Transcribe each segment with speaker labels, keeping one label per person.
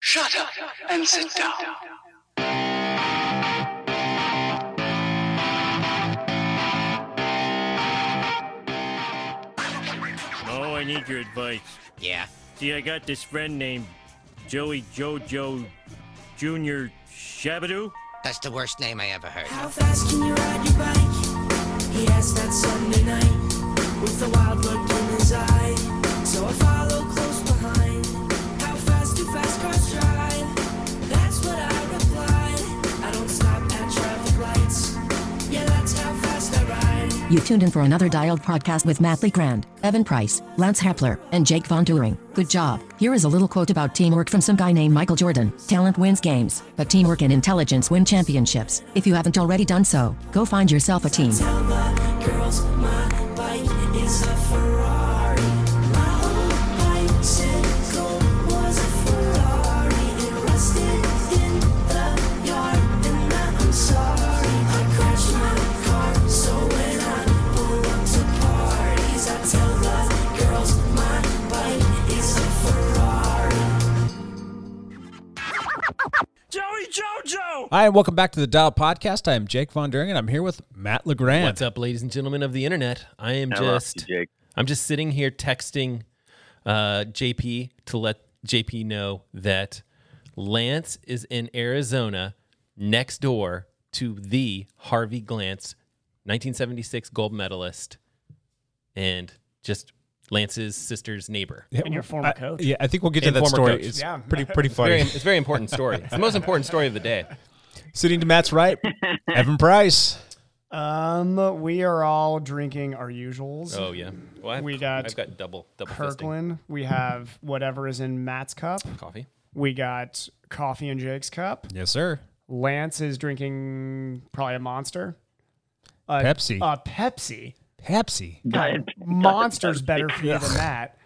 Speaker 1: Shut up and sit down.
Speaker 2: Oh, I need your advice.
Speaker 3: Yeah.
Speaker 2: See, I got this friend named Joey Jojo Junior Shabadoo.
Speaker 3: That's the worst name I ever heard.
Speaker 4: How fast can you ride your bike? He asked that Sunday night with a wild look in his eye. So I follow close behind. How fast do fast cars drive? That's what I replied. I don't stop at traffic lights. Yeah, that's how fast I ride.
Speaker 5: You tuned in for another Dialed podcast with Matt Lee Grand, Evan Price, Lance Hepler, and Jake Von Turing. Good job. Here is a little quote about teamwork from some guy named Michael Jordan. Talent wins games, but teamwork and intelligence win championships. If you haven't already done so, go find yourself a team.
Speaker 4: Tell the girls my bike is a Ferrari. My old bicycle was a Ferrari. It rusted in the yard, and now I'm sorry. I crashed my car, so when I pull up to parties, I tell the girls my bike is a Ferrari.
Speaker 2: Joey Jojo.
Speaker 6: Hi, and welcome back to the Dial Podcast. I am Jake Von During, and I'm here with Matt LeGrand.
Speaker 7: What's up, ladies and gentlemen of the internet? I am just
Speaker 8: Jake.
Speaker 7: I'm just sitting here texting uh, JP to let JP know that Lance is in Arizona next door to the Harvey Glantz 1976 gold medalist and just Lance's sister's neighbor.
Speaker 6: Yeah,
Speaker 9: And your former
Speaker 6: I-
Speaker 9: coach.
Speaker 6: Yeah, I think we'll get to
Speaker 7: And
Speaker 6: that
Speaker 7: former
Speaker 6: story.
Speaker 7: coach.
Speaker 6: It's
Speaker 9: Yeah.
Speaker 6: pretty pretty
Speaker 7: Very,
Speaker 6: funny.
Speaker 7: it's a very important story. It's the most important story of the day.
Speaker 6: Sitting to Matt's right, Evan Price.
Speaker 9: Um, we are all drinking our usuals.
Speaker 7: Oh yeah. Well, I've,
Speaker 9: We got
Speaker 7: I've got double double fisting
Speaker 9: Kirkland. We have whatever is in Matt's cup.
Speaker 7: coffee.
Speaker 9: We got coffee in Jake's cup.
Speaker 6: Yes, sir.
Speaker 9: Lance is drinking probably a monster. A,
Speaker 6: Pepsi.
Speaker 9: A Pepsi.
Speaker 6: Pepsi.
Speaker 8: Diet-
Speaker 9: Monster's better for you than that.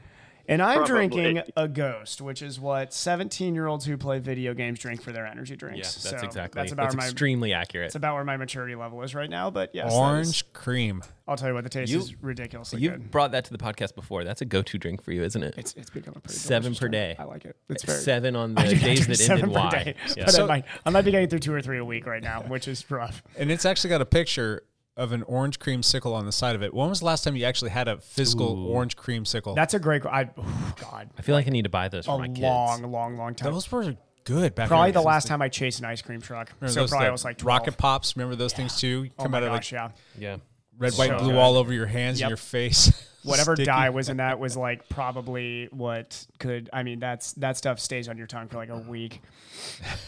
Speaker 9: And I'm
Speaker 8: Probably.
Speaker 9: drinking a ghost, which is what 17 year olds who play video games drink for their energy drinks.
Speaker 7: Yeah, that's
Speaker 9: So
Speaker 7: exactly.
Speaker 9: That's about
Speaker 7: that's
Speaker 9: my.
Speaker 7: extremely accurate.
Speaker 9: It's about where my maturity level is right now, but yes, that is-
Speaker 6: Orange cream.
Speaker 9: I'll tell you what, the taste
Speaker 7: You-
Speaker 9: is ridiculously
Speaker 7: You've
Speaker 9: good.
Speaker 7: brought that to the podcast before. That's a go-to drink for you, isn't it?
Speaker 9: It's it's become a pretty
Speaker 7: Seven
Speaker 9: delicious
Speaker 7: per day.
Speaker 9: drink. I like it. It's very
Speaker 7: seven on the
Speaker 9: I think I
Speaker 7: days
Speaker 9: drink
Speaker 7: that
Speaker 9: seven
Speaker 7: ended
Speaker 9: per
Speaker 7: Y.
Speaker 9: day,
Speaker 7: Yeah.
Speaker 9: But
Speaker 6: So-
Speaker 9: I might I might be getting through two or three a week right now, which is rough.
Speaker 6: And it's actually got a picture of an orange cream sickle on the side of it. When was the last time you actually had a physical orange cream sickle?
Speaker 9: That's a great. I oh God,
Speaker 7: I feel like I need to buy those for
Speaker 9: a
Speaker 7: my kids.
Speaker 9: long, long, long time.
Speaker 6: Those were good back
Speaker 9: probably
Speaker 6: in
Speaker 9: the last time I chased an ice cream truck.
Speaker 6: Remember
Speaker 9: so
Speaker 6: those,
Speaker 9: probably
Speaker 6: the
Speaker 9: I was like 12.
Speaker 6: Rocket Pops. Remember those things too? You
Speaker 9: Oh
Speaker 6: Come
Speaker 9: my
Speaker 6: out of
Speaker 9: gosh,
Speaker 6: like
Speaker 9: yeah.
Speaker 7: yeah.
Speaker 6: red, white,
Speaker 9: So
Speaker 6: blue
Speaker 9: good.
Speaker 6: all over your hands
Speaker 9: Yep.
Speaker 6: and your face.
Speaker 9: Whatever
Speaker 6: Sticky.
Speaker 9: dye was in that was like probably what could. I mean, that's that stuff stays on your tongue for like a week.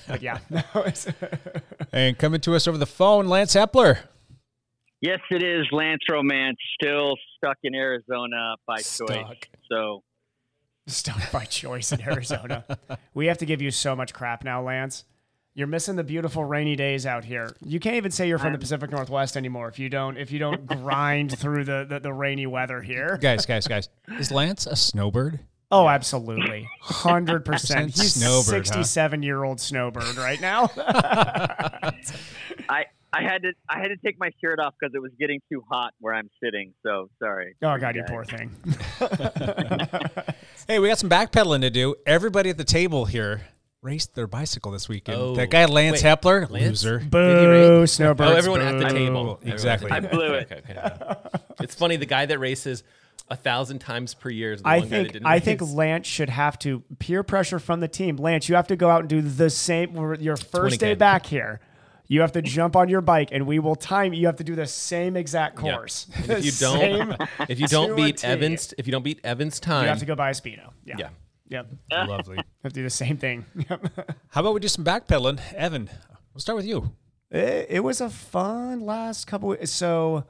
Speaker 9: But yeah, no, it's-
Speaker 6: And coming to us over the phone, Lance Epler.
Speaker 8: Yes, it is Lance Romance, still stuck in Arizona by choice.
Speaker 6: Stuck.
Speaker 8: So
Speaker 9: stuck by choice in Arizona. we have to give you so much crap now, Lance. You're missing the beautiful rainy days out here. You can't even say you're from the Pacific Northwest anymore if you don't if you don't grind through the, the, the rainy weather here.
Speaker 6: Guys, guys, guys. Is Lance a snowbird?
Speaker 9: Oh, absolutely, hundred percent. He's
Speaker 6: Snowbird, huh?
Speaker 9: sixty-seven year old snowbird right now.
Speaker 8: I, I had to I had to take my shirt off because it was getting too hot where I'm sitting. So sorry.
Speaker 9: oh God, you poor thing.
Speaker 6: Hey, we got some backpedaling to do. Everybody at the table here raced their bicycle this weekend.
Speaker 7: Oh.
Speaker 6: that guy Lance
Speaker 7: Wait,
Speaker 6: Hepler,
Speaker 7: Lance?
Speaker 6: loser.
Speaker 9: Boo, snowbird.
Speaker 7: Oh, everyone at the table. Everyone at the
Speaker 6: Exactly.
Speaker 7: table.
Speaker 8: I blew it.
Speaker 7: Okay, okay, okay. It's funny. The guy that races a thousand times per year is the
Speaker 9: I
Speaker 7: one guy that
Speaker 9: think
Speaker 7: didn't.
Speaker 9: I
Speaker 7: race.
Speaker 9: think Lance should have to peer pressure from the team. Lance, you have to go out and do the same. we're- Your first day
Speaker 7: 20K.
Speaker 9: back here, you have to jump on your bike, and we will time. You have to do the same exact
Speaker 7: Yeah.
Speaker 9: course.
Speaker 7: And If you
Speaker 9: Same-
Speaker 7: don't, if you
Speaker 9: to a
Speaker 7: don't beat
Speaker 9: T.
Speaker 7: Evans, if you don't beat Evans' time,
Speaker 9: you have to go buy a speedo. Yeah.
Speaker 7: Yeah.
Speaker 9: Yep. You
Speaker 6: Lovely.
Speaker 9: have to do the same thing.
Speaker 6: How about we do some backpedaling? Evan, we'll start with you.
Speaker 9: it, it was a fun last couple. Of, so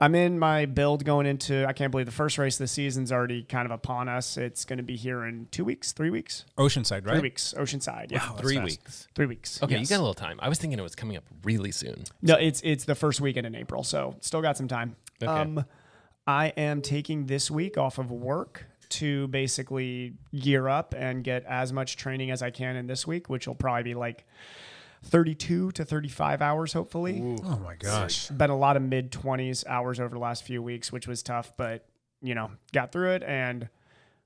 Speaker 9: I'm in my build going into. I can't believe the first race of the season's already kind of upon us. It's going to be here in two weeks, three weeks,
Speaker 6: Oceanside, right?
Speaker 9: three weeks, Oceanside. Yeah,
Speaker 7: three
Speaker 6: fast.
Speaker 7: weeks.
Speaker 9: three weeks.
Speaker 7: Okay, you
Speaker 9: Yes.
Speaker 7: got a little time. I was thinking it was coming up really soon.
Speaker 9: No, it's it's the first weekend in April, so still got some time. Um, I am taking this week off of work to basically gear up and get as much training as I can in this week, which will probably be like 32 to 35 hours, hopefully.
Speaker 6: Oh my gosh.
Speaker 9: Been a lot of mid 20s hours over the last few weeks, which was tough, but you know, got through it and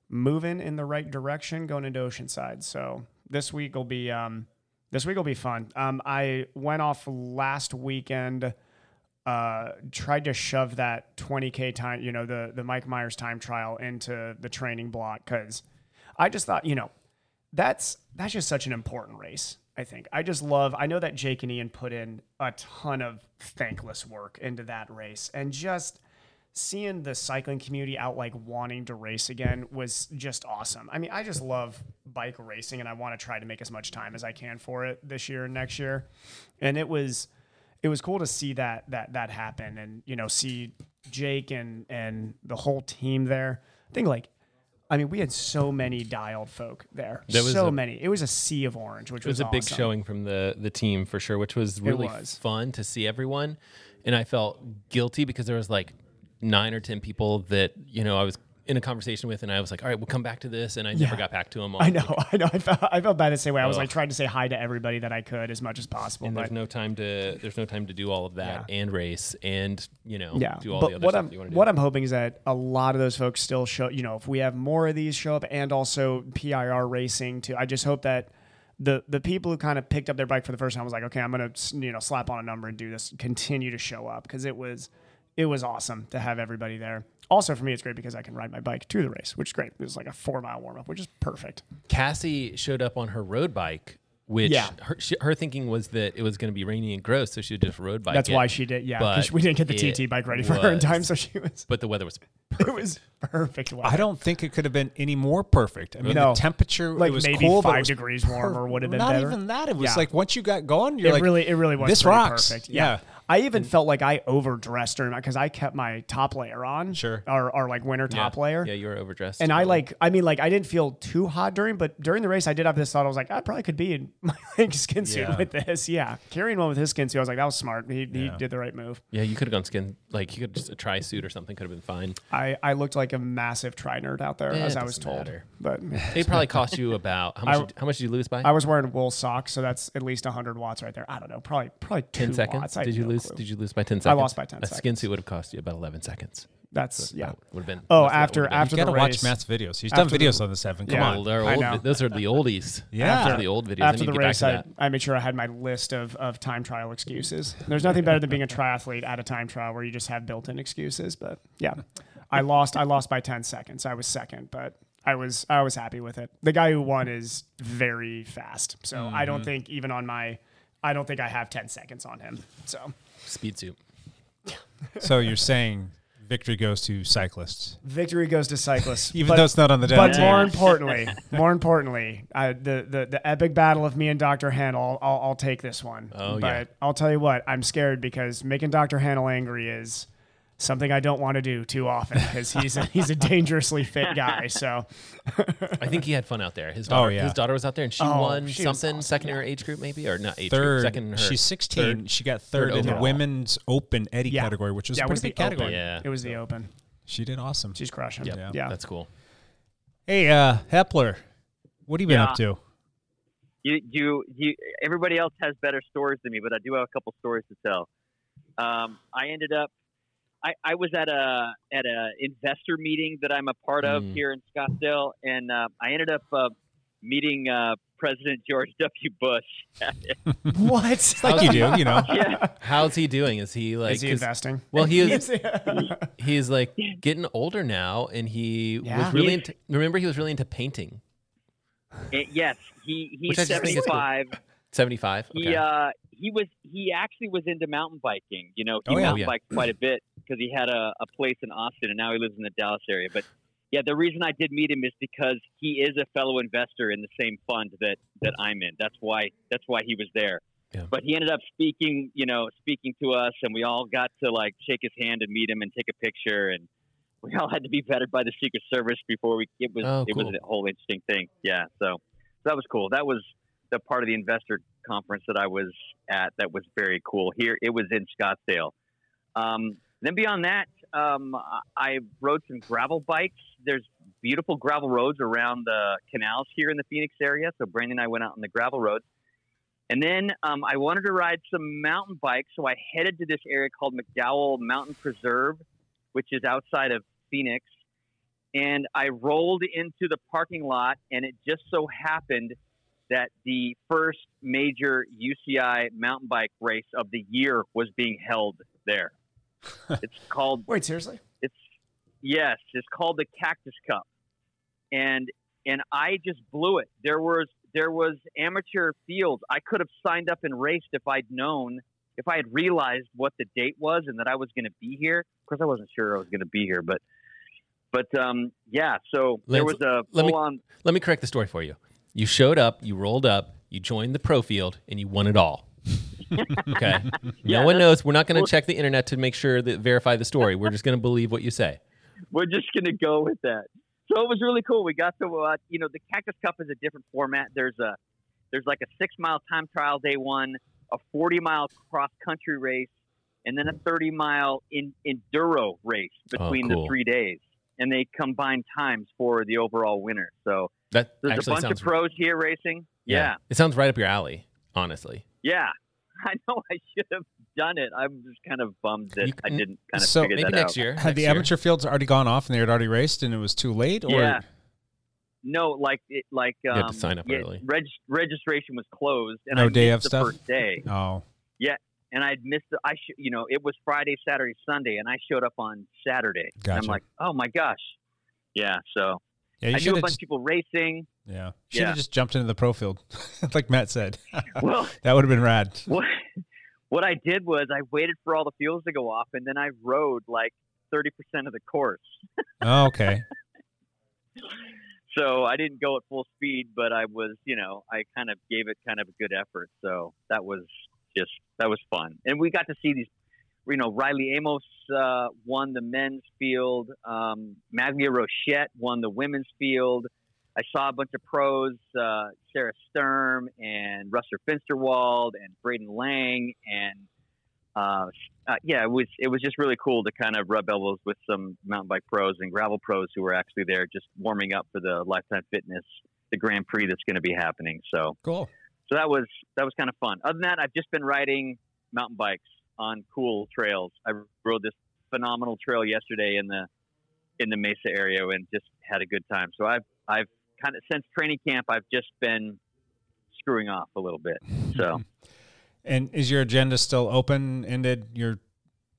Speaker 9: moving in the right direction going into Oceanside. So This week will be um, this week will be fun. Um, I went off last weekend. Uh, tried to shove that 20k time, you know, the the Mike Myers time trial into the training block because I just thought, you know, that's that's just such an important race. I think I just love. I know that Jake and Ian put in a ton of thankless work into that race, and just seeing the cycling community out like wanting to race again was just awesome. I mean, I just love bike racing, and I want to try to make as much time as I can for it this year and next year. And it was it was cool to see that that that happen, and you know, see Jake and and the whole team there. I think like. I mean, we had so many dialed folk there.
Speaker 7: There was
Speaker 9: so
Speaker 7: a-
Speaker 9: many. It was a sea of orange, which
Speaker 7: It was a big
Speaker 9: awesome.
Speaker 7: showing from the the team for sure, which was really
Speaker 9: was.
Speaker 7: fun to see everyone. And I felt guilty because there was like nine or ten people that you know I was in a conversation with, and I was like, "All right, we'll come back to this," and I never
Speaker 9: Yeah.
Speaker 7: got back to them. All
Speaker 9: I know, I know. I felt, I felt bad the same way. I was like
Speaker 7: Ugh.
Speaker 9: trying to say hi to everybody that I could as much as possible.
Speaker 7: And
Speaker 9: But
Speaker 7: there's no time to there's no time to do all of that and race and you know
Speaker 9: yeah,
Speaker 7: do all
Speaker 9: but
Speaker 7: the other
Speaker 9: what
Speaker 7: stuff
Speaker 9: I'm
Speaker 7: you want to do.
Speaker 9: what I'm hoping is that a lot of those folks still show. You know, if we have more of these show up, and also PIR racing too. I just hope that the the people who kind of picked up their bike for the first time was like, okay, I'm gonna you know slap on a number and do this. Continue to show up because it was it was awesome to have everybody there. Also for me, it's great because I can ride my bike to the race, which is great. It was like a four mile warm up, which is perfect.
Speaker 7: Cassie showed up on her road bike, which
Speaker 9: Yeah.
Speaker 7: her, she, her thinking was that it was going to be rainy and gross, so she would just road bike.
Speaker 9: That's
Speaker 7: it.
Speaker 9: why she did. Yeah,
Speaker 7: But
Speaker 9: because we didn't get the
Speaker 7: it
Speaker 9: TT bike ready for her in
Speaker 7: was-
Speaker 9: time, so she was.
Speaker 7: But the weather was
Speaker 9: It was perfect weather.
Speaker 6: I don't think it could have been any more perfect. I mean,
Speaker 9: No.
Speaker 6: the temperature
Speaker 9: Like
Speaker 6: it was
Speaker 9: maybe
Speaker 6: cool, but it
Speaker 9: five
Speaker 6: was
Speaker 9: degrees warmer would have been
Speaker 6: not
Speaker 9: better.
Speaker 6: even that. It was
Speaker 9: Yeah.
Speaker 6: like once you got going, you're
Speaker 9: it
Speaker 6: like
Speaker 9: really, it really was.
Speaker 6: This
Speaker 9: pretty
Speaker 6: rocks.
Speaker 9: Perfect. Yeah. I even felt like I overdressed during because I kept my top layer on.
Speaker 6: Sure.
Speaker 9: Or, or like winter top layer.
Speaker 7: Yeah, you were overdressed. Oh.
Speaker 9: and I
Speaker 7: probably.
Speaker 9: like, I mean, like I didn't feel too hot during, but during the race, I did have this thought. I was like, I probably could be in my like, skin suit
Speaker 7: Yeah.
Speaker 9: with this. Yeah, carrying one with his skin suit, I was like, that was smart. He, he did the right move.
Speaker 7: Yeah, you could have gone skin like you could just a tri suit or something could have been fine.
Speaker 9: I, I looked like a massive tri nerd out there,
Speaker 7: Eh,
Speaker 9: as
Speaker 7: it
Speaker 9: I was
Speaker 7: doesn't
Speaker 9: told.
Speaker 7: matter.
Speaker 9: But
Speaker 7: It probably cost you about how much?
Speaker 9: I-
Speaker 7: did- how much did you lose by?
Speaker 9: I was wearing wool socks, so that's at least 100 watts right there. I don't know, probably probably two
Speaker 7: ten seconds.
Speaker 9: watts. I
Speaker 7: did
Speaker 9: have
Speaker 7: you
Speaker 9: no
Speaker 7: lose?
Speaker 9: clue.
Speaker 7: Did you lose by ten seconds?
Speaker 9: lost by 10
Speaker 7: A skin
Speaker 9: seconds.
Speaker 7: suit would have cost you about eleven seconds.
Speaker 9: That's yeah.
Speaker 7: Would have been.
Speaker 9: Oh,
Speaker 7: that's what it
Speaker 9: after
Speaker 7: would have
Speaker 9: after
Speaker 6: You
Speaker 9: the
Speaker 6: gotta watch
Speaker 9: race,
Speaker 6: Matt's videos. He's
Speaker 9: After
Speaker 6: done
Speaker 9: the-
Speaker 6: videos on this seven. Come
Speaker 9: Yeah.
Speaker 7: been. Well,
Speaker 6: on.
Speaker 7: they're
Speaker 9: I
Speaker 7: old-
Speaker 9: know.
Speaker 7: those are the oldies.
Speaker 6: Yeah.
Speaker 7: Those are the old videos.
Speaker 9: after
Speaker 7: I need
Speaker 9: the
Speaker 7: to get
Speaker 9: race,
Speaker 7: back
Speaker 9: I,
Speaker 7: to that.
Speaker 9: I made sure I had my list of, of time trial excuses. There's nothing better than being a triathlete at a time trial where you just have built in excuses. But yeah, I lost. I lost by 10 seconds. I was second, but I was I was happy with it. The guy who won is very fast, so I
Speaker 7: Mm-hmm.
Speaker 9: don't think even on my I don't think I have 10 seconds on him. So
Speaker 7: Speed suit.
Speaker 6: So you're saying victory goes to cyclists,
Speaker 9: victory goes to cyclists.
Speaker 6: even
Speaker 9: But-
Speaker 6: though it's not on the down.
Speaker 9: But more importantly, more importantly, I, the, the the epic battle of me and Doctor Handel, I'll, I'll, I'll take this one.
Speaker 7: Oh,
Speaker 9: but
Speaker 7: yeah.
Speaker 9: I'll tell you what, I'm scared because making Doctor Handel angry is something I don't want to do too often because he's a, he's a dangerously fit guy. So
Speaker 7: I think he had fun out there. His daughter,
Speaker 6: Oh, yeah.
Speaker 7: his daughter was out there, and she
Speaker 9: Oh,
Speaker 7: won
Speaker 9: she was
Speaker 7: something
Speaker 9: awesome,
Speaker 7: second in her age group, maybe or not age group,
Speaker 6: third.
Speaker 7: second. In her,
Speaker 6: she's 16. She got third, in the
Speaker 7: overall.
Speaker 6: women's open Eddie
Speaker 9: yeah,
Speaker 6: category, which is
Speaker 9: that
Speaker 6: a
Speaker 9: was
Speaker 6: pretty
Speaker 9: the
Speaker 6: big category.
Speaker 9: Open.
Speaker 7: Yeah.
Speaker 9: it was the Open.
Speaker 6: She did awesome.
Speaker 9: She's crushing.
Speaker 6: Yeah.
Speaker 9: Yeah,
Speaker 7: That's cool.
Speaker 6: hey, uh, Hepler, what have you been
Speaker 8: Yeah.
Speaker 6: up to?
Speaker 8: you, you, you, everybody else has better stories than me, but I do have a couple stories to tell. Um, I ended up, I, I was at a at a investor meeting that I'm a part of
Speaker 7: Mm.
Speaker 8: here in Scottsdale, and uh, I ended up uh, meeting uh, President George W. Bush.
Speaker 9: what?
Speaker 6: Like you do, you know.
Speaker 8: Yeah,
Speaker 7: How's he doing? Is he like?
Speaker 9: is he
Speaker 7: 'cause-
Speaker 9: investing?
Speaker 7: Well, he is.
Speaker 9: yeah.
Speaker 7: he's like getting older now and he
Speaker 9: Yeah.
Speaker 7: was really
Speaker 8: He's-
Speaker 7: into, remember he was really into painting
Speaker 8: And yes, he he's
Speaker 7: Which I just think is cool.
Speaker 8: 75.
Speaker 7: 75
Speaker 8: He uh, he was he actually was into mountain biking. You know, he
Speaker 6: Oh, yeah.
Speaker 8: mountain
Speaker 7: Yeah.
Speaker 8: biked quite a bit because he had a, a place in Austin, and now he lives in the Dallas area. But yeah, the reason I did meet him is because he is a fellow investor in the same fund that that I'm in. That's why that's why he was there.
Speaker 7: Yeah.
Speaker 8: But he ended up speaking, you know, speaking to us, and we all got to like shake his hand and meet him and take a picture, and we all had to be vetted by the Secret Service before we. It was
Speaker 7: Oh,
Speaker 8: it
Speaker 7: cool.
Speaker 8: was a whole interesting thing. Yeah, so that was cool. That was the part of the investor conference that I was at that was very cool. Here, it was in Scottsdale. Um, then beyond that, um, I- I rode some gravel bikes. There's beautiful gravel roads around the canals here in the Phoenix area. So Brandon and I went out on the gravel roads. And then um, I wanted to ride some mountain bikes, so I headed to this area called McDowell Mountain Preserve, which is outside of Phoenix. And I rolled into the parking lot, and it just so happened
Speaker 9: that the first major UCI mountain bike race of the year was being held there. it's called
Speaker 10: Wait, seriously?
Speaker 9: it's yes, it's called the Cactus Cup, and and I just blew it. There was there was amateur fields. I could have signed up and raced if I'd known, if I had realized what the date was and that I was going to be here. Of course, I wasn't sure I was going to be here, but but um, yeah. So there
Speaker 7: Lance,
Speaker 9: was a
Speaker 7: let me-
Speaker 9: full on.
Speaker 7: Let me correct the story for you. You showed up, you rolled up, you joined the pro field, and you won it all. okay.
Speaker 9: Yeah,
Speaker 7: no one
Speaker 9: that's-
Speaker 7: knows. We're not going to
Speaker 9: well-
Speaker 7: check the internet to make sure that verify the story. We're just going to believe what you say.
Speaker 9: we're just gonna go with that. So it was really cool. We got to watch. You know, the Cactus Cup is a different format. There's a there's like a six mile time trial day one, a forty mile cross country race, and then a thirty mile in, enduro race between
Speaker 7: Oh, cool.
Speaker 9: the three days. And they combine times for the overall winner. So
Speaker 7: That
Speaker 9: there's
Speaker 7: actually
Speaker 9: a bunch
Speaker 7: sounds
Speaker 9: of pros here racing. yeah.
Speaker 7: It sounds right up your alley, honestly.
Speaker 9: Yeah. I know I should have done it. I'm just kind of bummed that
Speaker 7: You
Speaker 9: I
Speaker 7: can-
Speaker 9: didn't kind of
Speaker 6: so
Speaker 9: figure
Speaker 7: Maybe
Speaker 9: that out.
Speaker 7: next year.
Speaker 6: Had
Speaker 7: next
Speaker 6: the
Speaker 7: year.
Speaker 6: amateur fields already gone off and they had already raced and it was too late? Or
Speaker 9: Yeah. No, like it, like um,
Speaker 7: had to sign up early.
Speaker 9: Reg- registration was closed, and
Speaker 6: No
Speaker 9: I
Speaker 6: day
Speaker 9: missed
Speaker 6: of
Speaker 9: the
Speaker 6: stuff?
Speaker 9: first day,
Speaker 6: oh,
Speaker 9: and I'd missed. The, I sh- you know it was Friday, Saturday, Sunday, and I showed up on Saturday. And I'm
Speaker 6: Gotcha.
Speaker 9: like, oh my gosh, yeah. So
Speaker 6: yeah,
Speaker 9: I
Speaker 6: you
Speaker 9: knew
Speaker 6: should
Speaker 9: a
Speaker 6: have
Speaker 9: bunch
Speaker 6: just,
Speaker 9: of people racing.
Speaker 6: yeah, should have
Speaker 9: yeah.
Speaker 6: just jumped into the pro field, like Matt said.
Speaker 9: well,
Speaker 6: that would have been rad.
Speaker 9: what what I did was I waited for all the fields to go off, and then I rode like thirty percent of the course.
Speaker 6: Oh, okay,
Speaker 9: So I didn't go at full speed, but I was, you know, I kind of gave it kind of a good effort. So that was just that was fun, and we got to see these. You know, Riley Amos uh, won the men's field. Um, Maglia Rochette won the women's field. I saw a bunch of pros: uh, Sarah Sturm and Russell Finsterwald and Braden Lang, and uh, uh, yeah, it was it was just really cool to kind of rub elbows with some mountain bike pros and gravel pros who were actually there, just warming up for the Lifetime Fitness, the Grand Prix that's going to be happening. So,
Speaker 6: cool.
Speaker 9: so that was that was kind of fun. Other than that, I've just been riding mountain bikes on cool trails. I rode this phenomenal trail yesterday in the in the Mesa area and just had a good time. So I've I've kind of since training camp, I've just been screwing off a little bit. So.
Speaker 6: And is your agenda still open ended? You're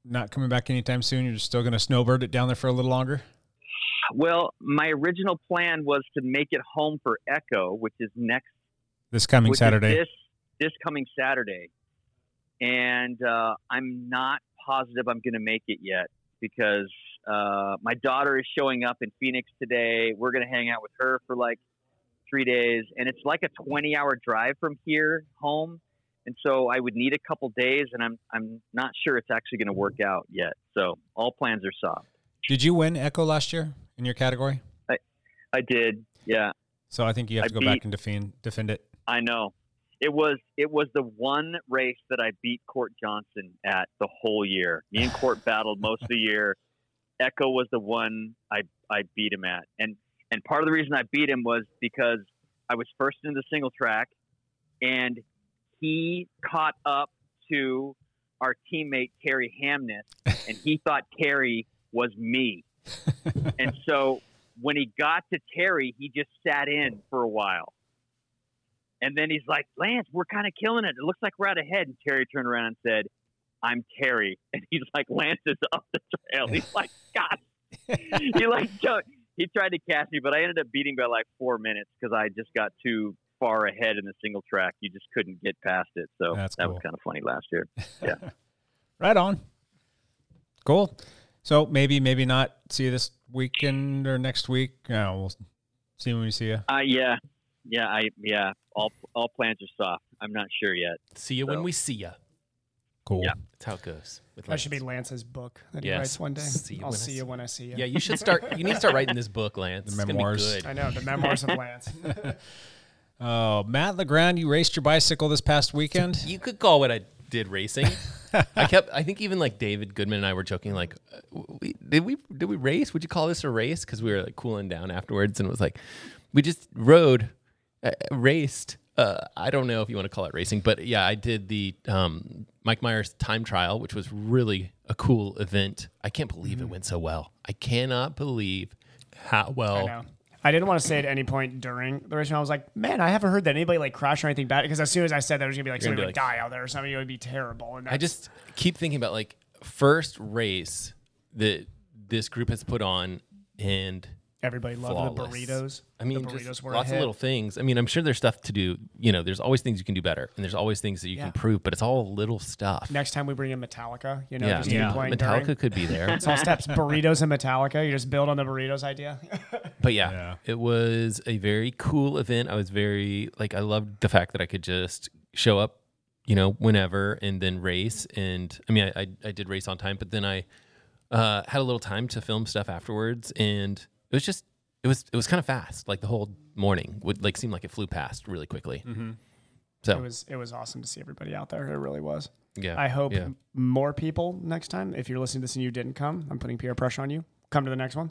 Speaker 6: not coming back anytime soon. You're still going to snowbird it down there for a little longer.
Speaker 9: Well, my original plan was to make it home for Echo, which is next
Speaker 6: This coming
Speaker 9: which is
Speaker 6: Saturday.
Speaker 9: this this coming Saturday, and uh, I'm not positive I'm going to make it yet because uh, my daughter is showing up in Phoenix today. We're going to hang out with her for like three days, and it's like a 20 hour drive from here home, and so I would need a couple days, and I'm I'm not sure it's actually going to work out yet. So all plans are soft.
Speaker 6: Did you win Echo last year in your category?
Speaker 9: I did, yeah.
Speaker 6: So I think you have
Speaker 9: I
Speaker 6: to go
Speaker 9: beat-
Speaker 6: back and defend defend it.
Speaker 9: I know. It was it was the one race that I beat Court Johnson at the whole year. Me and Court battled most of the year. Echo was the one I I beat him at, and and part of the reason I beat him was because I was first in the single track, and he caught up to our teammate Carrie Hamness, and he thought Carrie was me, and so when he got to Terry, he just sat in for a while. And then he's like, Lance, we're kind of killing it. It looks like we're out ahead. And Terry turned around and said, I'm Terry. And he's like, Lance is up the trail. He's like, God. he like jo- he tried to catch me, but I ended up beating by like four minutes because I just got too far ahead in the single track. You just couldn't get past it. So
Speaker 6: That's
Speaker 9: that
Speaker 6: cool.
Speaker 9: was kind of funny last year. Yeah.
Speaker 6: Right on. Cool. So maybe, maybe not see you this weekend or next week. Yeah, we'll see when we see you.
Speaker 9: uh, yeah. Yeah. I, yeah. All, all plans are soft. I'm not sure yet.
Speaker 7: See you when
Speaker 9: So.
Speaker 7: we see you.
Speaker 6: Cool.
Speaker 9: Yeah.
Speaker 7: That's how it goes. With
Speaker 10: That should be
Speaker 7: Lance.
Speaker 10: Lance's book that he
Speaker 7: Yes.
Speaker 10: writes one day.
Speaker 7: See you
Speaker 10: I'll
Speaker 7: when I
Speaker 10: see
Speaker 7: see
Speaker 10: you
Speaker 7: you.
Speaker 10: when I see you.
Speaker 7: Yeah, you should start. You need to start writing this book, Lance.
Speaker 6: The
Speaker 7: It's gonna be
Speaker 6: memoirs.
Speaker 7: good.
Speaker 10: I know the memoirs of Lance.
Speaker 6: Oh, Matt Legrand, you raced your bicycle this past weekend.
Speaker 7: You could call what I did racing. I kept. I think even like David Goodman and I were joking, like, uh, we, did we did we race? Would you call this a race? Because we were like cooling down afterwards, and it was like, we just rode, uh, raced. Uh, I don't know if you want to call it racing, but yeah, I did the um, Mike Myers time trial, which was really a cool event. I can't believe it went so well. I cannot believe how well
Speaker 10: I know.
Speaker 9: I didn't want to say at any point during the race. I was like, man, I haven't heard that anybody like crash or anything bad. Because as soon as I said that, there's gonna be like
Speaker 7: You're gonna
Speaker 9: somebody
Speaker 7: be
Speaker 9: would die out there or something. It would be terrible. And
Speaker 7: I just keep thinking about like first race that this group has put on and
Speaker 9: everybody loved
Speaker 7: flawless.
Speaker 9: the burritos.
Speaker 7: I mean,
Speaker 9: the burritos
Speaker 7: just
Speaker 9: were a
Speaker 7: lots of
Speaker 9: hit.
Speaker 7: little things. I mean, I'm sure there's stuff to do. You know, there's always things you can do better, and there's always things that you
Speaker 9: Yeah.
Speaker 7: can prove. But it's all little stuff.
Speaker 9: Next time we bring in Metallica, you know,
Speaker 7: yeah,
Speaker 9: just
Speaker 7: I mean,
Speaker 9: keep playing
Speaker 7: Metallica
Speaker 9: during.
Speaker 7: could be there.
Speaker 9: It's all steps, burritos and Metallica. You just build on the burritos idea.
Speaker 7: But yeah, it was a very cool event. I was very like I loved the fact that I could just show up, you know, whenever and then race. And I mean, I I, I did race on time, but then I uh, had a little time to film stuff afterwards, and it was just it was it was kind of fast. Like the whole morning would like seem like it flew past really quickly.
Speaker 9: it
Speaker 7: So
Speaker 9: was it was awesome to see everybody out there. It really was.
Speaker 7: yeah,
Speaker 9: I hope
Speaker 7: yeah.
Speaker 9: m- more people next time. If you're listening to this and you didn't come, I'm putting peer pressure on you. Come to the next one.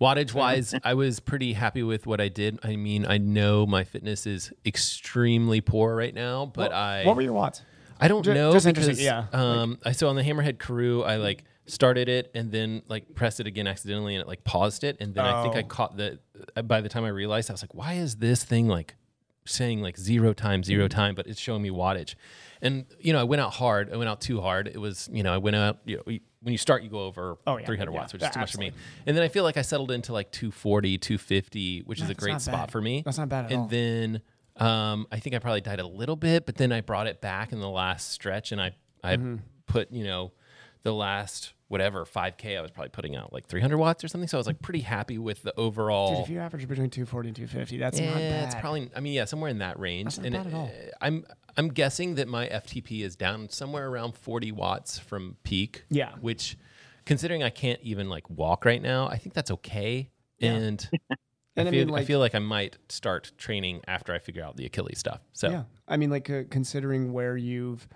Speaker 7: Wattage wise, I was pretty happy with what I did. I mean, I know my fitness is extremely poor right now, but I
Speaker 9: what were your watts?
Speaker 7: I don't
Speaker 9: Ju-
Speaker 7: know
Speaker 9: just interesting,
Speaker 7: because
Speaker 9: yeah,
Speaker 7: um, I so on the Hammerhead Crew, I like started it and then like pressed it again accidentally and it like paused it and then I
Speaker 9: Oh.
Speaker 7: think I caught the. uh, By the time I realized, I was like, why is this thing like saying like zero time, zero
Speaker 9: Mm-hmm.
Speaker 7: time, but it's showing me wattage? And you know, I went out hard. I went out too hard. It was you know, I went out. You know, you- when you start, you go over
Speaker 9: Oh, yeah,
Speaker 7: 300
Speaker 9: yeah,
Speaker 7: watts, which is too much for me.
Speaker 9: absolutely.
Speaker 7: And then I feel like I settled into like 240, 250, which is a
Speaker 9: that's
Speaker 7: great
Speaker 9: not
Speaker 7: spot
Speaker 9: bad.
Speaker 7: for me.
Speaker 9: That's not bad at
Speaker 7: and
Speaker 9: all.
Speaker 7: then then um, I think I probably died a little bit, but then I brought it back in the last stretch, and I I
Speaker 9: Mm-hmm.
Speaker 7: put you know the last whatever 5k I was probably putting out like 300 watts or something. So I was like pretty happy with the overall.
Speaker 9: Dude, if you average between 240 and 250, that's
Speaker 7: yeah,
Speaker 9: not bad.
Speaker 7: it's probably I mean yeah somewhere in that range.
Speaker 9: not
Speaker 7: and uh,
Speaker 9: bad at all.
Speaker 7: I'm I'm guessing that my FTP is down somewhere around 40 watts from peak.
Speaker 9: Yeah.
Speaker 7: which considering I can't even like walk right now, I think that's okay. And
Speaker 9: and
Speaker 7: I feel, I feel like I might start training after I figure out the Achilles stuff. So
Speaker 9: Yeah. I mean, like uh, considering where you've,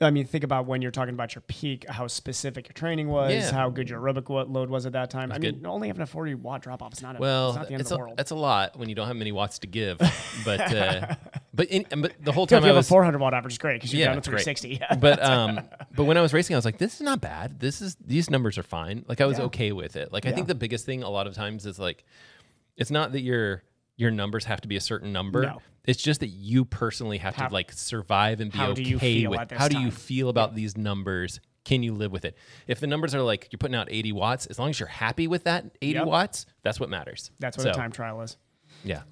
Speaker 9: I mean, think about when you're talking about your peak, how specific your training was,
Speaker 7: Yeah.
Speaker 9: how good your aerobic wa- load was at that time. I mean,
Speaker 7: good.
Speaker 9: only having a 40 watt drop off is not, a,
Speaker 7: well,
Speaker 9: it's not the end
Speaker 7: it's,
Speaker 9: of the
Speaker 7: a,
Speaker 9: world.
Speaker 7: it's a lot when you don't have many watts to give. But uh, but in, but the whole
Speaker 9: So
Speaker 7: time
Speaker 9: if you
Speaker 7: I
Speaker 9: have
Speaker 7: was
Speaker 9: a 400 watt average, great because you're
Speaker 7: yeah,
Speaker 9: down to
Speaker 7: it's great.
Speaker 9: 360.
Speaker 7: but um but when I was racing, I was like, this is not bad. This is these numbers are fine. Like I was
Speaker 9: Yeah.
Speaker 7: okay with it. Like I think the biggest thing a lot of times is like, it's not that your your numbers have to be a certain number.
Speaker 9: No.
Speaker 7: It's just that you personally have
Speaker 9: How-
Speaker 7: to like survive and be
Speaker 9: how do
Speaker 7: okay
Speaker 9: you feel
Speaker 7: with
Speaker 9: at this
Speaker 7: how do
Speaker 9: time?
Speaker 7: you feel about these numbers. Can you live with it? If the numbers are like you're putting out 80 watts, as long as you're happy with that 80
Speaker 9: Yep.
Speaker 7: watts, that's what matters.
Speaker 9: That's what
Speaker 7: so,
Speaker 9: a time trial is.
Speaker 7: Yeah.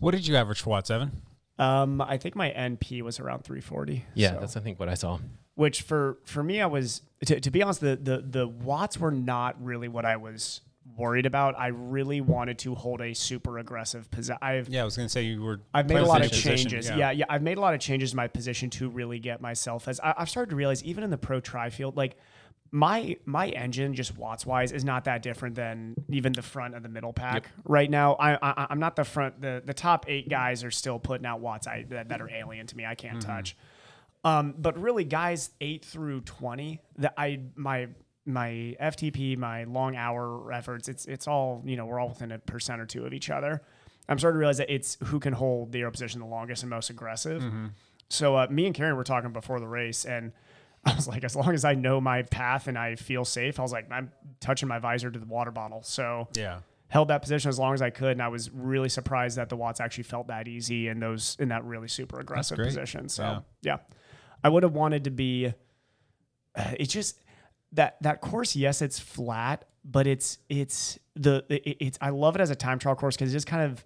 Speaker 6: What did you average for Watts, Evan?
Speaker 9: Um, I think my NP was around 340.
Speaker 7: Yeah,
Speaker 9: so-
Speaker 7: that's I think what I saw.
Speaker 9: which for for me I was to, to be honest the, the the watts were not really what I was worried about. I really wanted to hold a super aggressive position. I've
Speaker 6: Yeah, I was gonna say you were.
Speaker 9: I've made a lot of
Speaker 6: Position,
Speaker 9: changes. Yeah. yeah, I've made a lot of changes in my position to really get myself as I, I've started to realize even in the pro tri field, like my my engine just watts wise is not that different than even the front and the middle pack right now. I, I I'm not the front. The the top eight guys are still putting out watts I, that, that are alien to me. I can't
Speaker 6: Mm-hmm.
Speaker 9: touch. Um, but really, guys eight through twenty, that I my my FTP, my long hour efforts, it's it's all you know we're all within a percent or two of each other. I'm starting to realize that it's who can hold the air position the longest and most aggressive. So uh, me and Karen were talking before the race, and I was like, as long as I know my path and I feel safe, I was like, I'm touching my visor to the water bottle. So
Speaker 6: Yeah.
Speaker 9: held that position as long as I could, and I was really surprised that the Watts actually felt that easy in those in that really super aggressive
Speaker 6: great.
Speaker 9: position. So
Speaker 6: Yeah.
Speaker 9: yeah. I would have wanted to be. Uh, It's just that that course. Yes, it's flat, but it's it's the it, it's. I love it as a time trial course because it's just kind of.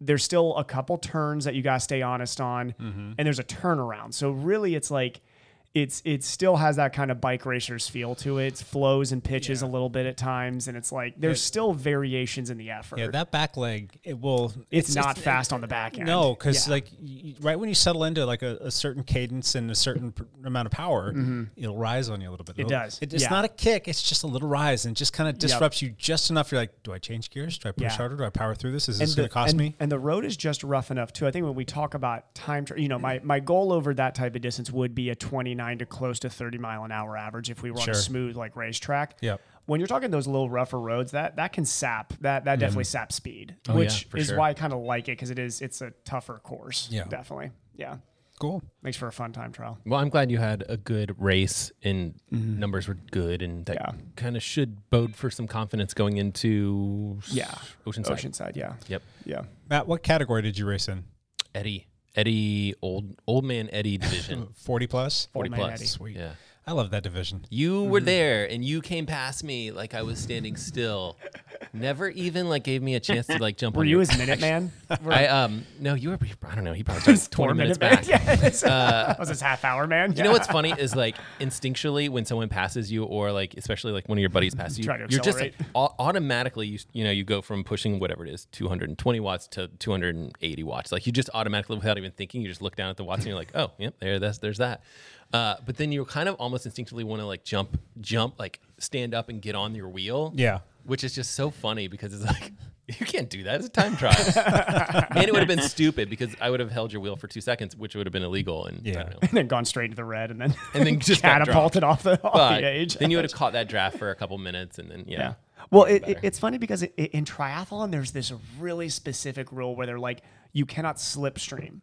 Speaker 9: There's still a couple turns that you gotta stay honest on,
Speaker 6: Mm-hmm.
Speaker 9: and there's a turnaround. So really, it's like. It's it still has that kind of bike racers feel to it. It flows and pitches a little bit at times, and it's like there's still variations in the effort.
Speaker 6: Yeah, that back leg, it will.
Speaker 9: it's, not fast on the back end.
Speaker 6: No, because
Speaker 9: Yeah.
Speaker 6: like y- right when you settle into like a, a certain cadence and a certain pr- amount of power, it'll rise on you a little bit. It'll-
Speaker 9: Mm-hmm. does,
Speaker 6: It, it's
Speaker 9: yeah.
Speaker 6: not a kick; it's just a little rise, and it just kind of disrupts you just enough. You're like, do I change gears? Do I push
Speaker 9: Yeah.
Speaker 6: harder? Do I power through this? Is
Speaker 9: And
Speaker 6: this going
Speaker 9: the-
Speaker 6: to cost
Speaker 9: and-
Speaker 6: me?
Speaker 9: And the road is just rough enough too. I think when we talk about time, tra- you know, my my goal over that type of distance would be a 29 to close to 30 mile an hour average if we were on
Speaker 6: Sure.
Speaker 9: a smooth like racetrack.
Speaker 6: Yep.
Speaker 9: When you're talking those little rougher roads, that that can sap that that definitely saps speed,
Speaker 7: Mm-hmm. Oh, yeah,
Speaker 9: which
Speaker 7: for
Speaker 9: is
Speaker 7: sure.
Speaker 9: why I kind of like it because it is it's a tougher course.
Speaker 6: Yeah.
Speaker 9: Definitely. Yeah.
Speaker 6: Cool.
Speaker 9: Makes for a fun time trial.
Speaker 7: Well, I'm glad you had a good race and numbers were good, and that
Speaker 9: Mm-hmm. Yeah.
Speaker 7: kind of should bode for some confidence going into s-
Speaker 9: Yeah.
Speaker 7: Oceanside.
Speaker 9: Oceanside, yeah.
Speaker 7: Yep,
Speaker 9: Yeah.
Speaker 6: Matt, what category did you race in?
Speaker 7: Eddie, Eddie, old old man Eddie division.
Speaker 6: 40 plus?
Speaker 9: Old
Speaker 7: 40
Speaker 9: man
Speaker 7: plus.
Speaker 9: Eddie.
Speaker 6: Sweet.
Speaker 7: Yeah.
Speaker 6: I love that division.
Speaker 7: You were
Speaker 9: Mm-hmm.
Speaker 7: there and you came past me like I was standing still. Never even like gave me a chance to like jump
Speaker 9: Were
Speaker 7: on
Speaker 9: you
Speaker 7: your-
Speaker 9: his Minuteman?
Speaker 7: I um no, you were I don't know, he probably started 20 minutes back. Uh,
Speaker 9: I was his half hour man.
Speaker 7: You know what's funny is like instinctually when someone passes you, or like especially like one of your buddies passes you,
Speaker 9: Try to
Speaker 7: you're just like,
Speaker 9: accelerate.
Speaker 7: au- automatically you you know you go from pushing whatever it is 220 watts to 280 watts. Like you just automatically without even thinking, you just look down at the watts and you're like, oh yep, there that's there's that. Uh, but then you kind of almost instinctively want to like jump, jump, like stand up and get on your wheel.
Speaker 6: Yeah.
Speaker 7: which is just so funny because it's like. You can't do that. It's a time trial. and it would have been stupid because I would have held your wheel for two seconds, which would have been illegal. And I
Speaker 6: Yeah.
Speaker 7: don't know
Speaker 9: And then gone straight to the red and then,
Speaker 7: and then just got dropped.
Speaker 9: catapulted off the, off
Speaker 7: But
Speaker 9: the age.
Speaker 7: Then you would have caught that draft for a couple minutes, and then yeah.
Speaker 9: Yeah. Well, it, it,
Speaker 7: better.
Speaker 9: it's funny because it, it, in triathlon, there's this really specific rule where they're like, you cannot slipstream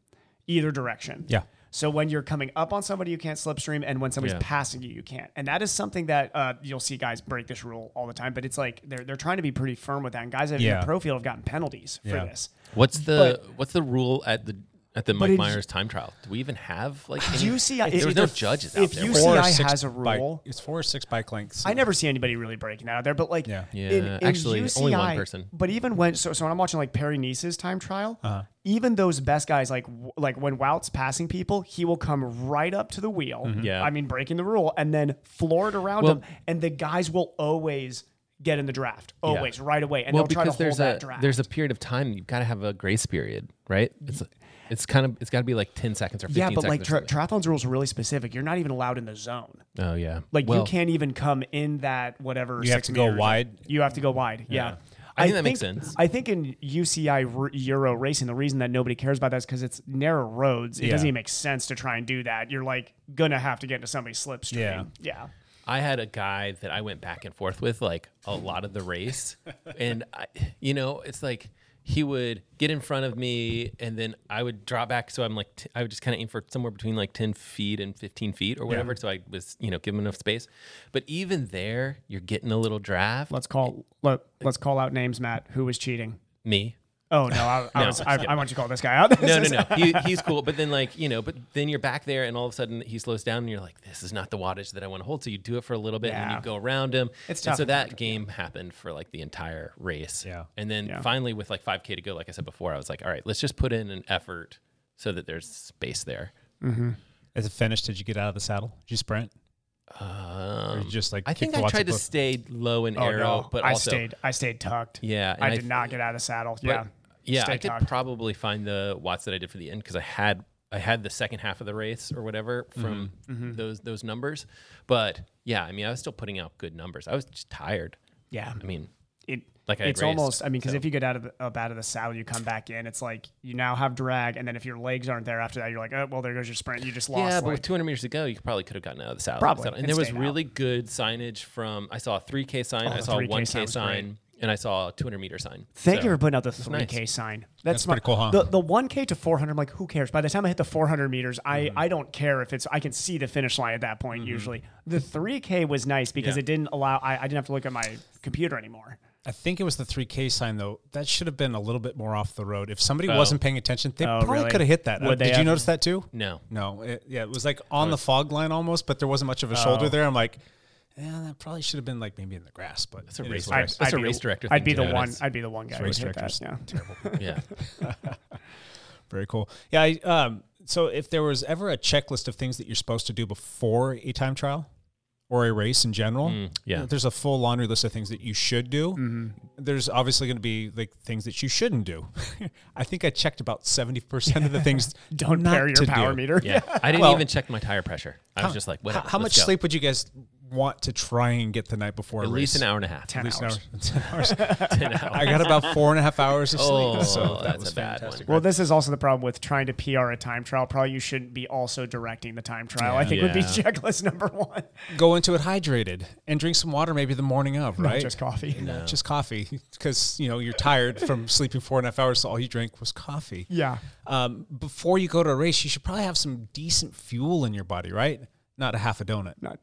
Speaker 9: either direction.
Speaker 6: Yeah.
Speaker 9: So when you're coming up on somebody, you can't slipstream, and when somebody's
Speaker 7: Yeah.
Speaker 9: passing you, you can't. And that is something that uh, you'll see guys break this rule all the time. But it's like they're they're trying to be pretty firm with that. And guys that in
Speaker 6: Yeah.
Speaker 9: the pro field have gotten penalties
Speaker 6: Yeah.
Speaker 9: for this.
Speaker 7: What's the what's the rule at the at the Mike
Speaker 9: it-
Speaker 7: Myers time trial? Do we even have like? Any,
Speaker 9: UCI
Speaker 7: there was
Speaker 9: uh, if-
Speaker 7: no
Speaker 9: if-
Speaker 7: judges out
Speaker 9: if
Speaker 7: there.
Speaker 9: you-
Speaker 7: were
Speaker 9: UCI
Speaker 6: or six
Speaker 9: has a
Speaker 6: bike-
Speaker 9: rule.
Speaker 6: it's four or six bike lengths.
Speaker 9: I never see anybody really breaking that out there, but like,
Speaker 6: Yeah.
Speaker 7: Yeah, actually, only one person.
Speaker 9: But even when, so, so when I'm watching like Perry Nice's time trial, even those best guys, like w- like when Wout's passing people, he will come right up to the wheel.
Speaker 7: Yeah.
Speaker 9: I mean breaking the rule, and then floor it around
Speaker 7: Well-
Speaker 9: him, and the guys will always get in the draft, always right away, and
Speaker 7: well,
Speaker 9: they'll try to
Speaker 7: because
Speaker 9: hold
Speaker 7: there's
Speaker 9: that
Speaker 7: a
Speaker 9: draft.
Speaker 7: there's a period of time you've got to have a grace period, right? It's it's kind of it's got to be like ten seconds or fifteen
Speaker 9: yeah, but like
Speaker 7: seconds.
Speaker 9: tri-
Speaker 7: or something.
Speaker 9: triathlon's rules are really specific. You're not even allowed in the zone.
Speaker 7: oh yeah,
Speaker 9: Like
Speaker 7: Well,
Speaker 9: you can't even come in that whatever.
Speaker 6: You have
Speaker 9: six
Speaker 6: to go
Speaker 9: meters.
Speaker 6: wide.
Speaker 9: You have to go wide. Yeah.
Speaker 7: I think that makes sense.
Speaker 9: I think in UCI r- Euro racing, the reason that nobody cares about that is because it's narrow roads. It
Speaker 6: Yeah.
Speaker 9: doesn't even make sense to try and do that. You're like gonna have to get into somebody's slipstream.
Speaker 6: Yeah.
Speaker 9: Yeah.
Speaker 7: I had a guy that I went back and forth with like a lot of the race. and I, you know, it's like he would get in front of me and then I would drop back. So I'm like, t- I would just kind of aim for somewhere between like 10 feet and 15 feet or whatever. So I was, you know, give him enough space. But even there, you're getting a little draft.
Speaker 9: Let's call let, let's call out names, Matt. Who was cheating?
Speaker 7: me.
Speaker 9: Oh no, I, I,
Speaker 7: No,
Speaker 9: was, I, I want you to call this guy out.
Speaker 7: No, no, no. He, he's cool. But then, like, you know, but then you're back there and all of a sudden he slows down and you're like, this is not the wattage that I want to hold. So you do it for a little bit and then
Speaker 9: Yeah.
Speaker 7: you go around him.
Speaker 9: It's
Speaker 7: and
Speaker 9: tough
Speaker 7: so
Speaker 9: in
Speaker 7: that game happened for like the entire race.
Speaker 6: Yeah.
Speaker 7: And then
Speaker 9: Yeah.
Speaker 7: finally, with like 5K to go, like I said before, I was like, all right, let's just put in an effort so that there's space there.
Speaker 6: As a finish, did you get out of the saddle? Did you sprint?
Speaker 7: Um,
Speaker 6: you just, like,
Speaker 7: I think
Speaker 6: kicked
Speaker 7: I
Speaker 6: lots
Speaker 7: tried
Speaker 6: of
Speaker 7: to
Speaker 6: buff-
Speaker 7: stay low and
Speaker 9: Oh,
Speaker 7: arrow,
Speaker 9: no.
Speaker 7: but
Speaker 9: I
Speaker 7: also,
Speaker 9: stayed I stayed tucked.
Speaker 7: Yeah, and
Speaker 9: I
Speaker 7: I
Speaker 9: did
Speaker 7: th-
Speaker 9: not get out of the saddle.
Speaker 7: but-
Speaker 9: yeah.
Speaker 7: yeah,
Speaker 9: Stay
Speaker 7: I could
Speaker 9: tucked.
Speaker 7: probably find the watts that I did for the end because I had I had the second half of the race or whatever
Speaker 9: Mm-hmm.
Speaker 7: from those those numbers. But yeah, I mean, I was still putting out good numbers. I was just tired.
Speaker 9: yeah.
Speaker 7: I mean,
Speaker 9: it
Speaker 7: Like I had
Speaker 9: it's
Speaker 7: raised,
Speaker 9: almost I mean because if you get out of the, up out of the saddle you come back in it's like you now have drag and then if your legs aren't there after that you're like oh well there goes your sprint you just lost
Speaker 7: Yeah, but with
Speaker 9: like-
Speaker 7: 200 meters to go, you probably could have gotten out of the saddle.
Speaker 9: Probably,
Speaker 7: And,
Speaker 9: and
Speaker 7: there was
Speaker 9: stayed out.
Speaker 7: really good signage from, I saw a 3K sign, I
Speaker 9: the
Speaker 7: saw a
Speaker 9: 3K
Speaker 7: 1K
Speaker 9: sign was great.
Speaker 7: sign, and I saw a 200 meter sign.
Speaker 9: Thank
Speaker 7: So-
Speaker 9: you for putting out the
Speaker 7: nice.
Speaker 9: 3K sign. That's,
Speaker 6: pretty
Speaker 9: smart.
Speaker 6: cool, huh?
Speaker 9: The, the 1K to 400, I'm like, who cares? By the time I hit the 400 meters, I,
Speaker 7: Mm-hmm.
Speaker 9: I don't care if it's, I can see the finish line at that point usually. The 3K was nice because
Speaker 7: Yeah.
Speaker 9: it didn't allow, I, I didn't have to look at my computer anymore.
Speaker 6: I think it was the 3K sign, though. That should have been a little bit more off the road. If somebody wasn't paying attention, they probably
Speaker 9: Oh. really?
Speaker 6: could have hit that. Uh,
Speaker 9: Would they
Speaker 6: did you
Speaker 9: have? Oh.
Speaker 6: notice that too?
Speaker 7: No.
Speaker 6: No. It, yeah, it was like on the fog line almost, but there wasn't much of a shoulder there. I'm like, yeah, that probably should have been like maybe in the grass, but that's
Speaker 7: a race
Speaker 9: I,
Speaker 7: That's a
Speaker 9: be
Speaker 7: race director thing
Speaker 9: I'd be
Speaker 7: to
Speaker 9: the
Speaker 7: do.
Speaker 9: one.
Speaker 7: That's-
Speaker 9: I'd be the one guy. who
Speaker 6: race
Speaker 9: would
Speaker 6: directors.
Speaker 9: hit that, Yeah.
Speaker 7: Yeah.
Speaker 6: Very cool. Yeah. I, um, so if there was ever a checklist of things that you're supposed to do before a time trial or a race in general,
Speaker 7: Mm, yeah.
Speaker 6: there's a full laundry list of things that you should do.
Speaker 9: Mm-hmm.
Speaker 6: There's obviously going to be like things that you shouldn't do. I think I checked about 70% of the things
Speaker 9: Don't
Speaker 6: not
Speaker 9: pair your
Speaker 6: to
Speaker 9: power
Speaker 6: do.
Speaker 9: meter.
Speaker 7: Yeah. I didn't
Speaker 6: Well-
Speaker 7: even check my tire pressure. I was just like,
Speaker 6: How,
Speaker 7: whatever.
Speaker 6: how
Speaker 7: let's
Speaker 6: much
Speaker 7: go.
Speaker 6: sleep would you guys want to try and get the night before
Speaker 7: At
Speaker 6: a
Speaker 7: least
Speaker 6: race.
Speaker 7: an hour and a half.
Speaker 6: At
Speaker 9: Ten
Speaker 6: least
Speaker 9: hours.
Speaker 6: an hour. 10 hours.
Speaker 7: 10 hours.
Speaker 6: I got about four and a half hours of sleep.
Speaker 7: Oh,
Speaker 6: so that
Speaker 7: that's
Speaker 6: was
Speaker 7: a bad
Speaker 6: fantastic.
Speaker 9: Well, this is also the problem with trying to PR a time trial. Probably you shouldn't be also directing the time trial. I think would be
Speaker 7: Yeah.
Speaker 9: checklist number one.
Speaker 6: Go into it hydrated and drink some water maybe the morning of,
Speaker 9: Not
Speaker 6: right?
Speaker 9: just coffee.
Speaker 6: Not just coffee because, you know, you're tired from sleeping four and a half hours. So all you drank was coffee.
Speaker 9: Yeah.
Speaker 6: Um, before you go to a race, you should probably have some decent fuel in your body, right? Not a half a donut.
Speaker 9: Not.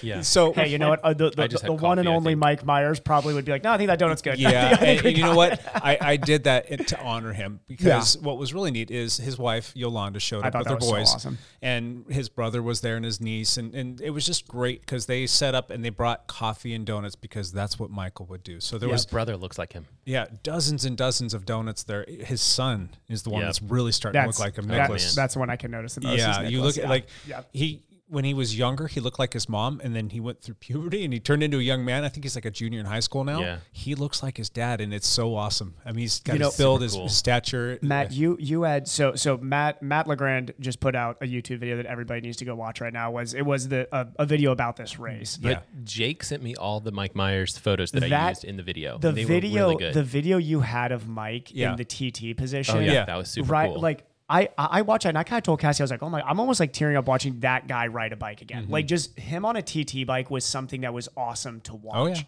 Speaker 7: Yeah.
Speaker 6: So
Speaker 9: Hey, you know what? Uh, the the,
Speaker 7: I just
Speaker 9: the
Speaker 7: had
Speaker 9: one and
Speaker 7: coffee, I
Speaker 9: only
Speaker 7: think.
Speaker 9: Mike Myers probably would be like, no, I think that donut's good.
Speaker 6: Yeah, and, and you know what? I, I did that in- to honor him because what was really neat is his wife Yolanda showed
Speaker 9: I
Speaker 6: up
Speaker 9: thought
Speaker 6: with
Speaker 9: that
Speaker 6: her
Speaker 9: was so
Speaker 6: boys,
Speaker 9: awesome.
Speaker 6: and his brother was there and his niece, and, and it was just great because they set up and they brought coffee and donuts because that's what Michael would do. So there
Speaker 7: His
Speaker 6: was
Speaker 7: brother looks like him.
Speaker 6: yeah dozens and dozens of donuts there. His son is the one
Speaker 7: Yep.
Speaker 6: that's really starting
Speaker 9: That's,
Speaker 6: to look like him.
Speaker 9: that's,
Speaker 6: Nicholas.
Speaker 9: that's the one I can notice the most.
Speaker 6: yeah,
Speaker 9: is
Speaker 6: you
Speaker 9: Nicholas.
Speaker 6: look at
Speaker 9: Yeah.
Speaker 6: like
Speaker 9: Yeah.
Speaker 6: he. When he was younger, he looked like his mom, and then he went through puberty and he turned into a young man. I think he's like a junior in high school now.
Speaker 7: Yeah.
Speaker 6: He looks like his dad, and it's so awesome. I mean, he's got
Speaker 9: You know-
Speaker 6: his build,
Speaker 7: Super
Speaker 6: his,
Speaker 7: cool.
Speaker 6: his stature.
Speaker 9: Matt, you you had so so Matt Matt Legrand just put out a YouTube video that everybody needs to go watch right now. Was it was the a, a video about this race?
Speaker 6: yeah.
Speaker 7: Jake sent me all the Mike Myers photos that, I
Speaker 9: That-
Speaker 7: used in the video.
Speaker 9: The
Speaker 7: they
Speaker 9: video
Speaker 7: were really good. Oh,
Speaker 9: the video you had of Mike
Speaker 6: Yeah.
Speaker 9: in the TT position.
Speaker 7: yeah,
Speaker 6: yeah.
Speaker 7: that was super
Speaker 9: right,
Speaker 7: cool.
Speaker 9: like. I, I I watched it and I kind of told Cassie I was like oh my I'm almost like tearing up watching that guy ride a bike again
Speaker 7: Mm-hmm.
Speaker 9: like just him on a TT bike was something that was awesome to watch.
Speaker 7: Oh,
Speaker 6: yeah.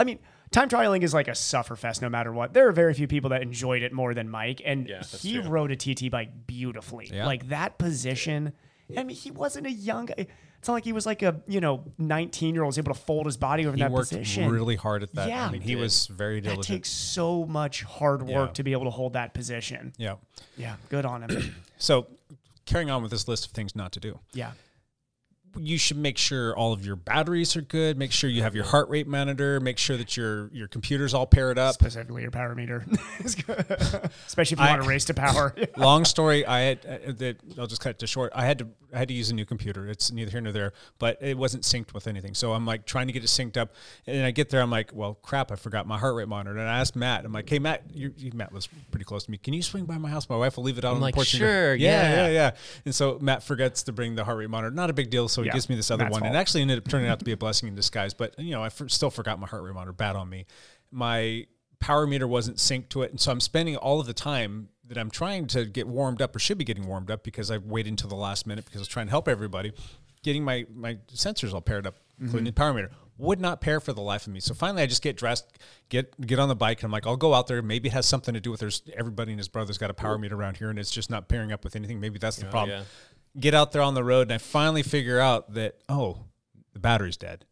Speaker 9: I mean time trialing is like a sufferfest no matter what. There are very few people that enjoyed it more than Mike and he rode a TT bike beautifully.
Speaker 6: Yeah.
Speaker 9: Like that position. I mean he wasn't a young. It's not like he was like a you know 19 year old was able to fold his body over in
Speaker 6: He
Speaker 9: that
Speaker 6: worked
Speaker 9: position.
Speaker 6: really hard at that.
Speaker 9: Yeah.
Speaker 6: I mean,
Speaker 9: He
Speaker 6: he
Speaker 9: did.
Speaker 6: was very
Speaker 9: that
Speaker 6: diligent.
Speaker 9: takes so much hard work
Speaker 6: Yeah.
Speaker 9: to be able to hold that position.
Speaker 6: yeah.
Speaker 9: Yeah, good on him.
Speaker 6: So, carrying on with this list of things not to do,
Speaker 9: yeah.
Speaker 6: you should make sure all of your batteries are good. Make sure you have your heart rate monitor. Make sure that your your computer's all paired up.
Speaker 9: Specifically, your power meter, is good. especially if you
Speaker 6: I-
Speaker 9: want to race to power.
Speaker 6: long story i had uh, that i'll just cut it to short i had to i had to use a new computer it's neither here nor there but it wasn't synced with anything so i'm like trying to get it synced up and i get there i'm like well crap i forgot my heart rate monitor and i asked matt i'm like hey matt you, you- matt was pretty close to me can you swing by my house my wife will leave it out on
Speaker 7: like,
Speaker 6: the porch and
Speaker 7: "Sure,
Speaker 6: yeah
Speaker 7: yeah."
Speaker 6: yeah yeah and so matt forgets to bring the heart rate monitor not a big deal so he
Speaker 9: Yeah,
Speaker 6: gives me this other
Speaker 9: Matt's
Speaker 6: one and
Speaker 9: fault.
Speaker 6: actually ended up turning out to be a blessing in disguise but you know i for, still forgot my heart rate monitor bad on me my power meter wasn't synced to it. And so I'm spending all of the time that I'm trying to get warmed up or should be getting warmed up because I waited until the last minute because I was trying to help everybody, getting my, my sensors all paired up, including the power meter. Would not pair for the life of me. So finally, I just get dressed, get get on the bike, and I'm like, I'll go out there. Maybe it has something to do with there's everybody and his brother's got a power meter around here, and it's just not pairing up with anything. Maybe that's the problem. Get out there on the road, and I finally figure out that oh, the battery's dead.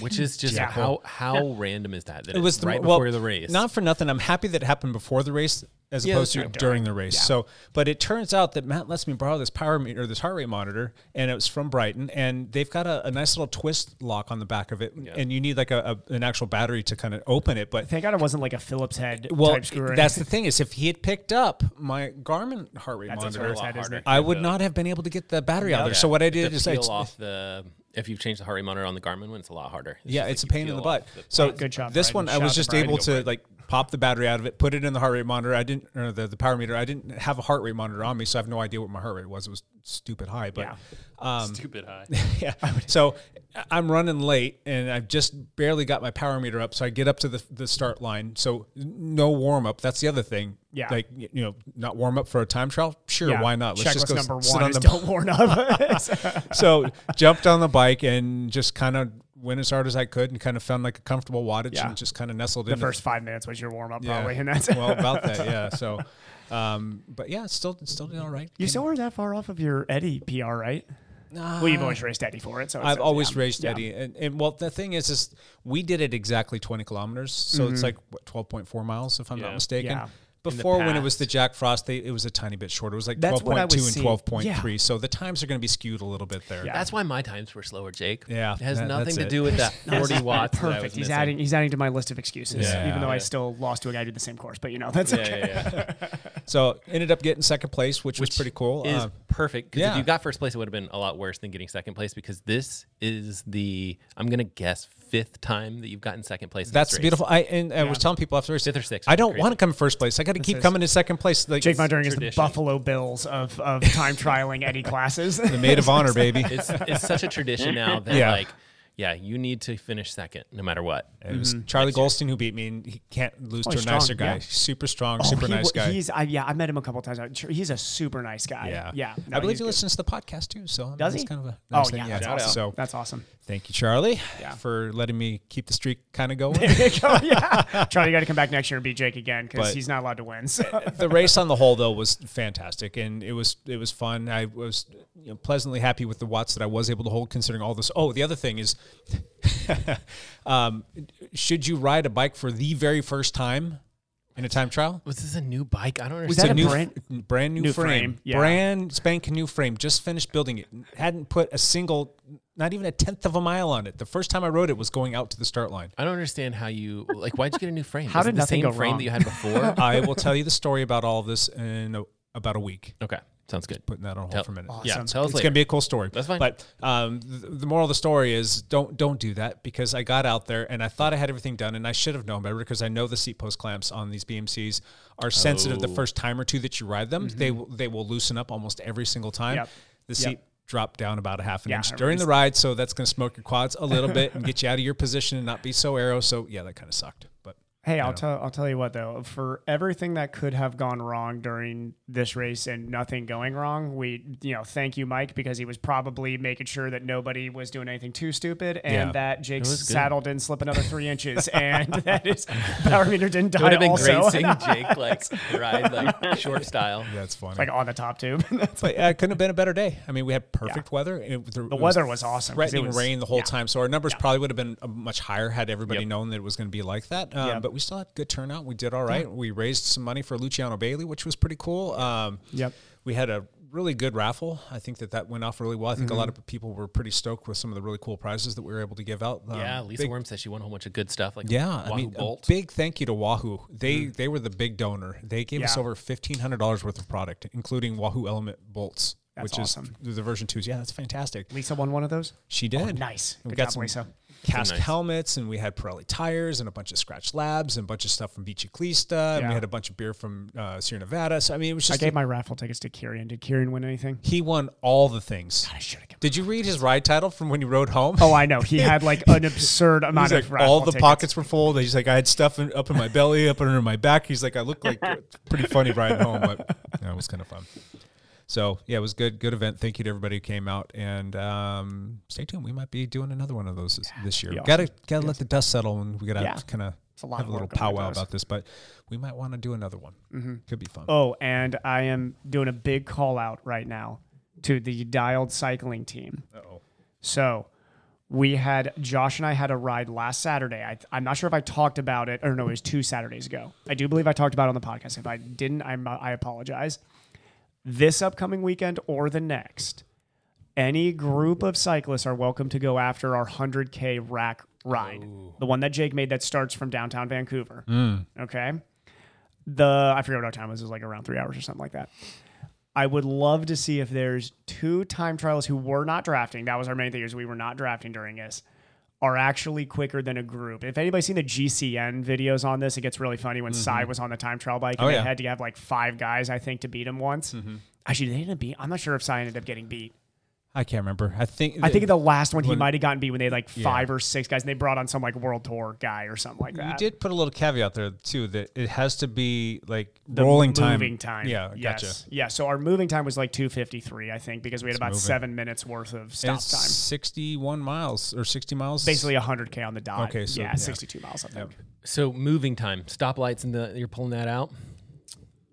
Speaker 7: which is just
Speaker 9: Yeah.
Speaker 7: how how random is that? That
Speaker 6: it was the,
Speaker 7: right
Speaker 6: well,
Speaker 7: before the race.
Speaker 6: Not for nothing. I'm happy that it happened before the race as
Speaker 7: Yeah,
Speaker 6: opposed
Speaker 7: that's
Speaker 6: to
Speaker 7: right.
Speaker 6: during the race. So, but it turns out that Matt lets me borrow this power meter, this heart rate monitor, and it was from Brighton, and they've got a, a nice little twist lock on the back of it, and you need like a, a an actual battery to kind of open it. But
Speaker 9: Thank God it wasn't like a Phillips head
Speaker 6: well,
Speaker 9: type screw. or
Speaker 6: that's
Speaker 9: anything.
Speaker 6: the thing is if he had picked up my Garmin heart rate
Speaker 9: That's a
Speaker 6: monitor,
Speaker 9: Phillips head, isn't it?
Speaker 6: I would not have been able to get the battery out of there.
Speaker 7: Yeah.
Speaker 6: So what I
Speaker 7: But the
Speaker 6: did is I
Speaker 7: peel off the if you've changed the heart rate monitor on the Garmin one, it's a lot harder.
Speaker 6: yeah,
Speaker 7: just
Speaker 6: it's a
Speaker 7: like you
Speaker 6: pain in
Speaker 7: peel
Speaker 6: the butt.
Speaker 7: off the-
Speaker 6: so
Speaker 9: Good job,
Speaker 6: this
Speaker 9: Brian.
Speaker 6: one, I
Speaker 9: Shout
Speaker 6: was
Speaker 9: out
Speaker 6: just
Speaker 9: to Brian.
Speaker 6: able
Speaker 9: Go,
Speaker 6: to like pop the battery out of it, put it in the heart rate monitor. I didn't, or the, the power meter. I didn't have a heart rate monitor on me, so I have no idea what my heart rate was. It was stupid high, but uh,
Speaker 7: Stupid high.
Speaker 6: yeah. So I- I'm running late and I've just barely got my power meter up. So I get up to the, the start line. So no warm up. That's the other thing.
Speaker 9: Yeah.
Speaker 6: Like, y- you know, not warm up for a time trial. Sure.
Speaker 9: Yeah.
Speaker 6: Why not?
Speaker 9: Checklist
Speaker 6: go
Speaker 9: number one
Speaker 6: sit on
Speaker 9: is
Speaker 6: the-
Speaker 9: don't warn up.
Speaker 6: so jumped on the bike and just kind of went as hard as I could and kind of found like a comfortable wattage
Speaker 9: Yeah.
Speaker 6: and just kind of nestled
Speaker 9: the
Speaker 6: in
Speaker 9: first five minutes was your warm up
Speaker 6: Yeah.
Speaker 9: probably, and that's
Speaker 6: well about that. Yeah. So, um, but yeah, still still did all right.
Speaker 9: You
Speaker 6: Came-
Speaker 9: still weren't that far off of your Eddie PR, right? Nah. Well, you've always raced Eddie for it, so it's-
Speaker 6: I've always
Speaker 9: yeah.
Speaker 6: raced
Speaker 9: Yeah.
Speaker 6: Eddie, and, and well, the thing is, is we did it exactly twenty kilometers, so it's like what twelve point four miles, if I'm not mistaken.
Speaker 9: Mm-hmm. Yeah.
Speaker 6: Before when it was
Speaker 7: past.
Speaker 6: the Jack Frost, they, it was a tiny bit shorter. It was like
Speaker 9: That's
Speaker 6: twelve
Speaker 9: what I
Speaker 6: point two
Speaker 9: was
Speaker 6: and
Speaker 9: seeing.
Speaker 6: twelve point three, so the times are going to be skewed a little bit there.
Speaker 9: Yeah.
Speaker 7: That's why my times were slower, Jake.
Speaker 6: Yeah,
Speaker 7: it has
Speaker 6: that-
Speaker 7: nothing
Speaker 6: that's
Speaker 7: to
Speaker 6: it.
Speaker 7: do with that
Speaker 9: This
Speaker 7: forty
Speaker 9: is
Speaker 7: watts. that I
Speaker 9: Perfect.
Speaker 7: was
Speaker 9: He's
Speaker 7: missing.
Speaker 9: adding. He's adding to my list of excuses,
Speaker 6: Yeah.
Speaker 9: even though I
Speaker 6: Yeah.
Speaker 9: still lost to a guy who did the same course. But you know, that's
Speaker 7: Yeah,
Speaker 9: okay.
Speaker 7: yeah, yeah.
Speaker 6: So ended up getting second place, which, was pretty cool.
Speaker 7: Is
Speaker 6: Uh,
Speaker 7: perfect because
Speaker 6: Yeah.
Speaker 7: if you got first place, it would have been a lot worse than getting second place because this is the I'm gonna guess fifth time that you've gotten second place. in this
Speaker 6: That's
Speaker 7: race.
Speaker 6: beautiful. I and I was telling people after race,
Speaker 7: Fifth or sixth,
Speaker 6: I don't
Speaker 7: crazy.
Speaker 6: want to come first place. I got to keep
Speaker 9: is-
Speaker 6: coming in second place. Like,
Speaker 9: Jake Von During is the
Speaker 7: Tradition.
Speaker 9: Buffalo Bills of, of time trialing Eddie classes.
Speaker 6: maid of honor, baby.
Speaker 7: It's it's such a tradition now that
Speaker 6: Yeah.
Speaker 7: like yeah, you need to finish second no matter what.
Speaker 6: It was Charlie Goldstein who beat me, and he can't lose
Speaker 9: Oh,
Speaker 6: to a
Speaker 9: he's
Speaker 6: nicer
Speaker 9: strong,
Speaker 6: guy.
Speaker 9: yeah.
Speaker 6: Super strong,
Speaker 9: Oh,
Speaker 6: super
Speaker 9: he
Speaker 6: nice
Speaker 9: wa-
Speaker 6: guy.
Speaker 9: He's I, yeah, I met him a couple times. I- tr- He's a super nice guy.
Speaker 6: yeah,
Speaker 9: yeah.
Speaker 6: I
Speaker 9: no,
Speaker 6: believe
Speaker 9: he's
Speaker 6: he
Speaker 9: good.
Speaker 6: listens to the podcast too. So I mean,
Speaker 9: Does
Speaker 6: that's
Speaker 9: he?
Speaker 6: Kind of a
Speaker 9: Oh
Speaker 6: nice thing.
Speaker 9: yeah, that's
Speaker 6: it's-
Speaker 9: awesome.
Speaker 6: So
Speaker 9: That's awesome.
Speaker 6: thank you, Charlie,
Speaker 9: Yeah.
Speaker 6: for letting me keep the streak kind of going.
Speaker 9: Oh, yeah, Charlie, you got to come back next year and beat Jake again because
Speaker 6: But-
Speaker 9: he's not allowed to win. So.
Speaker 6: the race on the whole though was fantastic and it was it was fun i was you know, pleasantly happy with the watts that i was able to hold considering all this oh the other thing is um, should you ride a bike for the very first time in a time trial
Speaker 7: Was this a new bike? I don't understand.
Speaker 9: Was
Speaker 6: It's
Speaker 9: that a
Speaker 6: new,
Speaker 9: brand-
Speaker 6: f- brand new,
Speaker 9: new
Speaker 6: frame,
Speaker 9: frame, yeah.
Speaker 6: brand spanking new frame. Just finished building it. Hadn't put a single, not even a tenth of a mile on it. The first time I rode it was going out to the start line.
Speaker 7: I don't understand how you like. Why'd you get a new frame?
Speaker 9: How
Speaker 7: Is it
Speaker 9: did
Speaker 7: the
Speaker 9: nothing
Speaker 7: same
Speaker 9: go
Speaker 7: frame
Speaker 9: wrong?
Speaker 7: that you had before? Uh,
Speaker 6: I will tell you the story about all of this in a, about a week.
Speaker 7: okay, sounds good.
Speaker 6: Putting that on hold
Speaker 7: Tell-
Speaker 6: for a minute.
Speaker 7: Yeah, tell us
Speaker 6: it's
Speaker 7: later.
Speaker 6: gonna be a cool story.
Speaker 7: That's fine.
Speaker 6: But um, th- the moral of the story is don't don't do that because I got out there and I thought I had everything done and I should have known better because I know the seat post clamps on these BMCs are sensitive
Speaker 7: Oh.
Speaker 6: the first time or two that you ride them. They will they will loosen up almost every single time.
Speaker 9: Mm-hmm. Yep.
Speaker 6: The seat. Dropped down about a half an
Speaker 9: Yeah,
Speaker 6: inch
Speaker 9: I
Speaker 6: during the ride, so that's going to smoke your quads a little bit and get you out of your position and not be so arrow. So yeah, that kind of sucked. But
Speaker 9: Hey, I'll tell I'll tell you what though. For everything that could have gone wrong during this race and nothing going wrong, we you know thank you, Mike, because he was probably making sure that nobody was doing anything too stupid and
Speaker 6: Yeah.
Speaker 9: that Jake's
Speaker 7: was good.
Speaker 9: saddle didn't slip another three inches and that his power meter didn't
Speaker 7: It would
Speaker 9: die.
Speaker 7: have been
Speaker 9: also,
Speaker 7: great seeing Jake like ride like short style.
Speaker 6: that's funny.
Speaker 9: like on the top tube. That's
Speaker 6: But uh, it couldn't have been a better day. I mean, we had perfect weather. It, the
Speaker 9: weather was awesome 'cause it
Speaker 6: Threatening
Speaker 9: was-
Speaker 6: rain the whole
Speaker 9: yeah.
Speaker 6: time, so our numbers probably would have been uh, much higher had everybody
Speaker 7: Yep.
Speaker 6: known that it was going to be like that. Um,
Speaker 9: Yep.
Speaker 6: But we still had good turnout. We did all right. We raised some money for Luciano Bailey, which was pretty cool. Um,
Speaker 9: Yep.
Speaker 6: We had a really good raffle. I think that that went off really well. I think a lot
Speaker 9: Mm-hmm.
Speaker 6: of people were pretty stoked with some of the really cool prizes that we were able to give out. Um,
Speaker 7: Yeah, Lisa
Speaker 6: big-
Speaker 7: Worm says she won a whole bunch of good stuff. Like
Speaker 6: yeah,
Speaker 7: Wahoo
Speaker 6: I
Speaker 9: um,
Speaker 6: mean,
Speaker 7: Bolt.
Speaker 6: a big thank you to Wahoo. They they were the big donor. They gave us
Speaker 9: Mm. Yeah.
Speaker 6: over fifteen hundred dollars worth of product, including Wahoo Element bolts,
Speaker 9: That's
Speaker 6: which
Speaker 9: awesome.
Speaker 6: is the version twos. Yeah, that's fantastic.
Speaker 9: Lisa won one of those.
Speaker 6: She did.
Speaker 9: nice.
Speaker 6: And we
Speaker 9: Good
Speaker 6: got
Speaker 9: job,
Speaker 6: some
Speaker 9: Lisa.
Speaker 6: cast
Speaker 7: nice.
Speaker 6: helmets, and we had Pirelli tires, and a bunch of scratch labs, and a bunch of stuff from Beachy Clista, and
Speaker 9: Yeah.
Speaker 6: we had a bunch of beer from uh, Sierra Nevada. So I mean, it was
Speaker 9: I
Speaker 6: just
Speaker 9: gave my raffle tickets to Kieran. Did Kieran win anything?
Speaker 6: he won all the things.
Speaker 9: I should have.
Speaker 6: Did you read his ride title from when you rode home?
Speaker 9: Oh, I know. He had like an absurd amount
Speaker 6: He's
Speaker 9: of
Speaker 6: like,
Speaker 9: raffle
Speaker 6: all the
Speaker 9: tickets.
Speaker 6: pockets were full. He's like, I had stuff in, up in my belly, up under my back. He's like, I look like it's pretty funny riding home, but yeah, it was kind of fun. So yeah, it was good, good event. Thank you to everybody who came out, and um, stay tuned. We might be doing another one of those this, this year.
Speaker 9: be awesome.
Speaker 6: Gotta gotta let the dust settle, and we gotta
Speaker 9: Yeah.
Speaker 6: kind of
Speaker 9: a lot
Speaker 6: have a little
Speaker 9: of work going with
Speaker 6: powwow
Speaker 9: those.
Speaker 6: about this, but we might want to do another one. Could be fun.
Speaker 9: Oh, and I am doing a big call out right now to the dialed cycling team. Uh-oh. So we had Josh and I had a ride last Saturday. I, I'm not sure if I talked about it or no, it was two Saturdays ago. I do believe I talked about it on the podcast. If I didn't, I'm, I apologize. This upcoming weekend or the next, any group of cyclists are welcome to go after our 100K rack ride, the one that Jake made that starts from downtown Vancouver. Okay the I forget what our time was. It was like around three hours or something like that. I would love to see if there's two time trials who were not drafting. That was our main thing is we were not drafting during this. Are actually quicker than a group. If anybody's seen the GCN videos on this, it gets really funny when Cy was on the time trial bike
Speaker 6: Mm-hmm.
Speaker 9: and
Speaker 6: Oh,
Speaker 9: they
Speaker 6: yeah. Mm-hmm.
Speaker 9: had to have like five guys, I think, to beat him once. Actually, they ended up beat. I'm not sure if Cy ended up getting beat.
Speaker 6: I can't remember. I think
Speaker 9: I think the last one he
Speaker 6: When-
Speaker 9: might have gotten beat when they had like five or six guys and they brought on some like world tour guy or something like that.
Speaker 6: You did put a little caveat there too that it has to be like rolling time.
Speaker 9: moving time.
Speaker 6: Yeah,
Speaker 9: yes.
Speaker 6: gotcha.
Speaker 9: Yeah, so our moving time was like 253, I think, because we had about
Speaker 6: moving.
Speaker 9: seven minutes worth of
Speaker 6: And
Speaker 9: stop
Speaker 6: it's
Speaker 9: time.
Speaker 6: 61 miles or 60 miles.
Speaker 9: Basically 100K on the dot.
Speaker 6: Okay, so-
Speaker 9: yeah,
Speaker 6: yeah.
Speaker 9: 62 miles, I think.
Speaker 7: So moving time, stoplights, and the you're pulling that out.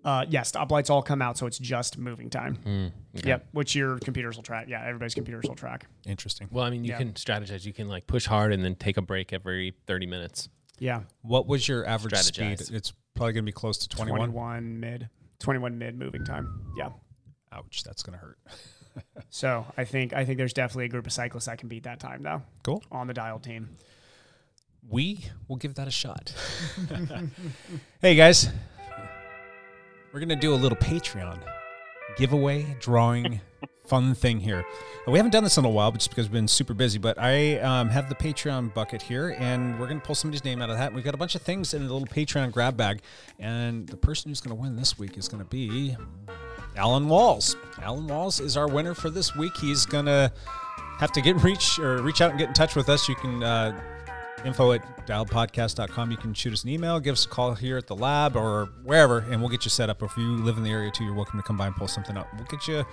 Speaker 9: Uh, yeah, stoplights all come out, so it's just moving time.
Speaker 8: Mm,
Speaker 9: Yep, which your computers will track. Yeah, everybody's computers will track.
Speaker 6: Interesting.
Speaker 7: Well, I mean, you can strategize. You can like push hard and then take a break every 30 minutes.
Speaker 9: Yeah,
Speaker 6: What was your average
Speaker 7: Strategize.
Speaker 6: speed? It's probably going to be close to 21.
Speaker 9: 21, mid, 21 mid moving time. Yeah.
Speaker 6: Ouch, that's going to hurt.
Speaker 9: So I think I think there's definitely a group of cyclists that can beat that time though
Speaker 6: Cool.
Speaker 9: on the dial team.
Speaker 6: We will give that a shot. hey, guys. We're going to do a little Patreon giveaway drawing fun thing here. Uh, We haven't done this in a while, but just because we've been super busy. But I um, have the Patreon bucket here, and we're gonna pull somebody's name out of that. We've got a bunch of things in a little Patreon grab bag, and the person who's gonna win this week is gonna be Alan Walls. Alan Walls is our winner for this week. He's gonna have to get reach or reach out and get in touch with us. You can uh, info at dialedpodcast.com. You can shoot us an email, give us a call here at the lab or wherever, and we'll get you set up. If you live in the area too, you're welcome to come by and pull something up. We'll get you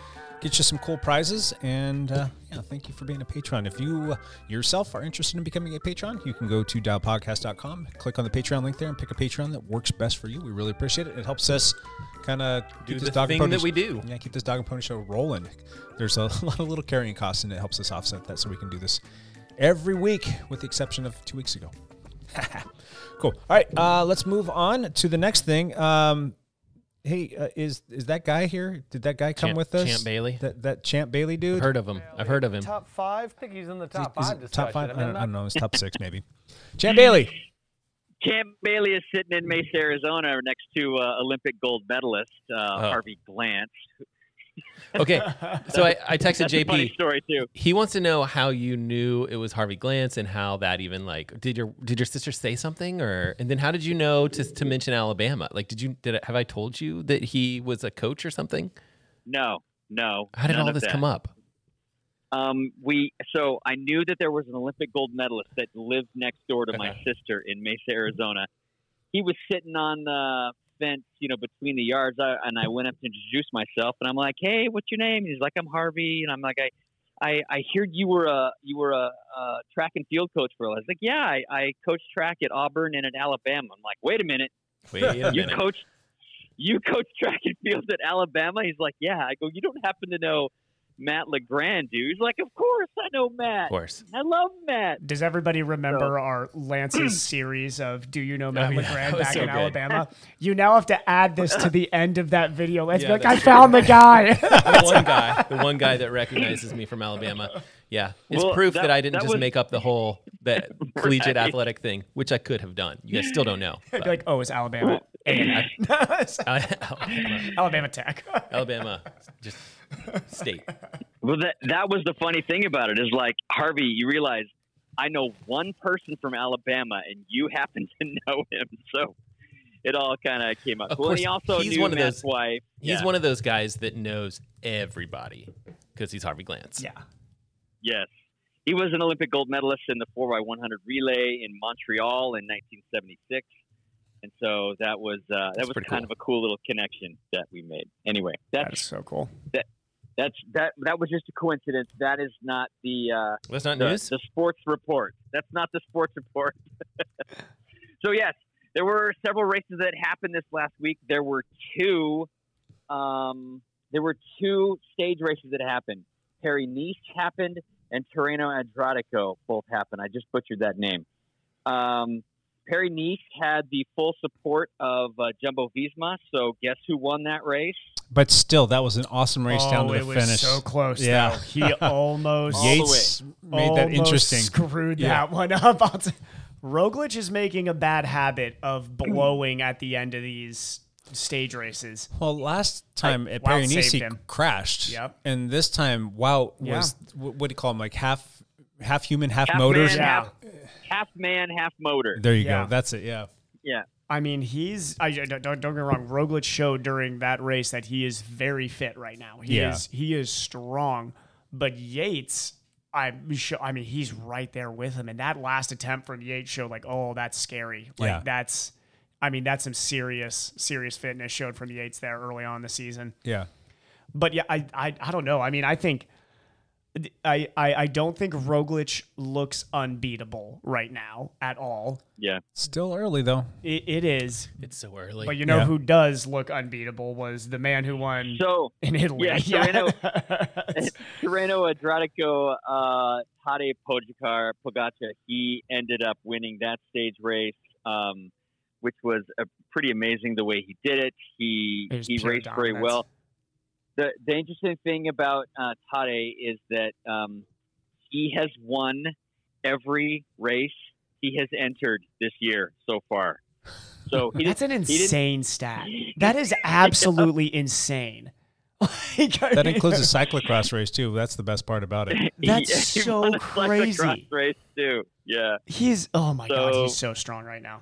Speaker 6: get you some cool prizes. And uh, yeah, thank you for being a patron. If you uh, yourself are interested in becoming a patron, you can go to dialedpodcast.com, click on the Patreon link there, and pick a patron that works best for you. We really appreciate it. It helps us kind of
Speaker 7: Do the thing that we do.
Speaker 6: yeah, keep this dog and pony show rolling. There's a lot of little carrying costs, and it helps us offset that so we can do this every week, with the exception of two weeks ago. cool. All right, uh, let's move on to the next thing. Um, hey, uh, is is that guy here? Did that guy come
Speaker 7: Champ-
Speaker 6: with us?
Speaker 7: Champ Bailey?
Speaker 6: That that Champ Bailey dude.
Speaker 7: I've heard of him. I've heard of him.
Speaker 11: Top five? I think he's in the
Speaker 6: Is-
Speaker 11: top
Speaker 6: is
Speaker 11: five.
Speaker 6: it top
Speaker 11: discussion.
Speaker 6: five? I
Speaker 11: mean, I'm
Speaker 6: don't, I
Speaker 11: not-
Speaker 6: don't know. It's top six maybe. Champ Bailey.
Speaker 8: Champ Bailey is sitting in Mesa, Arizona, next to uh, Olympic gold medalist uh, Harvey Glantz.
Speaker 7: Okay, so I, I texted
Speaker 8: That's a funny
Speaker 7: JP.
Speaker 8: story too.
Speaker 7: He wants to know how you knew it was Harvey Glantz and how that even like did your did your sister say something or and then how did you know to to mention Alabama? Like did you did I, have I told you that he was a coach or something?
Speaker 8: No, no.
Speaker 7: How did
Speaker 8: none
Speaker 7: all
Speaker 8: of
Speaker 7: this
Speaker 8: that.
Speaker 7: come up?
Speaker 8: Um, we so I knew that there was an Olympic gold medalist that lived next door to my
Speaker 7: Okay.
Speaker 8: sister in Mesa, Arizona. He was sitting on the fence, you know, between the yards, I, and I went up to introduce myself, and I'm like, "Hey, what's your name?" And he's like, "I'm Harvey," and I'm like, "I, I, I heard you were a you were a, a track and field coach for." a while." I was like, "Yeah, I, I coached track at Auburn and at Alabama." I'm like, "Wait a minute."
Speaker 7: Wait a minute.
Speaker 8: you coach you coach track and field at Alabama? He's like, Yeah. I go, You don't happen to know Matt LeGrand, do you? He's like, Of course I know Matt.
Speaker 7: of course.
Speaker 8: I love Matt.
Speaker 9: Does everybody remember our Lance's series of Do You Know Matt
Speaker 7: Oh, yeah, that
Speaker 9: LeGrand
Speaker 7: was
Speaker 9: back
Speaker 7: so
Speaker 9: in
Speaker 7: good.
Speaker 9: Alabama? You now have to add this to the end of that video. Let's
Speaker 7: Yeah,
Speaker 9: be like, I
Speaker 7: that's
Speaker 9: found the guy.
Speaker 7: the one guy, the one guy that recognizes me from Alabama. Yeah, it's
Speaker 8: Well,
Speaker 7: proof that,
Speaker 8: that-
Speaker 7: I didn't
Speaker 8: that
Speaker 7: just
Speaker 8: was-
Speaker 7: make up the whole that collegiate
Speaker 8: Right.
Speaker 7: athletic thing, which I could have done. You guys still don't know.
Speaker 9: Be like, oh, it's Alabama. A&M.
Speaker 7: Alabama,
Speaker 9: Alabama Tech.
Speaker 7: Alabama, just state.
Speaker 8: Well that that was the funny thing about it is like Harvey, you realize I know one person from Alabama and you happen to know him. So it all kind of came up.
Speaker 7: Of
Speaker 8: well, and he
Speaker 7: course,
Speaker 8: also
Speaker 7: he's
Speaker 8: knew
Speaker 7: one of
Speaker 8: Matt's
Speaker 7: those-
Speaker 8: wife.
Speaker 7: He's
Speaker 8: Yeah.
Speaker 7: one of those guys that knows everybody because he's Harvey Glantz.
Speaker 9: yeah.
Speaker 8: Yes. He was an Olympic gold medalist in the 4x100 relay in Montreal in 1976. And so that was uh, that
Speaker 7: That's
Speaker 8: was
Speaker 7: pretty
Speaker 8: kind
Speaker 7: cool.
Speaker 8: of a cool little connection that we made. Anyway,
Speaker 9: That is
Speaker 8: that's
Speaker 9: so cool.
Speaker 8: that's that that was just a coincidence. That is not the uh,
Speaker 7: That's not
Speaker 8: the,
Speaker 7: news.
Speaker 8: the sports report. That's not the sports report. so yes, there were several races that happened this last week. There were two. Um, there were two stage races that happened. Harry Nice happened, and Torino Adriatico both happened. I just butchered that name. Um, Perry Nice had the full support of uh, Jumbo Visma. So guess who won that race?
Speaker 6: But still, that was an awesome race down to
Speaker 9: oh,
Speaker 6: the
Speaker 9: it was
Speaker 6: finish.
Speaker 9: so close.
Speaker 6: Yeah.
Speaker 9: though. He almost
Speaker 8: All the way.
Speaker 6: Yates made that
Speaker 9: almost
Speaker 6: interesting.
Speaker 9: Screwed
Speaker 6: Yeah.
Speaker 9: that one up. I'll t- Roglic is making a bad habit of blowing at the end of these stage races.
Speaker 6: Well, last time at
Speaker 9: Wout
Speaker 6: Paris
Speaker 9: saved
Speaker 6: he
Speaker 9: him.
Speaker 6: crashed.
Speaker 9: Yep.
Speaker 6: And this time, Wow
Speaker 9: Yeah.
Speaker 6: was what, what do you call him? Like half, half human, half,
Speaker 8: Half
Speaker 6: motors.
Speaker 8: man,
Speaker 9: Yeah.
Speaker 8: half, half man, half motor.
Speaker 6: There you
Speaker 9: Yeah.
Speaker 6: go. That's it. Yeah.
Speaker 8: Yeah.
Speaker 9: I mean, he's I, I- don't, don't get me wrong. Roglic showed during that race that he is very fit right now. He
Speaker 6: Yeah.
Speaker 9: is he is strong, but Yates. I'm sure, I mean, he's right there with him. And that last attempt from Yates showed, like, oh, that's scary. Like,
Speaker 6: Yeah.
Speaker 9: that's, I mean, that's some serious, serious fitness showed from Yates there early on in the season.
Speaker 6: Yeah.
Speaker 9: But yeah, I, I, I don't know. I mean, I think I, I, I don't think Roglic looks unbeatable right now at all.
Speaker 8: Yeah.
Speaker 6: Still early though.
Speaker 9: It, it is,
Speaker 7: it's so early.
Speaker 9: but you know
Speaker 6: Yeah.
Speaker 9: who does look unbeatable was the man who won
Speaker 8: So
Speaker 9: in Italy.
Speaker 8: yeah, so I know- Tirreno Adriatico, uh, Tadej Pogacar, Pogacar, he ended up winning that stage race, um, which was a pretty amazing the way he did it. He
Speaker 9: It was
Speaker 8: he
Speaker 9: pure
Speaker 8: raced very
Speaker 9: dominance.
Speaker 8: well. The the interesting thing about uh, Tade is that um, he has won every race he has entered this year so far. So he
Speaker 9: That's an
Speaker 8: didn't-
Speaker 9: insane stat. That is absolutely insane. Like, I
Speaker 6: That
Speaker 9: mean,
Speaker 6: includes a cyclocross race too. That's the best part about it.
Speaker 9: That's
Speaker 8: He
Speaker 9: so
Speaker 8: won a cyclocross
Speaker 9: crazy.
Speaker 8: Race too. Yeah.
Speaker 9: He's oh my god,
Speaker 8: So-
Speaker 9: he's so strong right now.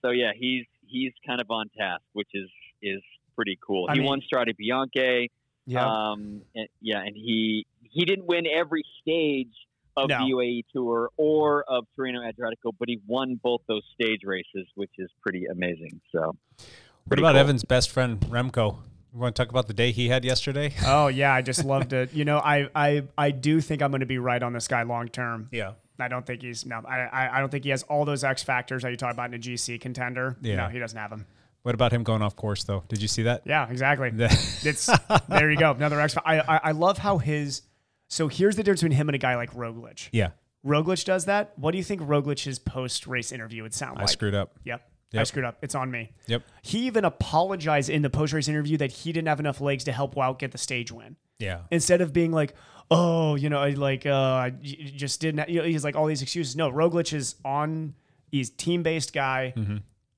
Speaker 8: So yeah, he's he's kind of on task, which is is pretty cool.
Speaker 9: I
Speaker 8: he
Speaker 9: mean-
Speaker 8: won Strade Bianche.
Speaker 9: Yeah,
Speaker 8: Um, and, yeah, and he he didn't win every stage of
Speaker 9: No.
Speaker 8: the E. UAE Tour or of Torino Adriatico, but he won both those stage races, which is pretty amazing. So
Speaker 6: What
Speaker 8: Pretty
Speaker 6: about
Speaker 8: cool.
Speaker 6: Evan's best friend Remco? You want to talk about the day he had yesterday?
Speaker 9: Oh yeah, I just loved it. You know, I I I do think I'm going to be right on this guy long term.
Speaker 6: Yeah.
Speaker 9: I don't think he's no. I I- I don't think he has all those X factors that you talk about in a GC contender.
Speaker 6: Yeah.
Speaker 9: No, he doesn't have them.
Speaker 6: What about him going off course though? Did you see that?
Speaker 9: Yeah, exactly.
Speaker 6: The-
Speaker 9: it's there you go. Another X. I, I I love how his. So here's the difference between him and a guy like Roglic.
Speaker 6: Yeah.
Speaker 9: Roglic does that. What do you think Roglic's post race interview would sound
Speaker 6: I
Speaker 9: like?
Speaker 6: screwed up.
Speaker 9: Yep. I
Speaker 6: Yep.
Speaker 9: screwed up. It's on me.
Speaker 6: Yep.
Speaker 9: He even apologized in the post race interview that he didn't have enough legs to help Wout get the stage win.
Speaker 6: Yeah.
Speaker 9: Instead of being like, oh, you know, I like uh, I j- just didn't. ha-" You know, he's like all these excuses. No, Roglic is on. He's team based guy,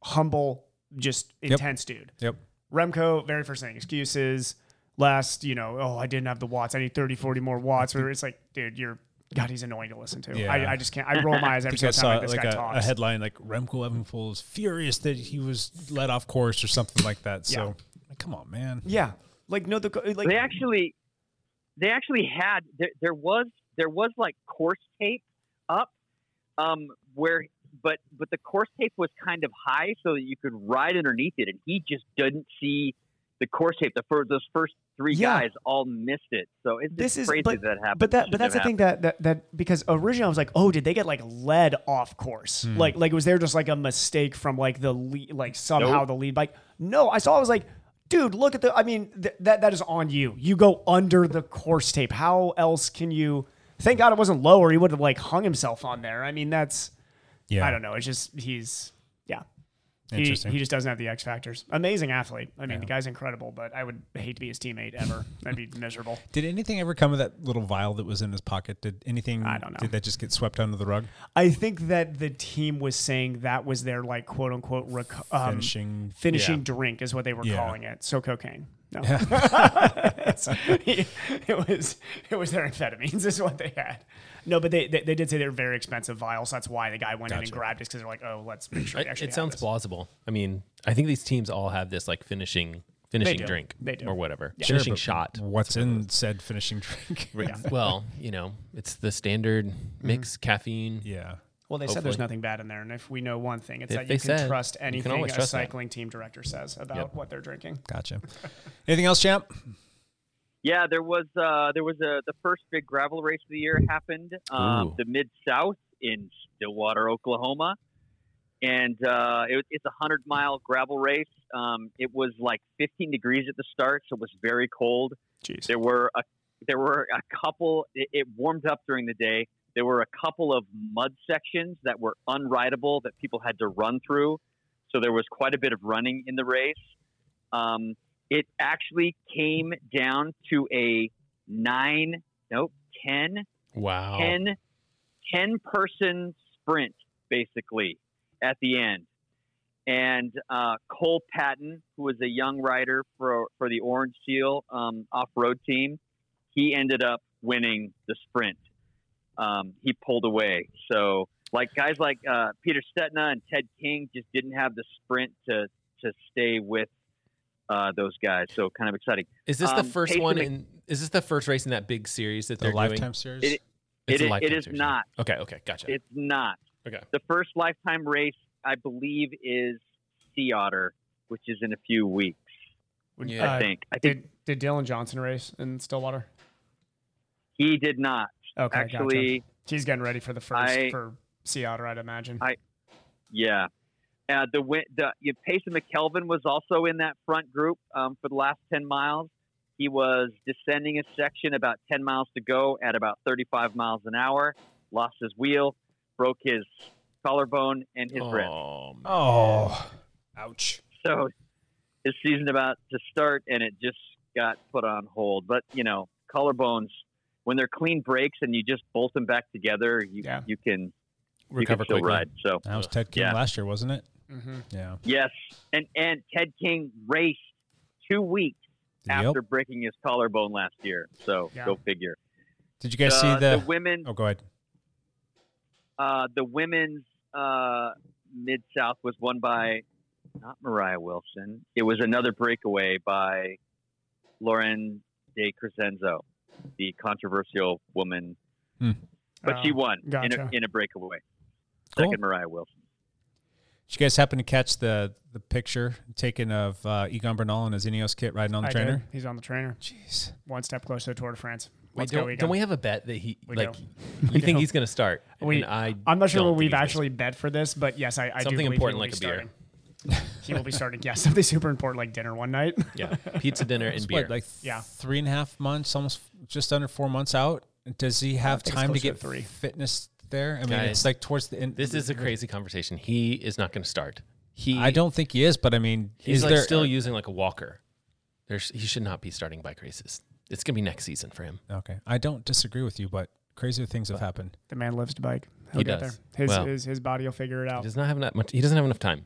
Speaker 9: humble, just intense dude.
Speaker 6: Mm-hmm. Yep.
Speaker 9: Remco, very first thing, excuses. Last, you know, oh, I didn't have the watts. I need 30, 40 more watts. Where it's like, dude, you're, God, he's annoying to listen to.
Speaker 6: Yeah.
Speaker 9: I, I just can't. I roll my eyes
Speaker 6: I
Speaker 9: every
Speaker 6: think I
Speaker 9: single
Speaker 6: saw
Speaker 9: time like,
Speaker 6: uh,
Speaker 9: this
Speaker 6: like
Speaker 9: guy
Speaker 6: a, a
Speaker 9: talks.
Speaker 6: headline like Remco Evenpool is furious that he was let off course or something like that. So like, come on, man.
Speaker 9: yeah. Like, no, the, co- like,
Speaker 8: they actually they actually had there, there was there was like course tape up um, where but but the course tape was kind of high so that you could ride underneath it and he just didn't see the course tape the first those first three
Speaker 9: Yeah.
Speaker 8: guys all missed it so it's
Speaker 9: this
Speaker 8: just
Speaker 9: is
Speaker 8: crazy
Speaker 9: but,
Speaker 8: that happened
Speaker 9: but that but that's the thing that, that that because originally I was like, oh, did they get like led off course?
Speaker 6: Hmm.
Speaker 9: Like like was there just like a mistake from like the lead like somehow the lead bike? No, I saw I was like, dude, look at the. I mean th- that that is on you. You go under the course tape. How else can you? Thank God it wasn't lower. He would have like hung himself on there. I mean that's
Speaker 6: Yeah.
Speaker 9: I don't know. It's just he's yeah. He,
Speaker 6: Interesting.
Speaker 9: he just doesn't have the X factors. Amazing athlete. I mean, the guy's incredible, but I would hate to be his teammate ever. I'd be miserable.
Speaker 6: Did anything ever come of that little vial that was in his pocket? Did anything?
Speaker 9: I don't know.
Speaker 6: Did that just get swept under the rug?
Speaker 9: I think that the team was saying that was their like quote unquote rec- um,
Speaker 6: Finishing.
Speaker 9: finishing
Speaker 7: Yeah.
Speaker 9: drink is what they were
Speaker 6: Yeah.
Speaker 9: calling it. So cocaine. No. It's- it was it was their amphetamines is what they had. No, but they they, they did say they were very expensive vials. That's why the guy went in and
Speaker 6: Gotcha.
Speaker 9: grabbed it because they're like, oh, let's make sure.
Speaker 7: I-
Speaker 9: we actually
Speaker 7: it
Speaker 9: have
Speaker 7: sounds
Speaker 9: this.
Speaker 7: plausible. I mean, I think these teams all have this like finishing finishing
Speaker 9: do.
Speaker 7: drink
Speaker 9: They do.
Speaker 7: or whatever
Speaker 6: Sure,
Speaker 7: finishing
Speaker 6: but
Speaker 7: shot.
Speaker 6: What's in said finishing drink?
Speaker 7: Well, you know, it's the standard mix
Speaker 9: Mm-hmm.
Speaker 7: caffeine.
Speaker 6: yeah.
Speaker 9: Well, they said there's
Speaker 7: Hopefully.
Speaker 9: nothing bad in there, and if we know one thing, it's
Speaker 7: If
Speaker 9: that
Speaker 7: they
Speaker 9: you can
Speaker 7: said,
Speaker 9: trust
Speaker 7: you can
Speaker 9: anything
Speaker 7: always
Speaker 9: a
Speaker 7: trust that.
Speaker 9: cycling team director says about
Speaker 7: Yep.
Speaker 9: what they're drinking.
Speaker 6: Gotcha. Anything else, champ?
Speaker 8: yeah there was uh, there was a the first big gravel race of the year happened
Speaker 7: Ooh.
Speaker 8: um, the mid south in stillwater oklahoma and uh, it, was- it's a hundred mile gravel race um, it was like 15 degrees at the start so it was very cold
Speaker 9: Jeez.
Speaker 8: There were a there were a couple. It, it warmed up during the day. There were a couple of mud sections that were unrideable that people had to run through. So there was quite a bit of running in the race. Um, it actually came down to a nine, nope, 10,
Speaker 7: Wow.
Speaker 8: 10, 10 person sprint basically at the end. And uh, Cole Patton, who was a young rider for, for the Orange Seal um, off road team, he ended up winning the sprint. Um, he pulled away. So, like guys like uh, Peter Stetna and Ted King just didn't have the sprint to, to stay with uh, those guys. So, kind of exciting.
Speaker 7: Is this the
Speaker 8: Um,
Speaker 7: first
Speaker 8: Peyton
Speaker 7: one
Speaker 8: Mc-
Speaker 7: in is this the first race in that big series that
Speaker 6: The
Speaker 7: they're
Speaker 6: lifetime
Speaker 7: doing?
Speaker 6: series.
Speaker 8: It-
Speaker 7: It's
Speaker 8: It i-
Speaker 7: a
Speaker 8: it
Speaker 7: lifetime
Speaker 8: is
Speaker 7: series,
Speaker 8: not.
Speaker 7: right? Okay, okay, gotcha.
Speaker 8: It's not.
Speaker 7: okay.
Speaker 8: The first lifetime race, I believe, is Sea Otter, which is in a few weeks.
Speaker 7: Yeah.
Speaker 8: I think. I think
Speaker 9: Uh, Did did Dylan Johnson race in Stillwater?
Speaker 8: he did not.
Speaker 9: Okay, gotcha.
Speaker 8: Actually,
Speaker 9: He's getting ready for the first
Speaker 8: I-
Speaker 9: for Sea Otter, I'd imagine.
Speaker 8: I- yeah. Uh, the win- the you know, Payson McKelvin was also in that front group um, for the last ten miles. He was descending a section about ten miles to go at about thirty-five miles an hour. Lost his wheel, broke his collarbone and his wrist.
Speaker 7: Oh, man.
Speaker 6: oh. Ouch.
Speaker 8: so his season about to start and it just got put on hold but you know collarbones when they're clean breaks and you just bolt them back together you,
Speaker 9: Yeah.
Speaker 8: you can
Speaker 7: recover
Speaker 8: you can still
Speaker 7: quickly.
Speaker 8: ride so
Speaker 6: That was Ted King
Speaker 8: Yeah.
Speaker 6: last year, wasn't it?
Speaker 9: Mhm.
Speaker 6: Yeah.
Speaker 8: yes and and ted king raced two weeks
Speaker 6: Yep.
Speaker 8: after breaking his collarbone last year. So
Speaker 9: Yeah.
Speaker 8: go figure.
Speaker 6: Did you guys
Speaker 8: Uh,
Speaker 6: see the?
Speaker 8: women
Speaker 6: oh, go ahead.
Speaker 8: uh, the women's uh, mid south was won by not Mariah Wilson. It was another breakaway by Lauren De Crescenzo, the controversial woman, but she
Speaker 9: Oh,
Speaker 8: won in,
Speaker 9: gotcha.
Speaker 8: a, in a breakaway.
Speaker 6: Cool.
Speaker 8: Second Mariah Wilson.
Speaker 6: Did you guys happen to catch the the picture taken of uh, Egon Bernal and his Ineos kit riding on the
Speaker 9: I did.
Speaker 6: trainer?
Speaker 9: He's on the trainer.
Speaker 6: Jeez.
Speaker 9: One step closer to the Tour de France.
Speaker 7: Wait,
Speaker 9: Let's
Speaker 7: don't,
Speaker 9: go, Egan.
Speaker 7: don't we have a bet that he
Speaker 9: We
Speaker 7: like?
Speaker 9: do.
Speaker 7: You think he's going to start?
Speaker 9: We-
Speaker 7: and I
Speaker 9: I'm not sure
Speaker 7: don't
Speaker 9: what
Speaker 7: think
Speaker 9: we've
Speaker 7: he's gonna
Speaker 9: actually bet for this, but yes, I, I do
Speaker 7: Something
Speaker 9: believe he
Speaker 7: important
Speaker 9: will
Speaker 7: like
Speaker 9: be
Speaker 7: a beer.
Speaker 9: starting. he will be starting. Yeah, something super important like dinner one night.
Speaker 7: start. Yeah, pizza dinner and
Speaker 6: It's
Speaker 7: beer.
Speaker 6: what, like
Speaker 9: Yeah.
Speaker 6: three and a half months, almost just under four months out. Does he have
Speaker 9: think it's
Speaker 6: time to
Speaker 9: closer to
Speaker 6: get
Speaker 9: three.
Speaker 6: fitness there? I mean,
Speaker 7: Guys,
Speaker 6: it's like towards the end.
Speaker 7: this is a crazy conversation. He is not going to start. He
Speaker 6: I don't think he is, but I mean,
Speaker 7: He's
Speaker 6: is
Speaker 7: like
Speaker 6: there
Speaker 7: still using like a walker. There's he should not be starting bike races. It's going to be next season for him.
Speaker 6: Okay, I don't disagree with you, but crazier things have happened.
Speaker 9: the man lives to bike. He'll
Speaker 7: He
Speaker 9: get
Speaker 7: does.
Speaker 9: there. His,
Speaker 7: Well-
Speaker 9: his his body will figure it
Speaker 7: He
Speaker 9: out.
Speaker 7: does not have that much. He doesn't have enough time.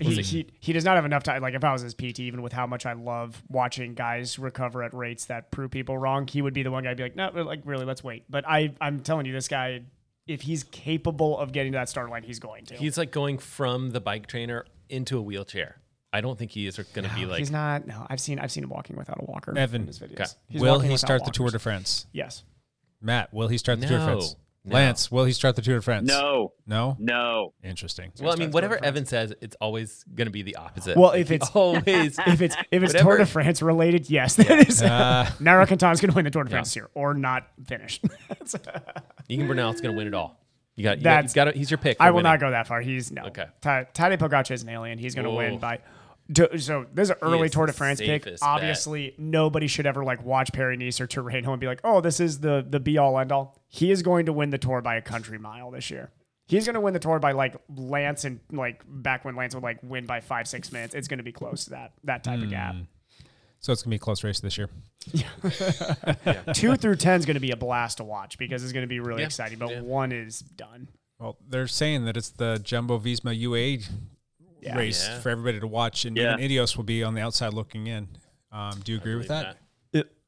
Speaker 9: He,
Speaker 6: Hmm.
Speaker 9: he, he does not have enough time. Like if I was his PT, even with how much I love watching guys recover at rates that prove people wrong, he would be the one guy to be like, no, like really, let's wait. But I I'm telling you, this guy, if he's capable of getting to that start line, he's going to.
Speaker 7: He's like going from the bike trainer into a wheelchair. I don't think he is going to be like
Speaker 9: he's not. No, I've seen I've seen him walking without a walker.
Speaker 6: Evan,
Speaker 9: in his videos.
Speaker 7: okay.
Speaker 9: He's
Speaker 6: will
Speaker 9: walking
Speaker 6: he
Speaker 9: without
Speaker 6: start the Tour
Speaker 9: walkers.
Speaker 6: de France?
Speaker 9: Yes.
Speaker 6: Matt, will he start the Tour de France?
Speaker 7: No, no.
Speaker 6: Lance, will he start the Tour de France?
Speaker 8: No,
Speaker 6: No?
Speaker 8: no.
Speaker 6: Interesting.
Speaker 7: Well, I mean, whatever Evan says, it's always going to be the opposite.
Speaker 9: Well, if it's-
Speaker 7: always
Speaker 9: If it's if it's Tour
Speaker 7: Whatever.
Speaker 9: de France related, yes, that is.
Speaker 6: Uh,
Speaker 9: Nairo Quintana's going to win the Tour de France here, or not finish. That's-
Speaker 7: Egan Bernal's going to win it all. You got. You got,
Speaker 9: That's-
Speaker 7: he's got. He's your pick.
Speaker 9: I
Speaker 7: for
Speaker 9: will
Speaker 7: winning.
Speaker 9: not go that far. He's no.
Speaker 7: Okay.
Speaker 9: Ta- Tadej Pogacar is an alien. He's going to win
Speaker 7: Whoa.
Speaker 9: by. Do- So this is an early
Speaker 7: is
Speaker 9: Tour de
Speaker 7: the
Speaker 9: France pick.
Speaker 7: safest bet.
Speaker 9: Obviously, nobody should ever like watch Perry Nice or Terreno and be like, "Oh, this is the the be all end all." He is going to win the Tour by a country mile this year. He's going to win the Tour by like Lance and like back when Lance would like win by five six minutes. It's going to be close to that that type of gap.
Speaker 7: Hmm.
Speaker 6: so it's gonna be a close race this year.
Speaker 9: Two through ten is going to be a blast to watch because it's going to be really
Speaker 7: Yeah.
Speaker 9: exciting. But
Speaker 7: Yeah.
Speaker 9: one is done.
Speaker 6: Well, they're saying that it's the Jumbo Visma UAE
Speaker 9: Yeah.
Speaker 6: race
Speaker 7: Yeah.
Speaker 6: for everybody to watch, and
Speaker 8: Yeah.
Speaker 6: even Idios will be on the outside looking in. Um, do you agree with that?
Speaker 9: Uh,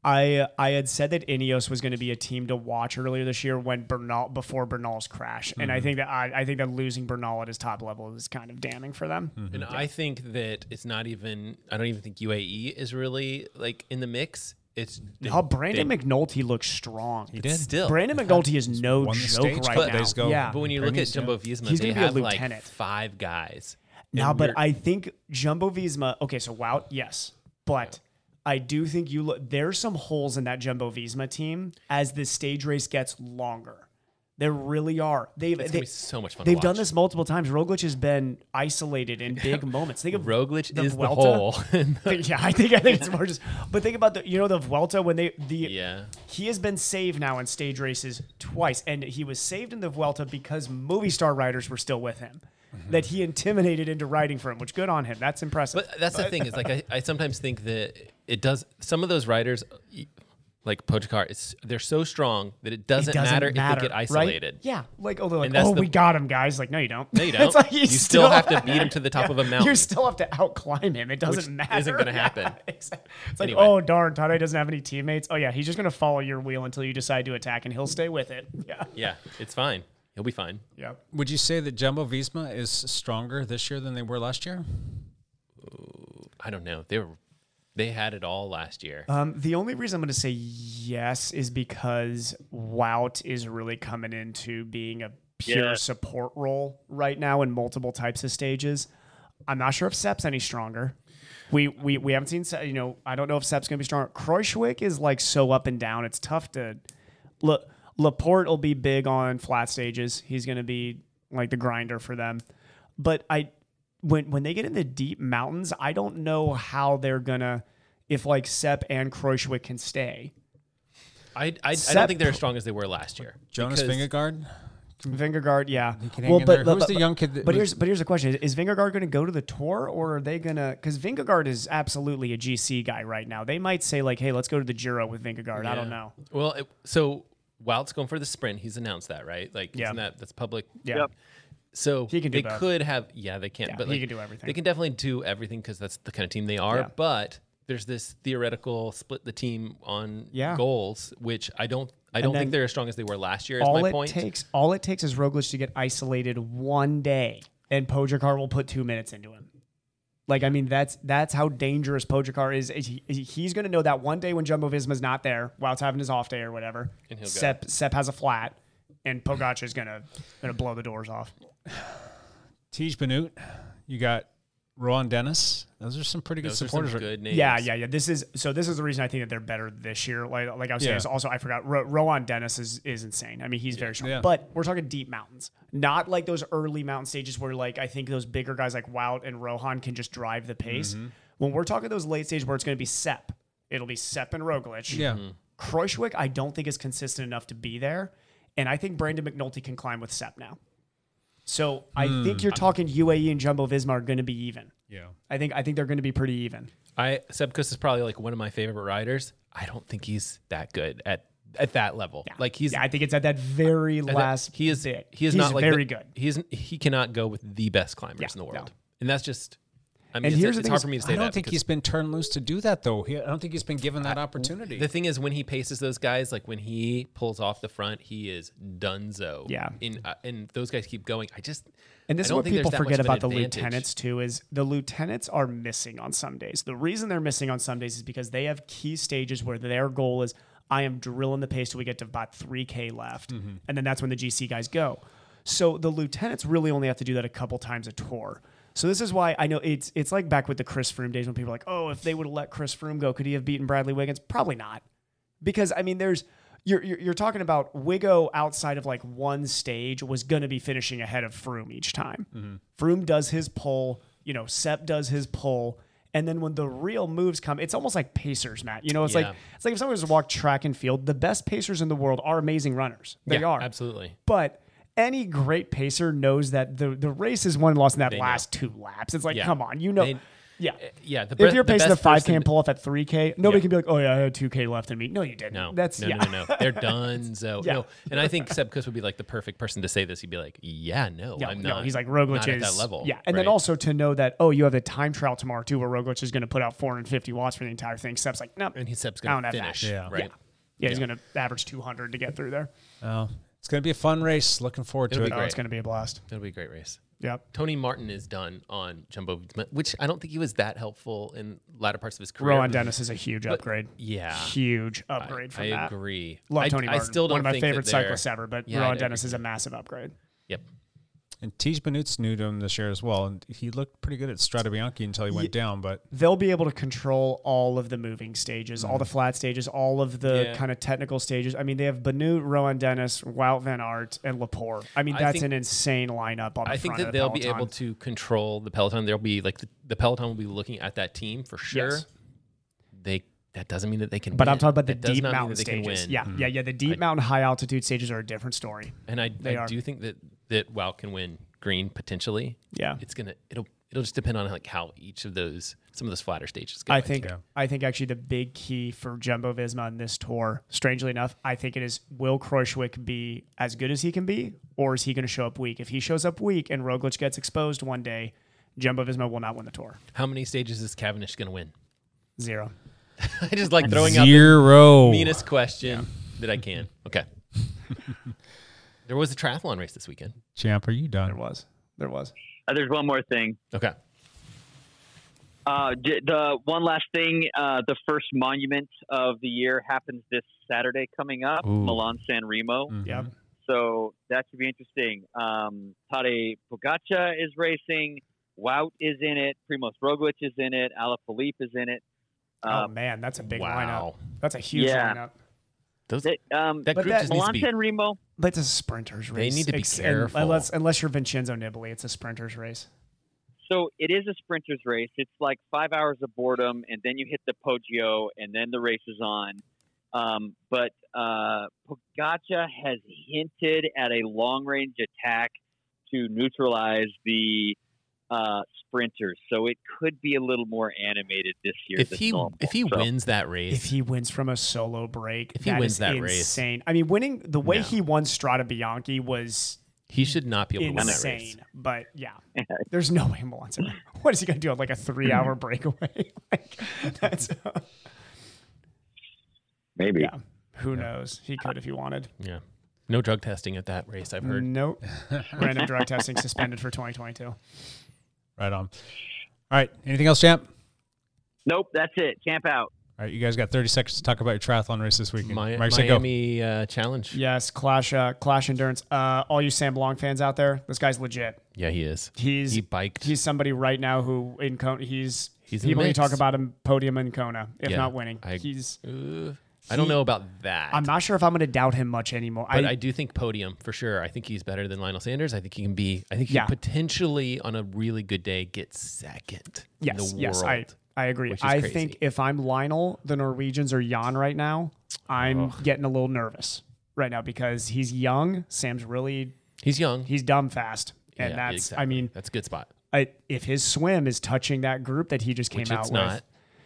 Speaker 9: I I had said that Ineos was going to be a team to watch earlier this year when Bernal before Bernal's crash, and I think that I, I think that losing Bernal at his top level is kind of damning for them.
Speaker 7: And I think that it's not even. I don't even think UAE is really like in the mix. It's
Speaker 9: How Brandon
Speaker 7: they-
Speaker 9: McNulty looks strong. He
Speaker 6: did.
Speaker 7: still
Speaker 9: Brandon McNulty is no
Speaker 6: Won
Speaker 9: joke
Speaker 6: the stage a
Speaker 9: right
Speaker 6: couple
Speaker 9: now.
Speaker 6: days ago.
Speaker 9: Yeah,
Speaker 7: But when you look at Jumbo Visma,
Speaker 9: He's
Speaker 7: they
Speaker 9: gonna be a
Speaker 7: have like
Speaker 9: lieutenant.
Speaker 7: five guys.
Speaker 9: Now,
Speaker 7: And
Speaker 9: but
Speaker 7: we're-
Speaker 9: I think Jumbo Visma. Okay, so wow, yes, but I do think you look. There's some holes in that Jumbo Visma team as the stage race gets longer. There really are. They've
Speaker 7: It's
Speaker 9: they,
Speaker 7: gonna be so much fun. to
Speaker 9: they've done
Speaker 7: watch.
Speaker 9: this multiple times. Roglic has been isolated in big moments. Think of
Speaker 7: Roglic
Speaker 9: the
Speaker 7: is
Speaker 9: Vuelta.
Speaker 7: the hole.
Speaker 9: yeah, I think I think it's more just. But think about the you know the Vuelta when they the
Speaker 7: yeah.
Speaker 9: he has been saved now in stage races twice, and he was saved in the Vuelta because movie star riders were still with him,
Speaker 7: Mm-hmm.
Speaker 9: that he intimidated into riding for him. Which good on him. That's impressive.
Speaker 7: But that's the thing is like I, I sometimes think that it does some of those riders like Pochakar, it's they're so strong that it doesn't, matter, if they get
Speaker 9: right?
Speaker 7: isolated.
Speaker 9: Yeah, like oh, they're like,
Speaker 7: And that's
Speaker 9: oh,
Speaker 7: the-
Speaker 9: we got him, guys. Like no, you don't.
Speaker 7: No, you don't.
Speaker 9: like
Speaker 7: You still have to beat him to the top of a mountain.
Speaker 9: You still have to outclimb him. It doesn't
Speaker 7: Which
Speaker 9: matter.
Speaker 7: isn't gonna happen.
Speaker 9: Yeah, exactly. It's like
Speaker 7: Anyway.
Speaker 9: oh darn, Tade doesn't have any teammates. Oh yeah, he's just gonna follow your wheel until you decide to attack, and he'll stay with it. Yeah.
Speaker 7: Yeah, it's fine. He'll be fine.
Speaker 9: Yeah.
Speaker 6: Would you say that Jumbo Visma is stronger this year than they were last year?
Speaker 7: I don't know. They were they had it all last year.
Speaker 9: Um, the only reason I'm going to say yes is because Wout is really coming into being a pure
Speaker 8: Yes.
Speaker 9: support role right now in multiple types of stages. I'm not sure if Sep's any stronger. We we we haven't seen Se- you know I don't know if Sep's going to be stronger. Kreuzwick is like so up and down. It's tough to La, Laporte will be big on flat stages. He's going to be like the grinder for them. But I when when they get in the deep mountains, I don't know how they're going to if like Sepp and Kreuzwick can stay.
Speaker 7: I, I, I don't
Speaker 9: Sep-
Speaker 7: think they're as strong as they were last year.
Speaker 6: Jonas
Speaker 7: because-
Speaker 6: Vingegaard.
Speaker 9: Vingegaard, yeah.
Speaker 6: hang in there. Who was the young kid that
Speaker 9: but
Speaker 6: was-
Speaker 9: here's but here's the question: Is, is Vingegaard going to go to the tour, or are they going to? Because Vingegaard is absolutely a GC guy right now. They might say like, "Hey, let's go to the Giro with Vingegaard." I don't
Speaker 7: Yeah.
Speaker 9: know.
Speaker 7: Well, it, so Wout's going for the sprint. He's announced that, right? Like,
Speaker 9: Yeah.
Speaker 7: isn't that that's public?
Speaker 9: Yeah,
Speaker 8: Yep.
Speaker 7: So
Speaker 9: He can do
Speaker 7: they
Speaker 9: both.
Speaker 7: could have, yeah, they can't.
Speaker 9: Yeah,
Speaker 7: but
Speaker 9: he
Speaker 7: like,
Speaker 9: can do everything.
Speaker 7: They can definitely do everything because that's the kind of team they are.
Speaker 9: Yeah.
Speaker 7: But there's this theoretical split the team on
Speaker 9: Yeah.
Speaker 7: goals, which I don't I don't
Speaker 9: then
Speaker 7: think they're as strong as they were last year. Is
Speaker 9: all
Speaker 7: my
Speaker 9: it
Speaker 7: point.
Speaker 9: takes all it takes is Roglic to get isolated one day, and Pojakar will put two minutes into him. Like I mean, that's that's how dangerous Pojakar is. He- he- he's going to know that one day when Jumbo Visma's not there, Wout's having his off day or whatever.
Speaker 7: And he'll go.
Speaker 9: Sep Sep has a flat, and Pogacar is going to going to blow the doors off.
Speaker 6: Tej Benut, you got Rowan Dennis. Those are some pretty good
Speaker 7: Those are some
Speaker 6: supporters.
Speaker 7: good names.
Speaker 9: Yeah, yeah, yeah. This is so. This is the reason I think that they're better this year. Like, like I was saying,
Speaker 6: Yeah.
Speaker 9: is also I forgot. Ro- Rowan Dennis is is insane. I mean, he's very strong.
Speaker 6: Yeah.
Speaker 9: But we're talking deep mountains, not like those early mountain stages where like I think those bigger guys like Wout and Rohan can just drive the pace.
Speaker 6: Mm-hmm.
Speaker 9: When we're talking those late stages where it's going to be Sep, it'll be Sep and Roglic.
Speaker 6: Yeah.
Speaker 7: Mm-hmm.
Speaker 9: Kreuzwick, I don't think is consistent enough to be there, and I think Brandon McNulty can climb with Sep now. So I
Speaker 6: Hmm.
Speaker 9: think you're talking UAE and Jumbo Visma are going to be even.
Speaker 6: Yeah.
Speaker 9: I think I think they're going to be pretty even.
Speaker 7: I Sebkus is probably like one of my favorite riders. I don't think he's that good at at that level. Like he's
Speaker 9: yeah, I think it's at that very
Speaker 7: at that-
Speaker 9: last.
Speaker 7: he is
Speaker 9: bit.
Speaker 7: he is
Speaker 9: He's
Speaker 7: not like
Speaker 9: very
Speaker 7: the-
Speaker 9: good.
Speaker 7: He is he cannot go with the best climbers
Speaker 9: Yeah,
Speaker 7: in the
Speaker 9: no.
Speaker 7: world. And that's just I mean
Speaker 9: And
Speaker 7: it's,
Speaker 9: here's the
Speaker 7: it's
Speaker 9: thing
Speaker 7: hard
Speaker 9: is,
Speaker 7: for me to say
Speaker 6: I don't
Speaker 7: that
Speaker 6: think
Speaker 7: because-
Speaker 6: he's been turned loose to do that though. He, I don't think he's been given that opportunity.
Speaker 7: The thing is, when he paces those guys, like when he pulls off the front, he is dunzo.
Speaker 9: Yeah.
Speaker 7: In uh, and those guys keep going. I just
Speaker 9: And
Speaker 7: I
Speaker 9: this is
Speaker 7: don't
Speaker 9: what
Speaker 7: think there's
Speaker 9: people
Speaker 7: that much
Speaker 9: forget
Speaker 7: of an
Speaker 9: about the
Speaker 7: advantage.
Speaker 9: lieutenants too is the lieutenants are missing on some days. The reason they're missing on some days is because they have key stages where their goal is I am drilling the pace till we get to about 3k left
Speaker 7: Mm-hmm.
Speaker 9: and then that's when the GC guys go. So the lieutenants really only have to do that a couple times a tour. So this is why I know it's it's like back with the Chris Froome days when people are like, "Oh, if they would have let Chris Froome go, could he have beaten Bradley Wiggins?" Probably not. because I mean, there's you're you're, you're talking about Wigo outside of like one stage was going to be finishing ahead of Froome each time.
Speaker 7: Mm-hmm.
Speaker 9: Froome does his pull, you know, Sep does his pull, and then when the real moves come, it's almost like pacers, Matt. You know, it's
Speaker 7: Yeah.
Speaker 9: like it's like if someone was to walk track and field, the best pacers in the world are amazing runners. They
Speaker 7: Yeah,
Speaker 9: are
Speaker 7: absolutely.
Speaker 9: but. Any great pacer knows that the, the race is won and lost in that last two laps. It's like,
Speaker 7: They know.
Speaker 9: come on, you know.
Speaker 7: They-
Speaker 9: yeah.
Speaker 7: yeah, the bre-
Speaker 9: if you're
Speaker 7: the
Speaker 9: pacing the
Speaker 7: best
Speaker 9: 5K
Speaker 7: person-
Speaker 9: and pull off at 3K, nobody can be like, oh, yeah, I had 2K left in me. No, you didn't.
Speaker 7: No,
Speaker 9: That's,
Speaker 7: no,
Speaker 9: yeah.
Speaker 7: no, no, no. They're dunzo.
Speaker 9: Yeah.
Speaker 7: No, and I think Sebkus would be like the perfect person to say this. He'd be like, "Yeah, no,
Speaker 9: No,
Speaker 7: I'm
Speaker 9: no,
Speaker 7: not."
Speaker 9: he's like Roglic
Speaker 7: not at
Speaker 9: is
Speaker 7: that level.
Speaker 9: Yeah, and then
Speaker 7: right?
Speaker 9: also to know that oh, you have the time trial tomorrow too, where Roglic is going to put out 450 watts for the entire thing. Seb's like, no,
Speaker 7: and he's Seb's
Speaker 9: I don't
Speaker 7: gonna
Speaker 9: have that.
Speaker 7: finish.
Speaker 6: Yeah.
Speaker 7: Right.
Speaker 9: yeah, he's going to average 200 to get through there.
Speaker 6: Oh, it's going to be a fun race. Looking forward to
Speaker 7: It'll
Speaker 6: it.
Speaker 7: be
Speaker 9: Oh,
Speaker 7: great.
Speaker 9: it's going to be a blast.
Speaker 7: That'll be a great race.
Speaker 9: Yep.
Speaker 7: Tony Martin is done on Jumbo, Visma, which I don't think he was that helpful in latter parts of his career.
Speaker 9: Rowan Dennis is a huge upgrade.
Speaker 7: yeah.
Speaker 9: huge upgrade from
Speaker 7: I
Speaker 9: that.
Speaker 7: agree.
Speaker 9: Love
Speaker 7: I-
Speaker 9: Tony
Speaker 7: I
Speaker 9: Martin.
Speaker 7: still
Speaker 9: one
Speaker 7: don't
Speaker 9: of my
Speaker 7: think that
Speaker 9: favorite
Speaker 7: they're-
Speaker 9: cyclists ever, but
Speaker 7: Yeah, I
Speaker 9: Rowan
Speaker 7: agree.
Speaker 9: Dennis is a massive upgrade.
Speaker 7: Yep.
Speaker 6: And Tej Benut's new to him this year as well, and he looked pretty good at Strada Bianchi until he went down. But
Speaker 9: they'll be able to control all of the moving stages, all the flat stages, all of the
Speaker 7: Mm-hmm. Yeah.
Speaker 9: kind of technical stages. I mean, they have Banu, Rowan Dennis, Wout Van Aert, and Laporte. I mean,
Speaker 7: I
Speaker 9: that's
Speaker 7: think-
Speaker 9: an insane lineup on the
Speaker 7: I think
Speaker 9: front
Speaker 7: that
Speaker 9: of the
Speaker 7: they'll be
Speaker 9: peloton.
Speaker 7: able to control the peloton. There'll be like the, the peloton will be looking at that team for sure.
Speaker 9: Yes.
Speaker 7: They that doesn't mean that they can.
Speaker 9: But
Speaker 7: win.
Speaker 9: I'm talking about the
Speaker 7: That does
Speaker 9: deep
Speaker 7: not mean that
Speaker 9: mountain
Speaker 7: they can
Speaker 9: stages.
Speaker 7: win. Mm-hmm.
Speaker 9: Yeah, yeah, yeah. The deep mountain, high altitude stages are a different story.
Speaker 7: and I,
Speaker 9: They
Speaker 7: I
Speaker 9: are.
Speaker 7: do think that that Wout can win green potentially.
Speaker 9: Yeah.
Speaker 7: it's gonna it'll it'll just depend on like how each of those some of those flatter stages. Go
Speaker 9: I
Speaker 7: into.
Speaker 9: think I think actually the big key for Jumbo Visma on this tour, strangely enough, I think it is will Kroschwick be as good as he can be, or is he going to show up weak? If he shows up weak and Roglic gets exposed one day, Jumbo Visma will not win the tour.
Speaker 7: how many stages is Cavendish gonna win?
Speaker 9: Zero.
Speaker 7: I just like throwing out the
Speaker 6: zero.
Speaker 7: meanest question that I can. Okay. there was a triathlon race this weekend.
Speaker 6: Champ, are you
Speaker 9: There
Speaker 6: done?
Speaker 9: was. There was.
Speaker 8: Uh, there's one more thing.
Speaker 7: Okay.
Speaker 8: Uh, j- the one last thing, uh, the first monument of the year happens this Saturday coming up, Milan San Remo.
Speaker 6: Mm-hmm.
Speaker 9: Yep.
Speaker 8: So that should be interesting. Um, Tade Pogacha is racing. Wout is in it. Primoz Roglic is in it. Alaphilippe is in it.
Speaker 9: Oh
Speaker 8: Um,
Speaker 9: man, that's a big
Speaker 7: wow.
Speaker 9: lineup. That's a huge
Speaker 8: Yeah.
Speaker 9: lineup.
Speaker 7: Those
Speaker 8: it- um,
Speaker 7: that
Speaker 9: but
Speaker 7: group
Speaker 9: that-
Speaker 7: just needs
Speaker 8: Milan
Speaker 7: to be
Speaker 8: San Remo.
Speaker 9: But it's a sprinter's race.
Speaker 7: need to be
Speaker 9: Ex- and
Speaker 7: careful.
Speaker 9: Unless, unless you're Vincenzo Nibali, it's a sprinter's race.
Speaker 8: So it is a sprinter's race. It's like five hours of boredom, and then you hit the Poggio, and then the race is on. Um, but uh, Pogacha has hinted at a long-range attack to neutralize the uh, sprinters, so it could be a little more animated this year.
Speaker 7: if
Speaker 8: than
Speaker 7: he
Speaker 8: normal.
Speaker 7: if he
Speaker 8: So-
Speaker 7: wins that
Speaker 9: If
Speaker 7: race,
Speaker 9: he wins from a solo break,
Speaker 7: If he
Speaker 9: that
Speaker 7: wins
Speaker 9: is
Speaker 7: that race.
Speaker 9: insane. I mean, winning the way
Speaker 7: No.
Speaker 9: he won Strada Bianchi was
Speaker 7: He should not be able to win that race.
Speaker 9: insane. But yeah, there's no way Hamill wants it. What is he going to do? Like a three hour breakaway? like, that's uh,
Speaker 8: Maybe.
Speaker 9: yeah. Who knows? He could if he wanted.
Speaker 7: Yeah. No drug testing at that race, I've heard.
Speaker 9: Nope. Random drug testing suspended for 2022.
Speaker 6: Right on. All right. Anything else, champ?
Speaker 8: Nope, that's it. Camp out.
Speaker 6: All right, you guys got 30 seconds to talk about your triathlon race this weekend.
Speaker 7: Mi-
Speaker 6: Mike, say go.
Speaker 7: Miami uh, Challenge. Yeah.
Speaker 9: Yes, Clash, uh, Clash Endurance. Uh, all you Sam Long fans out there, this guy's legit.
Speaker 7: he is.
Speaker 9: He's
Speaker 7: he biked.
Speaker 9: He's somebody right now who in Kona, he's
Speaker 7: He's in the
Speaker 9: people who talk
Speaker 7: mix.
Speaker 9: about him podium in Kona, if
Speaker 7: Yeah,
Speaker 9: not winning.
Speaker 7: I-
Speaker 9: he's.
Speaker 7: Uh, I don't know about that.
Speaker 9: I'm not sure if I'm going to doubt him much anymore.
Speaker 7: but I, do think podium for sure. I think he's better than Lionel Sanders. I think he can be. I think he
Speaker 9: Yeah.
Speaker 7: can potentially on a really good day get second in
Speaker 9: yes,
Speaker 7: the
Speaker 9: yes, I,
Speaker 7: world.
Speaker 9: I agree.
Speaker 7: which is
Speaker 9: I
Speaker 7: crazy.
Speaker 9: think if I'm Lionel, the Norwegians are Jan right now. I'm getting a little nervous right now because he's young. Sam's really
Speaker 7: he's young.
Speaker 9: he's dumb fast, and
Speaker 7: Yeah,
Speaker 9: that's I
Speaker 7: exactly.
Speaker 9: mean,
Speaker 7: that's a good spot.
Speaker 9: I, if his swim is touching that group that he just came
Speaker 7: Which
Speaker 9: out
Speaker 7: it's
Speaker 9: with,
Speaker 7: not.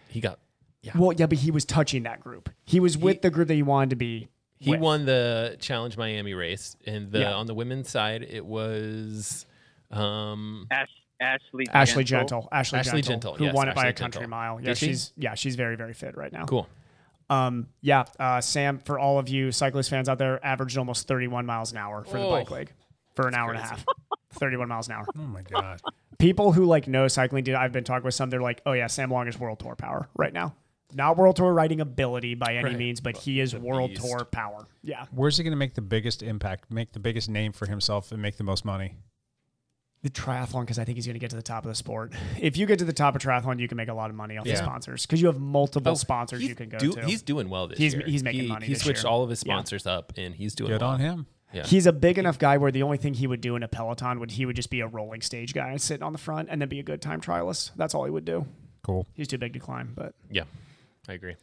Speaker 7: He got. Yeah.
Speaker 9: well, yeah, but he was touching that group. He was with the group that he wanted to be.
Speaker 7: He
Speaker 9: with.
Speaker 7: won the Challenge Miami race, and the
Speaker 9: Yeah.
Speaker 7: on the women's side it was um,
Speaker 8: Ash, Ashley.
Speaker 9: Ashley Gentle. Ashley,
Speaker 7: Ashley
Speaker 9: Gentle,
Speaker 7: Gentle,
Speaker 9: who
Speaker 7: yes,
Speaker 9: won it by
Speaker 7: Ashley
Speaker 9: a country
Speaker 7: Gentle.
Speaker 9: mile.
Speaker 7: Did
Speaker 9: Yeah,
Speaker 7: she?
Speaker 9: she's yeah, she's very very fit right now.
Speaker 7: cool.
Speaker 9: Um, yeah, uh, Sam. For all of you cyclist fans out there, averaged almost 31 miles an hour for the
Speaker 7: Whoa.
Speaker 9: bike leg for an hour and a half. 31 miles an hour.
Speaker 6: Oh my god.
Speaker 9: People who like know cycling, dude, I've been talking with some. They're like, oh yeah, Sam Long is world tour power right now. Not world tour riding ability by any means, but he is world
Speaker 7: beast.
Speaker 9: tour power. Yeah,
Speaker 6: Where's he going to make the biggest impact, make the biggest name for himself, and make the most money?
Speaker 9: the triathlon because I think he's going to get to the top of the sport. If you get to the top of triathlon, you can make a lot of money off the
Speaker 6: Yeah.
Speaker 9: sponsors because you have multiple
Speaker 7: Oh,
Speaker 9: sponsors
Speaker 7: he's
Speaker 9: you can go
Speaker 7: do-
Speaker 9: to.
Speaker 7: He's doing well this
Speaker 9: He's-
Speaker 7: year.
Speaker 9: he's making
Speaker 7: He-
Speaker 9: money
Speaker 7: He
Speaker 9: this
Speaker 7: switched
Speaker 9: year.
Speaker 7: all of his
Speaker 9: Yeah.
Speaker 7: sponsors up, and he's doing
Speaker 6: Good
Speaker 7: well.
Speaker 6: on him.
Speaker 7: Yeah.
Speaker 9: He's a big enough guy where the only thing he would do in a peloton would he would just be a rolling stage guy and sit on the front and then be a good time trialist. That's all he would do.
Speaker 6: Cool.
Speaker 9: He's too big to climb, but
Speaker 7: Yeah, I agree.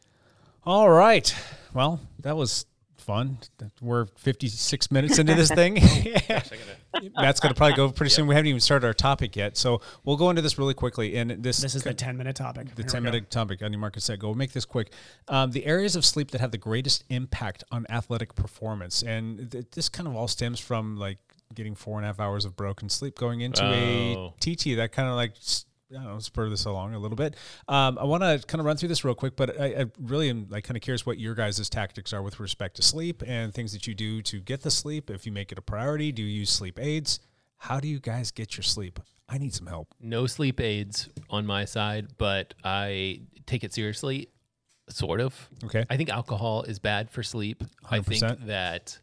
Speaker 6: All right. Well, that was fun. We're 56 minutes into this thing. Matt's going to probably go pretty soon. We haven't even started our topic yet, so we'll go into this really quickly. And this
Speaker 9: this is the ten minute topic.
Speaker 6: the
Speaker 9: Here we
Speaker 6: 10
Speaker 9: go.
Speaker 6: minute topic on your market set go we'll make this quick um, the areas of sleep that have the greatest impact on athletic performance and th- this kind of all stems from like getting four and a half hours of broken sleep going into
Speaker 7: Oh.
Speaker 6: a tt that kind of like s- I don't know, spur this along a little bit. Um, I want to kind of run through this real quick, but I, I really am like kind of curious what your guys' tactics are with respect to sleep and things that you do to get the sleep. If you make it a priority, do you use sleep aids? How do you guys get your sleep? I need some help.
Speaker 7: no sleep aids on my side, but I take it seriously, sort of.
Speaker 6: Okay.
Speaker 7: I think alcohol is bad for sleep. I think
Speaker 6: 100%.
Speaker 7: that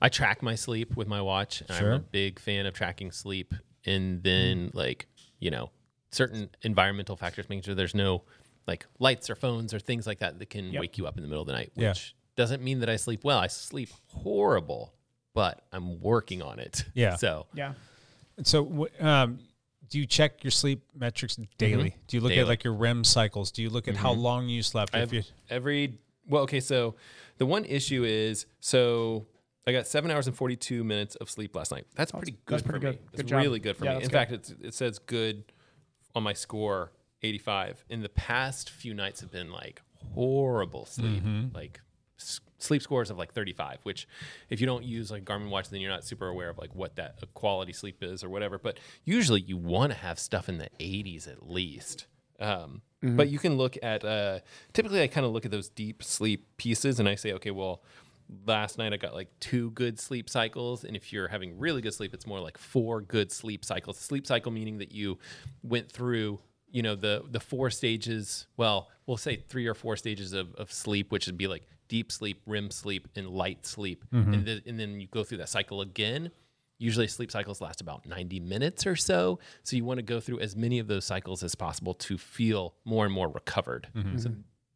Speaker 7: I track my sleep with my watch. And
Speaker 6: Sure.
Speaker 7: I'm a big fan of tracking sleep and then like, you know, certain environmental factors, making sure there's no like lights or phones or things like that that can wake you up in the middle of the night, which
Speaker 6: Yeah.
Speaker 7: doesn't mean that I sleep well. I sleep horrible, but I'm working on it.
Speaker 6: Yeah.
Speaker 7: So
Speaker 9: Yeah.
Speaker 6: So, wh- um, do you check your sleep metrics daily? Do you look at
Speaker 7: Daily.
Speaker 6: like your REM cycles? Do you look at how long you slept?
Speaker 7: I
Speaker 6: if you,
Speaker 7: have every well, okay. So the one issue is so I got seven hours and forty two minutes of sleep last night. That's pretty good
Speaker 9: that's pretty
Speaker 7: for me.
Speaker 9: good.
Speaker 7: That's
Speaker 9: Good job.
Speaker 7: really good for
Speaker 9: Yeah,
Speaker 7: me. In
Speaker 9: that's good.
Speaker 7: fact, it's, it says good on my score eighty five. In the past few nights have been like horrible sleep,
Speaker 9: Mm-hmm.
Speaker 7: like s- sleep scores of like 35 which if you don't use like garmin watch then you're not super aware of like what that uh, quality sleep is or whatever but usually you want to have stuff in the 80s at least um,
Speaker 9: Mm-hmm.
Speaker 7: But you can look at uh, typically I kind of look at those deep sleep pieces and I say, okay, well, last night I got like two good sleep cycles, and if you're having really good sleep, it's more like four good sleep cycles. Sleep cycle meaning that you went through, you know, the the four stages. Well, we'll say three or four stages of, of sleep, which would be like deep sleep, REM sleep, and light sleep, and, the, and then you go through that cycle again. Usually, sleep cycles last about 90 minutes or so. So, you want to go through as many of those cycles as possible to feel more and more recovered. So,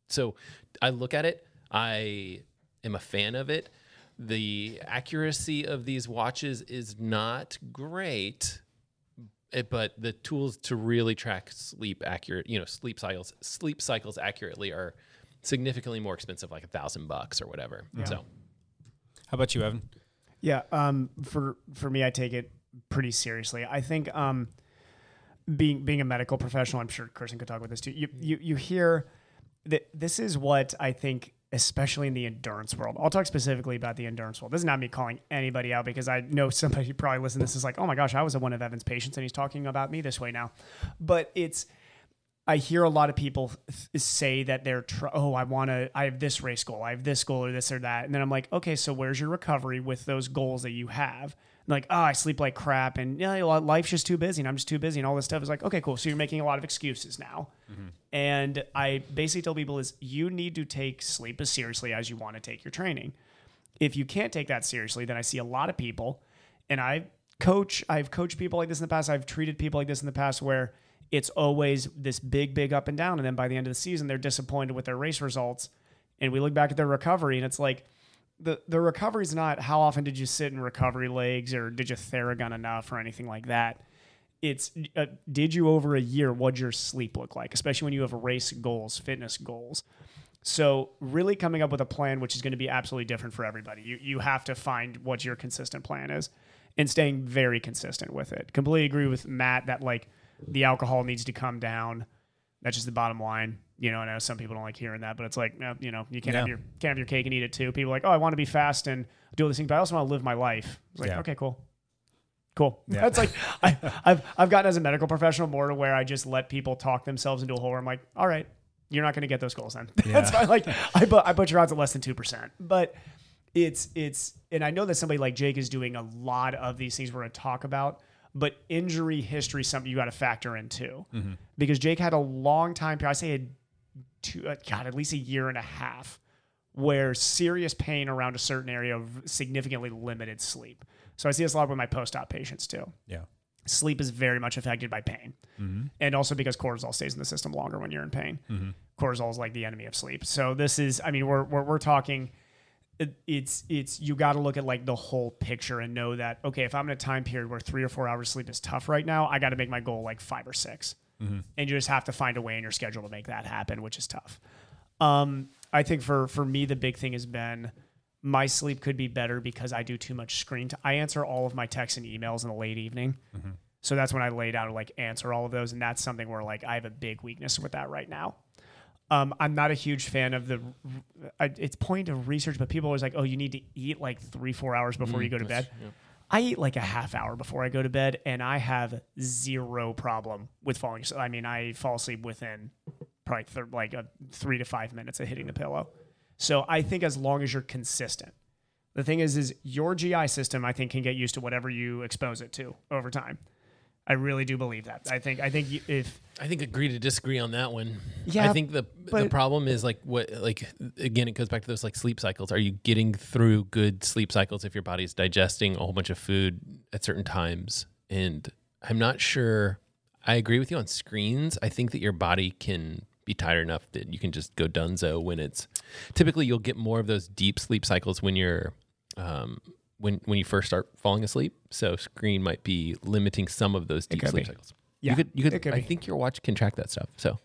Speaker 7: so, I look at it, I am a fan of it. The accuracy of these watches is not great, eh, but the tools to really track sleep accurate, you know, sleep cycles, sleep cycles accurately are significantly more expensive, like a thousand bucks or whatever. So,
Speaker 6: how about you, Evan?
Speaker 9: Yeah, um, for for me, I take it pretty seriously. I think um, being being a medical professional, I'm sure Kirsten could talk about this too. You you you hear that this is what I think especially in the endurance world. I'll talk specifically about the endurance world. This is not me calling anybody out because I know somebody who probably listened to this is like, oh my gosh, I was one of Evan's patients and he's talking about me this way now. But it's, I hear a lot of people th- say that they're, tr- oh, I want to, I have this race goal, I have this goal or this or that. And then I'm like, okay, so where's your recovery with those goals that you have? And like, oh, I sleep like crap and yeah, well, life's just too busy and I'm just too busy and all this stuff is like, okay, cool. So you're making a lot of excuses now. And I basically tell people is you need to take sleep as seriously as you want to take your training if you can't take that seriously, then I see a lot of people, and I coach, I've coached people like this in the past. I've treated people like this in the past where it's always this big, big up and down. And then by the end of the season, they're disappointed with their race results. And we look back at their recovery, and it's like the, the recovery's not how often did you sit in recovery legs or did you Theragun enough or anything like that. It's uh, did you over a year, what'd your sleep look like, especially when you have race goals, fitness goals. So really coming up with a plan which is going to be absolutely different for everybody. You you have to find what your consistent plan is and staying very consistent with it. Completely agree with Matt that like the alcohol needs to come down. That's just the bottom line. You know, I know some people don't like hearing that, but it's like, no, you know, you can't have
Speaker 6: Yeah.
Speaker 9: your can't have your cake and eat it too. People are like, oh, I want to be fast and do all these things, but I also want to live my life. It's like,
Speaker 6: Yeah.
Speaker 9: okay, cool cool. That's like I, I've I've gotten as a medical professional more to where I just let people talk themselves into a hole. Where I'm like, all right, you're not going to get those goals then. That's why like I put I put your odds at less than two percent, but it's it's and I know that somebody like Jake is doing a lot of these things we're going to talk about. But injury history is something you got to factor in too, because Jake had a long time period. I say a two, uh, God, at least a year and a half where serious pain around a certain area of significantly limited sleep. So I see this a lot with my post-op patients too.
Speaker 6: Yeah.
Speaker 9: Sleep is very much affected by pain, and also because cortisol stays in the system longer when you're in pain. Cortisol is like the enemy of sleep. So this is, I mean, we're we're, we're talking. it- It's it's you got to look at like the whole picture and know that okay, if I'm in a time period where three or four hours sleep is tough right now, I got to make my goal like five or 6 and you just have to find a way in your schedule to make that happen, which is tough. Um, I think for for me, the big thing has been my sleep could be better because I do too much screen. T- I answer all of my texts and emails in the late evening, so that's when I lay down to like answer all of those, and that's something where like I have a big weakness with that right now. Um, I'm not a huge fan of the. I, it's point of research, but people are always like, "Oh, you need to eat like three, four hours before you go to bed." I eat like a half hour before I go to bed, and I have zero problem with falling. asleep. I mean, I fall asleep within probably thir- like a three to five minutes of hitting the pillow. So I think as long as you're consistent, the thing is, is your GI system I think can get used to whatever you expose it to over time. I really do believe that. I think I think you- if
Speaker 7: I think agree to disagree on that one.
Speaker 9: Yeah,
Speaker 7: I think the the
Speaker 9: but-
Speaker 7: problem is like what like again it goes back to those like sleep cycles. Are you getting through good sleep cycles if your body's digesting a whole bunch of food at certain times? And I'm not sure. I agree with you on screens. I think that your body can be tired enough that you can just go dunzo when it's typically you'll get more of those deep sleep cycles when you're um when when you first start falling asleep. So screen might be limiting some of those deep
Speaker 9: could
Speaker 7: sleep
Speaker 9: be.
Speaker 7: cycles.
Speaker 9: Yeah,
Speaker 7: you could, you
Speaker 9: it
Speaker 7: could,
Speaker 9: could
Speaker 7: I
Speaker 9: be.
Speaker 7: think your watch can track that stuff. So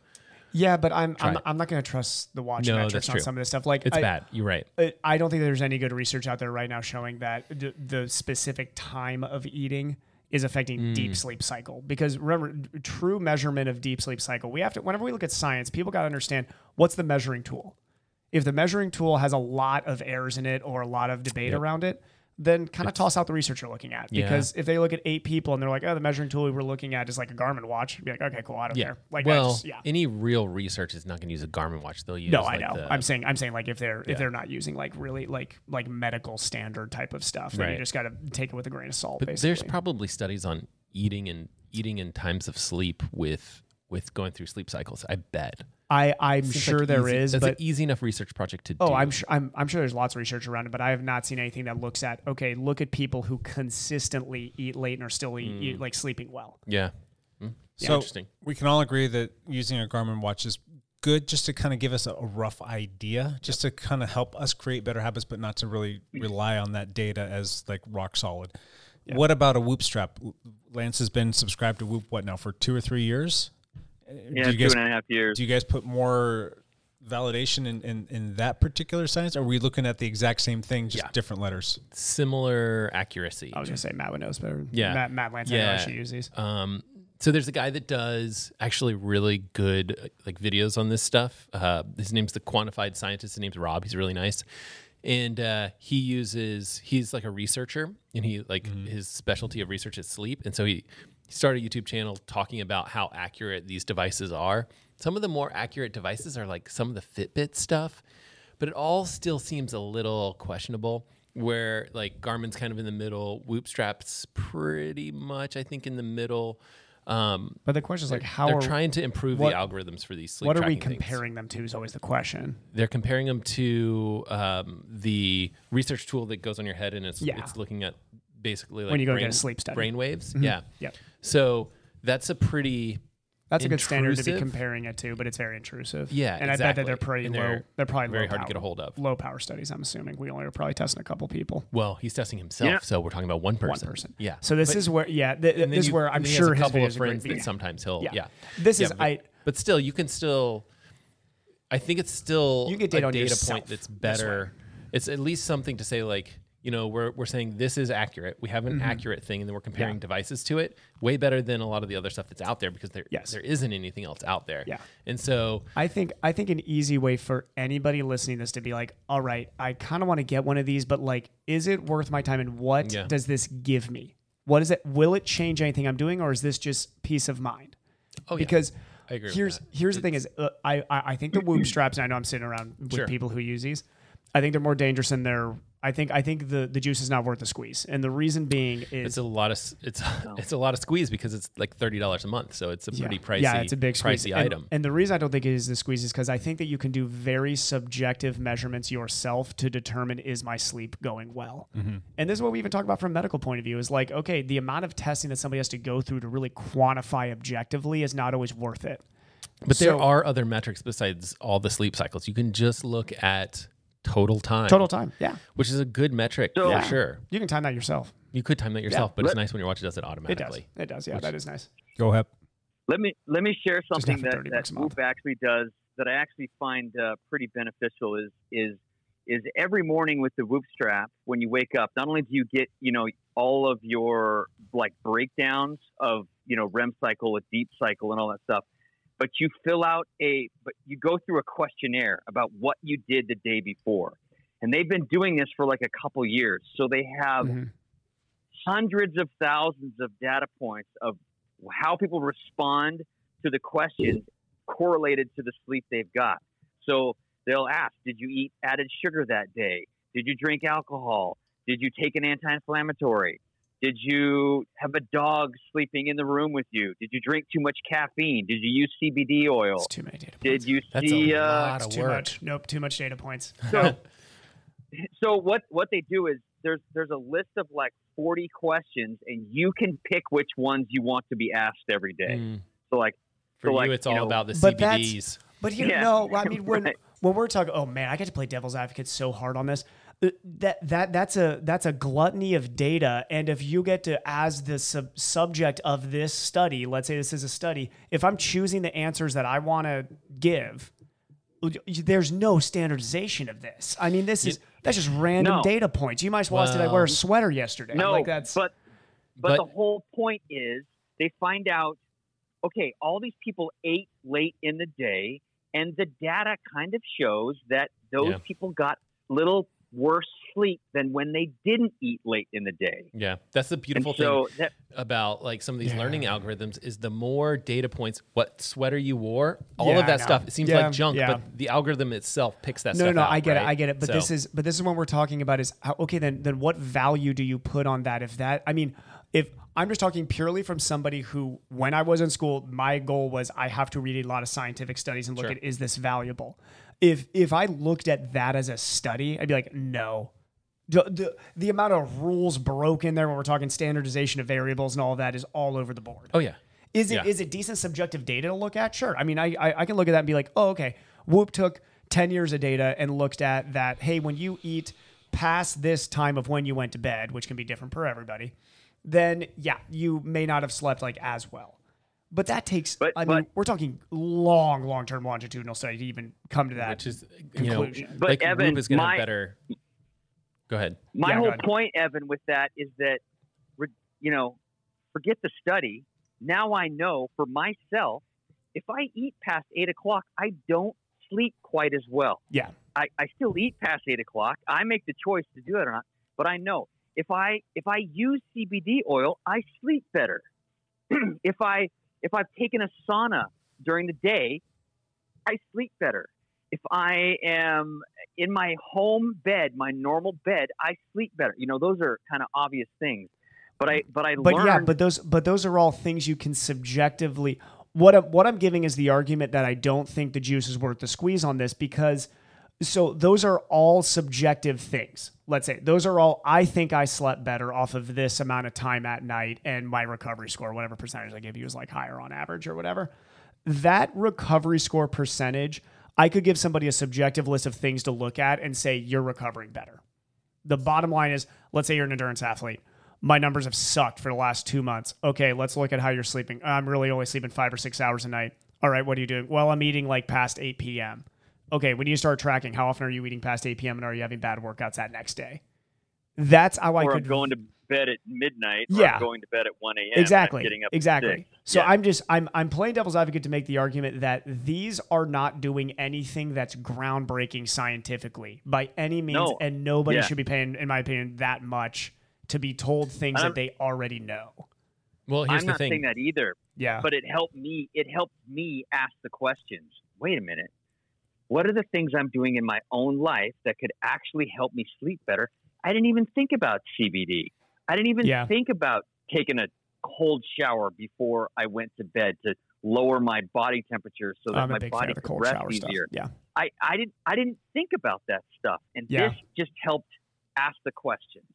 Speaker 9: yeah, but I'm
Speaker 7: Try
Speaker 9: I'm,
Speaker 7: it.
Speaker 9: I'm not going to trust the watch
Speaker 7: No,
Speaker 9: metrics
Speaker 7: that's
Speaker 9: on
Speaker 7: true.
Speaker 9: some of this stuff. Like
Speaker 7: it's
Speaker 9: I-
Speaker 7: bad. You're right.
Speaker 9: I- uh, I don't think there's any good research out there right now showing that d- the specific time of eating is affecting
Speaker 7: Hmm.
Speaker 9: deep sleep cycle. Because remember, d- true measurement of deep sleep cycle, we have to, whenever we look at science, people got to understand what's the measuring tool. If the measuring tool has a lot of errors in it or a lot of debate around it, then kind of toss out the research you're looking at.
Speaker 7: Yeah.
Speaker 9: Because if they look at eight people and they're like, oh, the measuring tool we were looking at is like a Garmin watch, you'd be like, okay, cool, I don't care. Like, I
Speaker 7: well,
Speaker 9: just- yeah.
Speaker 7: any real research is not going to use a Garmin watch. They'll use.
Speaker 9: No,
Speaker 7: like
Speaker 9: I know.
Speaker 7: the-
Speaker 9: I'm saying I'm saying like if they're if they're not using like really like like medical standard type of stuff, then you
Speaker 7: Right.
Speaker 9: just got to take it with a grain of salt.
Speaker 7: but
Speaker 9: basically,
Speaker 7: there's probably studies on eating and eating in times of sleep with with going through sleep cycles. I bet.
Speaker 9: I I'm
Speaker 7: Seems
Speaker 9: sure
Speaker 7: like
Speaker 9: there
Speaker 7: easy-
Speaker 9: is,
Speaker 7: That's
Speaker 9: but
Speaker 7: an easy enough research project to do.
Speaker 9: oh, I'm sure I'm I'm sure there's lots of research around it, but I have not seen anything that looks at okay, look at people who consistently eat late and are still eat,
Speaker 7: Mm.
Speaker 9: eat, like sleeping well.
Speaker 7: Yeah.
Speaker 6: so
Speaker 7: interesting.
Speaker 6: we can all agree that using a Garmin watch is good just to kind of give us a, a rough idea, just to kind of help us create better habits, but not to really rely on that data as like rock solid. What about a Whoop strap? Lance has been subscribed to Whoop what now for two or three years? Uh,
Speaker 8: Yeah,
Speaker 6: do
Speaker 8: two
Speaker 6: you guys
Speaker 8: and a half years.
Speaker 6: do you guys put more validation in, in, in that particular science? Or are we looking at the exact same thing, just
Speaker 7: Yeah.
Speaker 6: different letters?
Speaker 7: Similar accuracy.
Speaker 9: I was gonna say Matt would knows better.
Speaker 7: Yeah.
Speaker 9: Matt, Matt Lance, I know I
Speaker 7: Yeah.
Speaker 9: should use these.
Speaker 7: Um, so there's a guy that does actually really good uh, like videos on this stuff. Uh, his name's the quantified scientist. His name's Rob. He's really nice, and uh, he uses he's like a researcher, and he like his specialty of research is sleep, and so he. He started a YouTube channel talking about how accurate these devices are. Some of the more accurate devices are like some of the Fitbit stuff, but it all still seems a little questionable. Where like Garmin's kind of in the middle, Whoopstrap's pretty much I think in the middle. Um,
Speaker 9: But the question is like, how
Speaker 7: they're
Speaker 9: are
Speaker 7: trying to improve
Speaker 9: what-
Speaker 7: the algorithms for these sleep
Speaker 9: what are we
Speaker 7: tracking things.
Speaker 9: comparing them to? Is always the question.
Speaker 7: They're comparing them to um, the research tool that goes on your head and it's
Speaker 9: Yeah.
Speaker 7: it's looking at basically like
Speaker 9: you go get
Speaker 7: brain,
Speaker 9: a sleep study. Mm-hmm.
Speaker 7: brain waves. Yeah.
Speaker 9: Yep.
Speaker 7: So that's a pretty
Speaker 9: That's a good standard to be
Speaker 7: Intrusive?
Speaker 9: comparing it to, but it's very intrusive.
Speaker 7: Yeah,
Speaker 9: and I bet that
Speaker 7: exactly.
Speaker 9: they're pretty
Speaker 7: And
Speaker 9: low. They're,
Speaker 7: they're
Speaker 9: probably
Speaker 7: very
Speaker 9: low
Speaker 7: hard to get a
Speaker 9: power-
Speaker 7: hold of.
Speaker 9: Low power studies, I'm assuming. We only are probably testing a couple people,
Speaker 7: well. He's testing himself,
Speaker 8: Yeah.
Speaker 7: so we're talking about one person.
Speaker 9: one person.
Speaker 7: Yeah.
Speaker 9: So this
Speaker 7: But-
Speaker 9: is where, yeah, th- th-
Speaker 7: and then
Speaker 9: this is
Speaker 7: you-
Speaker 9: where
Speaker 7: and
Speaker 9: I'm
Speaker 7: he has
Speaker 9: sure
Speaker 7: a
Speaker 9: his
Speaker 7: couple
Speaker 9: videos
Speaker 7: of
Speaker 9: are great,
Speaker 7: friends
Speaker 9: but
Speaker 7: that
Speaker 9: yeah.
Speaker 7: sometimes he'll
Speaker 9: Yeah.
Speaker 7: yeah.
Speaker 9: This is-
Speaker 7: but,
Speaker 9: I-
Speaker 7: but still you can still I think it's still
Speaker 9: You get data
Speaker 7: a
Speaker 9: on
Speaker 7: data
Speaker 9: yourself
Speaker 7: point that's
Speaker 9: this
Speaker 7: better. It's at least something to say like you know we're we're saying this is accurate. We have an
Speaker 9: Mm-hmm.
Speaker 7: accurate thing, and then we're comparing devices to it. Way better than a lot of the other stuff that's out there because there
Speaker 9: Yes.
Speaker 7: there isn't anything else out there.
Speaker 9: Yeah.
Speaker 7: and so
Speaker 9: I think I think an easy way for anybody listening to this to be like, all right, I kind of want to get one of these, but like, is it worth my time? And what
Speaker 7: Yeah.
Speaker 9: does this give me? What is it? Will it change anything I'm doing, or is this just peace of mind?
Speaker 7: oh yeah.
Speaker 9: because
Speaker 7: I agree with
Speaker 9: here's
Speaker 7: that.
Speaker 9: here's the thing is uh, I, I I think the whoop straps. And I know I'm sitting around with
Speaker 7: Sure.
Speaker 9: people who use these. I think they're more dangerous than they're. I think I think the the juice is not worth the squeeze, and the reason being
Speaker 7: It's
Speaker 9: is.
Speaker 7: a lot of s- it's it's a lot of squeeze because it's like thirty dollars a month, so it's a pretty pricey.
Speaker 9: yeah, it's a big squeeze.
Speaker 7: pricey
Speaker 9: And-
Speaker 7: item.
Speaker 9: And the reason I don't think it is the squeeze is because I think that you can do very subjective measurements yourself to determine is my sleep going well.
Speaker 7: Mm-hmm.
Speaker 9: And this is what we even talk about from a medical point of view is like, okay, the amount of testing that somebody has to go through to really quantify objectively is not always worth it.
Speaker 7: But there
Speaker 9: So-
Speaker 7: are other metrics besides all the sleep cycles. You can just look at total time.
Speaker 9: Total time. Yeah.
Speaker 7: Which is a good metric
Speaker 8: So-
Speaker 7: for
Speaker 8: Yeah.
Speaker 7: sure.
Speaker 9: You can time that yourself.
Speaker 7: You could time that yourself, but it's
Speaker 8: Let-
Speaker 7: nice when your watch does it
Speaker 9: It does.
Speaker 7: automatically.
Speaker 9: It does. Yeah, that is nice.
Speaker 6: Go Hep.
Speaker 8: Let me let me share
Speaker 9: Just
Speaker 8: something
Speaker 9: not for
Speaker 8: that
Speaker 9: 30
Speaker 8: that
Speaker 9: bucks a month.
Speaker 8: Whoop actually does that I actually find uh, pretty beneficial is is is every morning with the Whoop strap when you wake up. Not only do you get you know all of your like breakdowns of you know REM cycle, a deep cycle, and all that stuff, but you fill out a but you go through a questionnaire about what you did the day before, and they've been doing this for like a couple years, so they have
Speaker 9: Mhm.
Speaker 8: hundreds of thousands of data points of how people respond to the questions correlated to the sleep they've got. So they'll ask, did you eat added sugar that day? Did you drink alcohol? Did you take an anti-inflammatory? Did you have a dog sleeping in the room with you? Did you drink too much caffeine? Did you use CBD oil?
Speaker 9: It's too many data points.
Speaker 8: Did you
Speaker 7: That's a
Speaker 8: see uh,
Speaker 7: lot of
Speaker 9: too
Speaker 7: work.
Speaker 9: much. Nope, too much data points.
Speaker 8: so so what what they do is there's there's a list of like 40 questions and you can pick which ones you want to be asked every day
Speaker 7: Mm.
Speaker 8: so like
Speaker 7: For
Speaker 8: so
Speaker 7: you,
Speaker 8: like,
Speaker 7: it's all
Speaker 8: know,
Speaker 7: about the
Speaker 9: but that's-
Speaker 7: CBDs.
Speaker 9: But you
Speaker 8: Yeah,
Speaker 9: know, I mean, when
Speaker 8: right.
Speaker 9: when we're talking, oh man, I get to play devil's advocate so hard on this. Uh, That that that's a that's a gluttony of data, and if you get to as the sub- subject of this study, let's say this is a study, if I'm choosing the answers that I want to give, there's no standardization of this. I mean, this is that's just random
Speaker 8: No.
Speaker 9: data points. You might as well ask, did I wear
Speaker 7: Well-
Speaker 9: a sweater yesterday?
Speaker 8: no
Speaker 9: like that's
Speaker 8: but, but
Speaker 7: But-
Speaker 8: the whole point is they find out okay all these people ate late in the day and the data kind of shows that those
Speaker 7: Yeah.
Speaker 8: people got little worse sleep than when they didn't eat late in the day
Speaker 7: Yeah. That's the
Speaker 8: and
Speaker 7: beautiful
Speaker 8: so
Speaker 7: thing
Speaker 8: that
Speaker 7: about like some of these learning algorithms is the more data points, what sweater you wore, all
Speaker 9: Yeah,
Speaker 7: of
Speaker 9: I
Speaker 7: that
Speaker 9: know.
Speaker 7: stuff. It seems
Speaker 9: Yeah,
Speaker 7: like junk,
Speaker 9: yeah.
Speaker 7: but the algorithm itself picks that
Speaker 9: No, no,
Speaker 7: stuff
Speaker 9: no.
Speaker 7: out,
Speaker 9: I get it.
Speaker 7: right?
Speaker 9: I get it. But
Speaker 7: So-
Speaker 9: this is but this is what we're talking about is how, okay. Then then what value do you put on that? If that, I mean, if I'm just talking purely from somebody who, when I was in school, my goal was I have to read a lot of scientific studies and look at is this valuable. If if I looked at that as a study, I'd be like, no. The, the, the amount of rules broken there when we're talking standardization of variables and all that is all over the board.
Speaker 7: Oh yeah.
Speaker 9: Is it is
Speaker 7: Yeah.
Speaker 9: it decent subjective data to look at? Sure. I mean, I, I I can look at that and be like, oh, okay. Whoop took ten years of data and looked at that. Hey, when you eat past this time of when you went to bed, which can be different per everybody, then yeah, you may not have slept like as well. But that takes.
Speaker 8: But-
Speaker 9: I mean,
Speaker 8: but-
Speaker 9: we're talking long, long term longitudinal study to even come to that.
Speaker 7: Which is you know,
Speaker 9: Conclusion.
Speaker 7: like
Speaker 8: But Evan,
Speaker 7: Rube is gonna
Speaker 8: my-
Speaker 7: better Go ahead.
Speaker 8: my
Speaker 9: Yeah, go
Speaker 8: whole
Speaker 9: ahead.
Speaker 8: point, Evan, with that is that, re- you know, forget the study. now I know for myself, if I eat past eight o'clock, I don't sleep quite as well.
Speaker 9: Yeah.
Speaker 8: I, I still eat past eight o'clock. I make the choice to do it or not, but I know if I if I use CBD oil, I sleep better. if I if I've taken a sauna during the day, I sleep better. If I am in my home bed, my normal bed, I sleep better. You know, those are kind of obvious things. But I but I
Speaker 9: But
Speaker 8: learned
Speaker 9: yeah, but those but those are all things you can subjectively. What I'm, what I'm giving is the argument that I don't think the juice is worth the squeeze on this because so those are all subjective things. Let's say those are all I think I slept better off of this amount of time at night and my recovery score whatever percentage I give you is like higher on average or whatever. That recovery score percentage, I could give somebody a subjective list of things to look at and say you're recovering better the bottom line is let's say you're an endurance athlete my numbers have sucked for the last two months okay let's look at how you're sleeping i'm really only sleeping five or six hours a night all right what are you doing well i'm eating like past 8 p.m okay when you start tracking how often are you eating past 8 p.m and are you having bad workouts that next day that's how i
Speaker 8: or
Speaker 9: could
Speaker 8: I'm going to bed at midnight. Or
Speaker 9: Yeah.
Speaker 8: I'm going to bed at one a.m. and I'm
Speaker 9: exactly
Speaker 8: getting up at
Speaker 9: exactly
Speaker 8: six.
Speaker 9: so
Speaker 8: Yeah.
Speaker 9: i'm just i'm i'm playing devil's advocate to make the argument that these are not doing anything that's groundbreaking scientifically by any means
Speaker 8: No.
Speaker 9: and nobody
Speaker 8: Yeah.
Speaker 9: should be paying in my opinion that much to be told things
Speaker 8: I'm-
Speaker 9: that they already know
Speaker 7: Well, here's
Speaker 8: I'm
Speaker 7: the
Speaker 8: not
Speaker 7: thing.
Speaker 8: saying that either,
Speaker 9: yeah
Speaker 8: but it helped me. It helped me ask the questions. Wait a minute. What are the things I'm doing in my own life that could actually help me sleep better? I didn't even think about CBD. I didn't even
Speaker 9: Yeah.
Speaker 8: think about taking a cold shower before I went to bed to lower my body temperature so that
Speaker 9: i'm
Speaker 8: my
Speaker 9: a big fan
Speaker 8: body
Speaker 9: of the
Speaker 8: could
Speaker 9: cold
Speaker 8: rest
Speaker 9: shower stuff
Speaker 8: easier.
Speaker 9: yeah
Speaker 8: I, I didn't I didn't think about that stuff, and
Speaker 9: Yeah.
Speaker 8: this just helped ask the questions.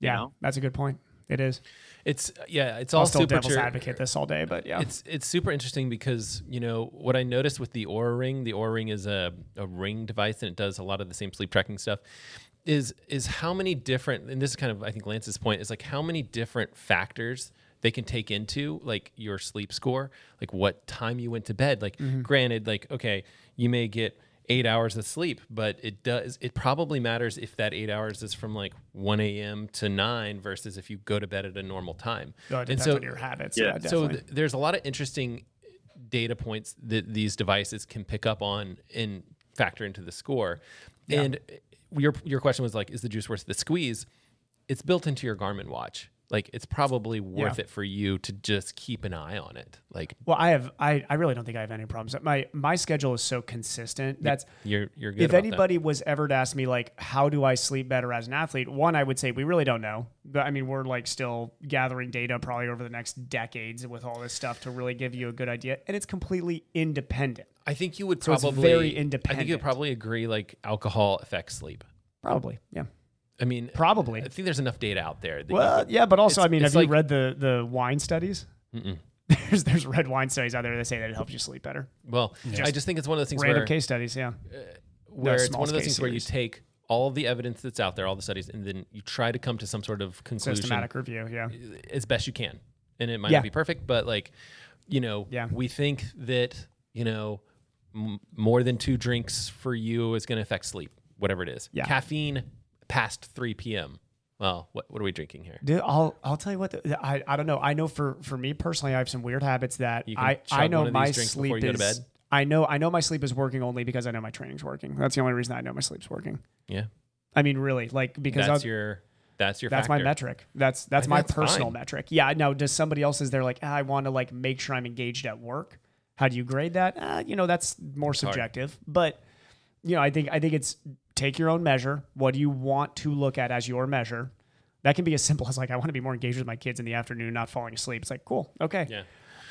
Speaker 8: you
Speaker 9: yeah
Speaker 8: know?
Speaker 9: that's a good point it is
Speaker 7: It's yeah, it's
Speaker 9: i'll
Speaker 7: all
Speaker 9: still
Speaker 7: super
Speaker 9: devil's
Speaker 7: true.
Speaker 9: advocate this all day but yeah
Speaker 7: It's it's super interesting because you know what I noticed with the Aura Ring. The Aura Ring is a, a ring device and it does a lot of the same sleep tracking stuff. Is is how many different and this is kind of I think Lance's point is like how many different factors they can take into like your sleep score, like what time you went to bed. Like
Speaker 9: Mm-hmm.
Speaker 7: granted, like okay, you may get eight hours of sleep, but it does it probably matters if that eight hours is from like one a.m. to nine versus if you go to bed at a normal time.
Speaker 9: No, it
Speaker 7: and
Speaker 9: depends
Speaker 7: so
Speaker 9: on your habits
Speaker 8: Yeah.
Speaker 7: so
Speaker 9: yeah, Uh, definitely.
Speaker 7: th- there's a lot of interesting data points that these devices can pick up on and factor into the score. And uh, your your question was like, is the juice worth the squeeze? It's built into your Garmin watch. Like it's probably worth it for you to just keep an eye on it. Like
Speaker 9: well i have I, I really don't think i have any problems my my schedule is so consistent that's
Speaker 7: you're you're good.
Speaker 9: if
Speaker 7: about that.
Speaker 9: anybody was ever to ask me like how do i sleep better as an athlete one i would say we really don't know But, i mean we're like still gathering data probably over the next decades with all this stuff to really give you a good idea and it's completely independent
Speaker 7: I think you would
Speaker 9: So it's
Speaker 7: probably
Speaker 9: very
Speaker 7: I think you'd
Speaker 9: independent.
Speaker 7: probably agree like alcohol affects sleep.
Speaker 9: probably yeah
Speaker 7: I mean,
Speaker 9: Probably.
Speaker 7: I think there's enough data out there. That you
Speaker 9: well yeah but also
Speaker 7: It's-
Speaker 9: i mean
Speaker 7: it's
Speaker 9: have
Speaker 7: like-
Speaker 9: you read the the wine studies there's there's red wine studies out there that say that it helps you sleep better
Speaker 7: could- well, I just think it's one of those things
Speaker 9: random
Speaker 7: where
Speaker 9: case studies yeah
Speaker 7: where it's
Speaker 9: small
Speaker 7: one of those
Speaker 9: case
Speaker 7: things where you
Speaker 9: series.
Speaker 7: take all the evidence that's out there, all the studies, and then you try to come to some sort of conclusion
Speaker 9: systematic review yeah
Speaker 7: as best you can. And it might
Speaker 9: Yeah.
Speaker 7: not be perfect, but like, you know,
Speaker 9: Yeah.
Speaker 7: we think that, you know, m- more than two drinks for you is going to affect sleep, whatever it is.
Speaker 9: Yeah.
Speaker 7: Caffeine past 3 p.m. Well, what, what are we drinking here?
Speaker 9: Dude, I'll I'll tell you what. The, I I don't know. I know for for me personally, I have some weird habits that
Speaker 7: You can
Speaker 9: I
Speaker 7: chug
Speaker 9: I know
Speaker 7: one of these
Speaker 9: my
Speaker 7: drinks
Speaker 9: sleep
Speaker 7: before you go
Speaker 9: is.
Speaker 7: to bed?
Speaker 9: I know I know my sleep is working only because I know my training's working. That's the only reason I know my sleep's working.
Speaker 7: Yeah.
Speaker 9: I mean, really, like because
Speaker 7: That's
Speaker 9: I-
Speaker 7: your, that's your,
Speaker 9: that's my
Speaker 7: factor.
Speaker 9: metric. That's that's
Speaker 7: think
Speaker 9: my
Speaker 7: that's
Speaker 9: personal
Speaker 7: fine.
Speaker 9: metric. Yeah. Now, does somebody else's? They're like, ah, I want to like make sure I'm engaged at work. How do you grade that? Uh, you know, that's more subjective. But you know, I think I think it's take your own measure. What do you want to look at as your measure? That can be as simple as like I want to be more engaged with my kids in the afternoon, not falling asleep. It's like cool, okay.
Speaker 7: Yeah.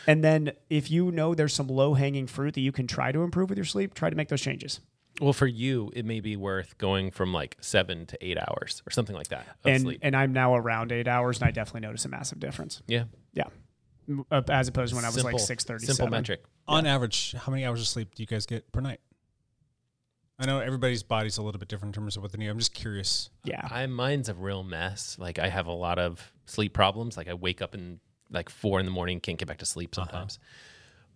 Speaker 9: And then if you know there's some low hanging fruit that you can try to improve with your sleep, try to make those changes.
Speaker 7: Well, for you, it may be worth going from like seven to eight hours or something like that of
Speaker 9: and
Speaker 7: sleep.
Speaker 9: and I'm now around eight hours, and I definitely notice a massive difference.
Speaker 7: yeah.
Speaker 9: Yeah. M- uh, As opposed to when I was like
Speaker 7: Simple-
Speaker 9: six thirty.
Speaker 7: Simple metric.
Speaker 6: On average, how many hours of sleep do you guys get per night? I know everybody's body's a little bit different in terms of what they need. I'm just curious.
Speaker 9: Yeah.
Speaker 7: I mine's a real mess. Like I have a lot
Speaker 9: Uh-huh.
Speaker 7: of sleep problems. Like I wake up in like four in the morning, can't get back to sleep sometimes.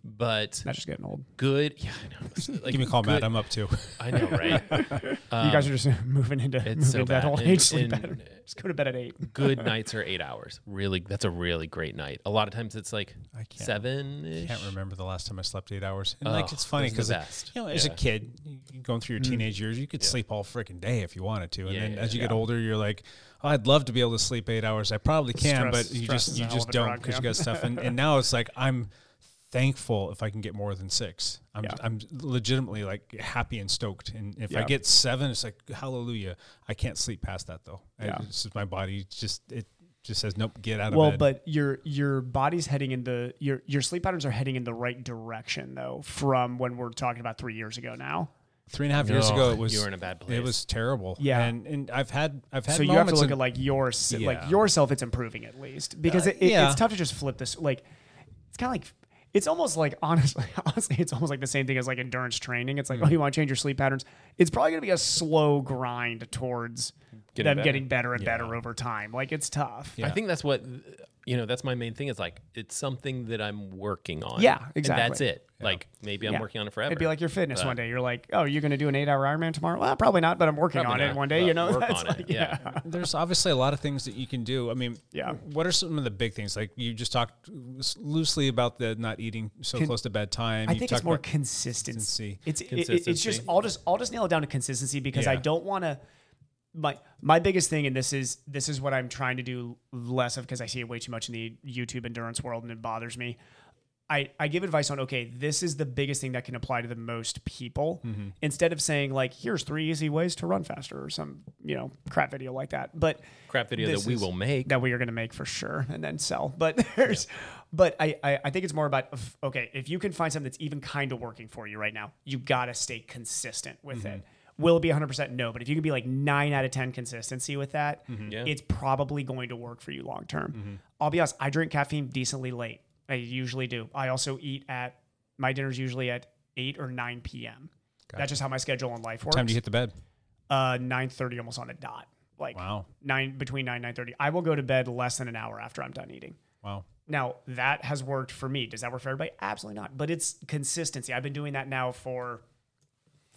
Speaker 7: but
Speaker 9: That's just getting old.
Speaker 7: good. Yeah, I know. It's Like,
Speaker 6: Give me a call, Matt.
Speaker 7: good-
Speaker 6: I'm up too.
Speaker 7: I know, right?
Speaker 9: you guys are just moving into, moving
Speaker 7: Um, so
Speaker 9: into that
Speaker 7: bad.
Speaker 9: old
Speaker 7: And-
Speaker 9: age sleep
Speaker 7: and-
Speaker 9: pattern. Just go to bed at eight.
Speaker 7: good nights are eight hours. Really, that's a really great night. A lot of times it's like
Speaker 6: I can't-
Speaker 7: seven ish.
Speaker 6: can't remember the last time I slept eight hours. And
Speaker 7: Oh,
Speaker 6: like it's funny
Speaker 7: those are the
Speaker 6: because
Speaker 7: best.
Speaker 6: you know, as
Speaker 7: Yeah. Mm.
Speaker 6: a kid, you- you're going through your teenage years, you could sleep all freaking day if you wanted to. And
Speaker 7: Yeah,
Speaker 6: then
Speaker 7: yeah,
Speaker 6: as you get older, you're like, oh, I'd love to be able to sleep eight hours. I probably can,
Speaker 9: Stress-
Speaker 6: but you
Speaker 9: stress
Speaker 6: just
Speaker 9: is a
Speaker 6: you
Speaker 9: hell
Speaker 6: just
Speaker 9: of a
Speaker 6: don't
Speaker 9: drug,
Speaker 6: because you
Speaker 9: yeah.
Speaker 6: got stuff. And, and now it's like I'm thankful if I can get more than six. I'm I'm legitimately like happy and stoked. And if I
Speaker 9: Yeah.
Speaker 6: get seven, it's like hallelujah. I can't sleep past that though.
Speaker 9: Yeah.
Speaker 6: I, it's just my body just it just says nope, get out of
Speaker 9: Well,
Speaker 6: bed.
Speaker 9: but your your body's heading in the your your sleep patterns are heading in the right direction though from when we're talking about three years ago now.
Speaker 6: three and a half years
Speaker 7: No,
Speaker 6: ago it was
Speaker 7: you were in a bad place.
Speaker 6: it was terrible
Speaker 9: Yeah.
Speaker 6: and and i've had i've had
Speaker 9: so you have to
Speaker 6: moments
Speaker 9: look
Speaker 6: in-
Speaker 9: at like your se-
Speaker 6: Yeah.
Speaker 9: like yourself. It's improving at least because
Speaker 6: Uh,
Speaker 9: it, it-
Speaker 6: yeah.
Speaker 9: it's tough to just flip this. Like it's kind of like it's almost like honestly, honestly, it's almost like the same thing as like endurance training. It's like
Speaker 7: Mm.
Speaker 9: oh, you want to change your sleep patterns. It's probably gonna be a slow grind towards them
Speaker 7: better.
Speaker 9: getting better and better over time. Like it's tough.
Speaker 7: I think that's what you know. That's my main thing. Is like it's something that I'm working on.
Speaker 9: Yeah,
Speaker 7: And that's
Speaker 9: exactly.
Speaker 7: it. Like maybe I'm
Speaker 9: Yeah.
Speaker 7: working on it forever.
Speaker 9: It'd be like your fitness one day. You're like, oh, you're going to do an eight hour Ironman tomorrow? Well, probably not, but I'm working
Speaker 7: Probably
Speaker 9: on
Speaker 7: not,
Speaker 9: it one day.
Speaker 7: but
Speaker 9: You know,
Speaker 7: work
Speaker 9: That's
Speaker 7: on
Speaker 9: like-
Speaker 7: it. Yeah.
Speaker 6: there's obviously a lot of things that you can do i mean
Speaker 9: Yeah.
Speaker 6: what are some of the big things like you just talked loosely about the not eating so close to bedtime
Speaker 9: I
Speaker 6: you
Speaker 9: think
Speaker 6: talked
Speaker 9: it's more
Speaker 6: about-
Speaker 9: consistency.
Speaker 6: consistency.
Speaker 9: It's it- it- it's just
Speaker 7: Consistency.
Speaker 9: I'll just I'll just nail it down to consistency because I
Speaker 6: Yeah.
Speaker 9: don't want to. My my biggest thing, and this is this is what I'm trying to do less of because I see it way too much in the YouTube endurance world, and it bothers me. I, I give advice on okay this is the biggest thing that can apply to the most people instead of saying like here's three easy ways to run faster or some you know crap video like that but
Speaker 7: crap video
Speaker 9: this
Speaker 7: that we
Speaker 9: is-
Speaker 7: will make.
Speaker 9: that we are going to make for sure and then sell but there's but I, I i think it's more about f- okay if you can find something that's even kind of working for you right now you gotta stay consistent with
Speaker 6: Mm-hmm.
Speaker 9: it will it be 100% no but if you can be like 9 out of 10 consistency with that
Speaker 6: Mm-hmm.
Speaker 9: it's probably going to work for you long term i'll be honest i drink caffeine decently late i usually do i also eat at my dinner's usually at 8 or 9 p.m that's just how my schedule in life works
Speaker 6: time to hit the bed
Speaker 9: uh 9:30 almost on the dot. Like
Speaker 6: Wow.
Speaker 9: 9 between 9 9:30. I will go to bed less than an hour after I'm done eating.
Speaker 6: wow
Speaker 9: Now, that has worked for me. Does that work for everybody? Absolutely not. But it's consistency. I've been doing that now for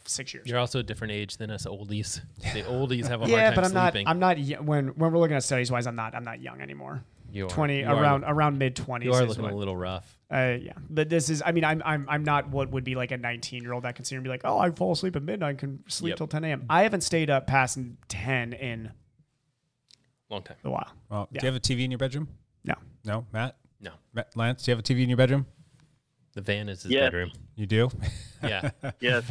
Speaker 9: 6 years.
Speaker 7: You're also a different age than us oldies. The oldies have a
Speaker 9: yeah,
Speaker 7: hard
Speaker 9: but
Speaker 7: time
Speaker 9: I'm
Speaker 7: sleeping.
Speaker 9: not I'm not y- when when we're looking at studies wise, I'm not I'm not young anymore.
Speaker 7: You are.
Speaker 9: 20
Speaker 7: You are
Speaker 9: around
Speaker 7: look-
Speaker 9: around mid 20s
Speaker 7: you are looking a little rough.
Speaker 9: Uh, yeah, but this is. I mean, I'm I'm I'm not what would be like a 19 year old that can sit here and be like, oh, I fall asleep at midnight, I can sleep
Speaker 7: Yep.
Speaker 9: till 10 a.m. I haven't stayed up past 10 in
Speaker 7: Long time.
Speaker 9: a while.
Speaker 6: well
Speaker 9: Yeah.
Speaker 6: do you have a tv in your bedroom
Speaker 9: No,
Speaker 6: no matt
Speaker 7: No,
Speaker 6: matt lance do you have a tv in your bedroom
Speaker 7: the van is his
Speaker 8: Yeah.
Speaker 7: bedroom.
Speaker 6: you do
Speaker 7: Yeah,
Speaker 8: Yes.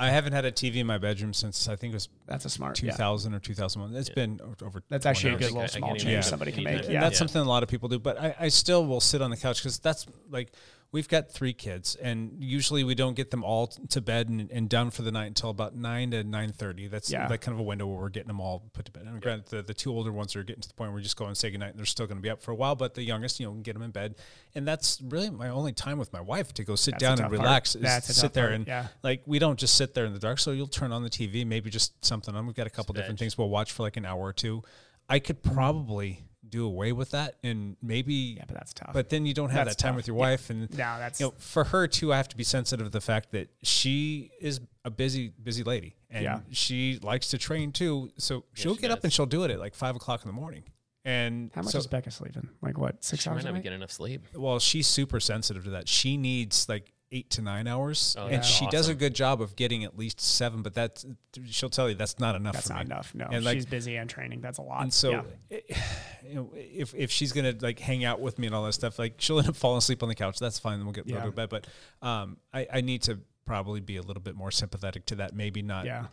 Speaker 6: i haven't had a tv in my bedroom since i think it was
Speaker 9: that's a smart. yeah.
Speaker 6: 2000 or 2001 It's been o- over
Speaker 9: That's actually a
Speaker 6: years.
Speaker 9: good little
Speaker 7: I
Speaker 9: small
Speaker 7: can
Speaker 9: change
Speaker 7: imagine.
Speaker 9: somebody can
Speaker 7: Yeah.
Speaker 9: make.
Speaker 7: And
Speaker 9: Yeah.
Speaker 6: And that's something a lot of people do. But I, I still will sit on the couch because that's like we've got three kids, and usually we don't get them all t- to bed and, and done for the night until about nine to nine thirty. That's
Speaker 9: Yeah.
Speaker 6: like kind of a window where we're getting them all put to bed. And granted, the, the two older ones are getting to the point where we just go and say goodnight, and they're still going to be up for a while. But the youngest, you know, we can get them in bed, and that's really my only time with my wife to go sit
Speaker 9: a
Speaker 6: down
Speaker 9: tough
Speaker 6: and
Speaker 9: part.
Speaker 6: relax. Is
Speaker 9: That's a tough
Speaker 6: sit there
Speaker 9: part,
Speaker 6: and
Speaker 9: yeah.
Speaker 6: like we don't just sit there in the dark. So you'll turn on the TV, maybe just something on. We've got a couple different things we'll watch for like an hour or two. I could
Speaker 9: Mm-hmm.
Speaker 6: probably do away with that and maybe yeah,
Speaker 9: but that's tough.
Speaker 6: But then you don't have
Speaker 9: That's
Speaker 6: that time
Speaker 9: tough.
Speaker 6: with your wife and
Speaker 9: No, that's-
Speaker 6: you know, for her too, I have to be sensitive to the fact that she is a busy, busy lady. And
Speaker 9: Yeah.
Speaker 6: she likes to train too. So she'll get up and she'll do it at like five o'clock in the morning. And
Speaker 9: How much
Speaker 6: so,
Speaker 9: is Becca sleeping? Like what? Six
Speaker 7: she might
Speaker 9: hours a
Speaker 7: not be
Speaker 9: night?
Speaker 7: getting enough sleep.
Speaker 6: well, she's super sensitive to that. She needs like eight to nine hours, and
Speaker 7: Oh, that's
Speaker 6: she does a
Speaker 7: awesome.
Speaker 6: good job of getting at least seven. But that's she'll tell you that's not enough.
Speaker 9: That's
Speaker 6: for
Speaker 9: not
Speaker 6: me.
Speaker 9: enough. No,
Speaker 6: and like
Speaker 9: she's busy and training. That's a lot.
Speaker 6: and so uh,
Speaker 9: yeah.
Speaker 6: it- you know, if if she's gonna like hang out with me and all that stuff, like she'll end up falling asleep on the couch. That's fine. Then we'll get
Speaker 9: Yeah.
Speaker 6: go to bed. But um, I I need to probably be a little bit more sympathetic to that. Maybe not.
Speaker 9: yeah.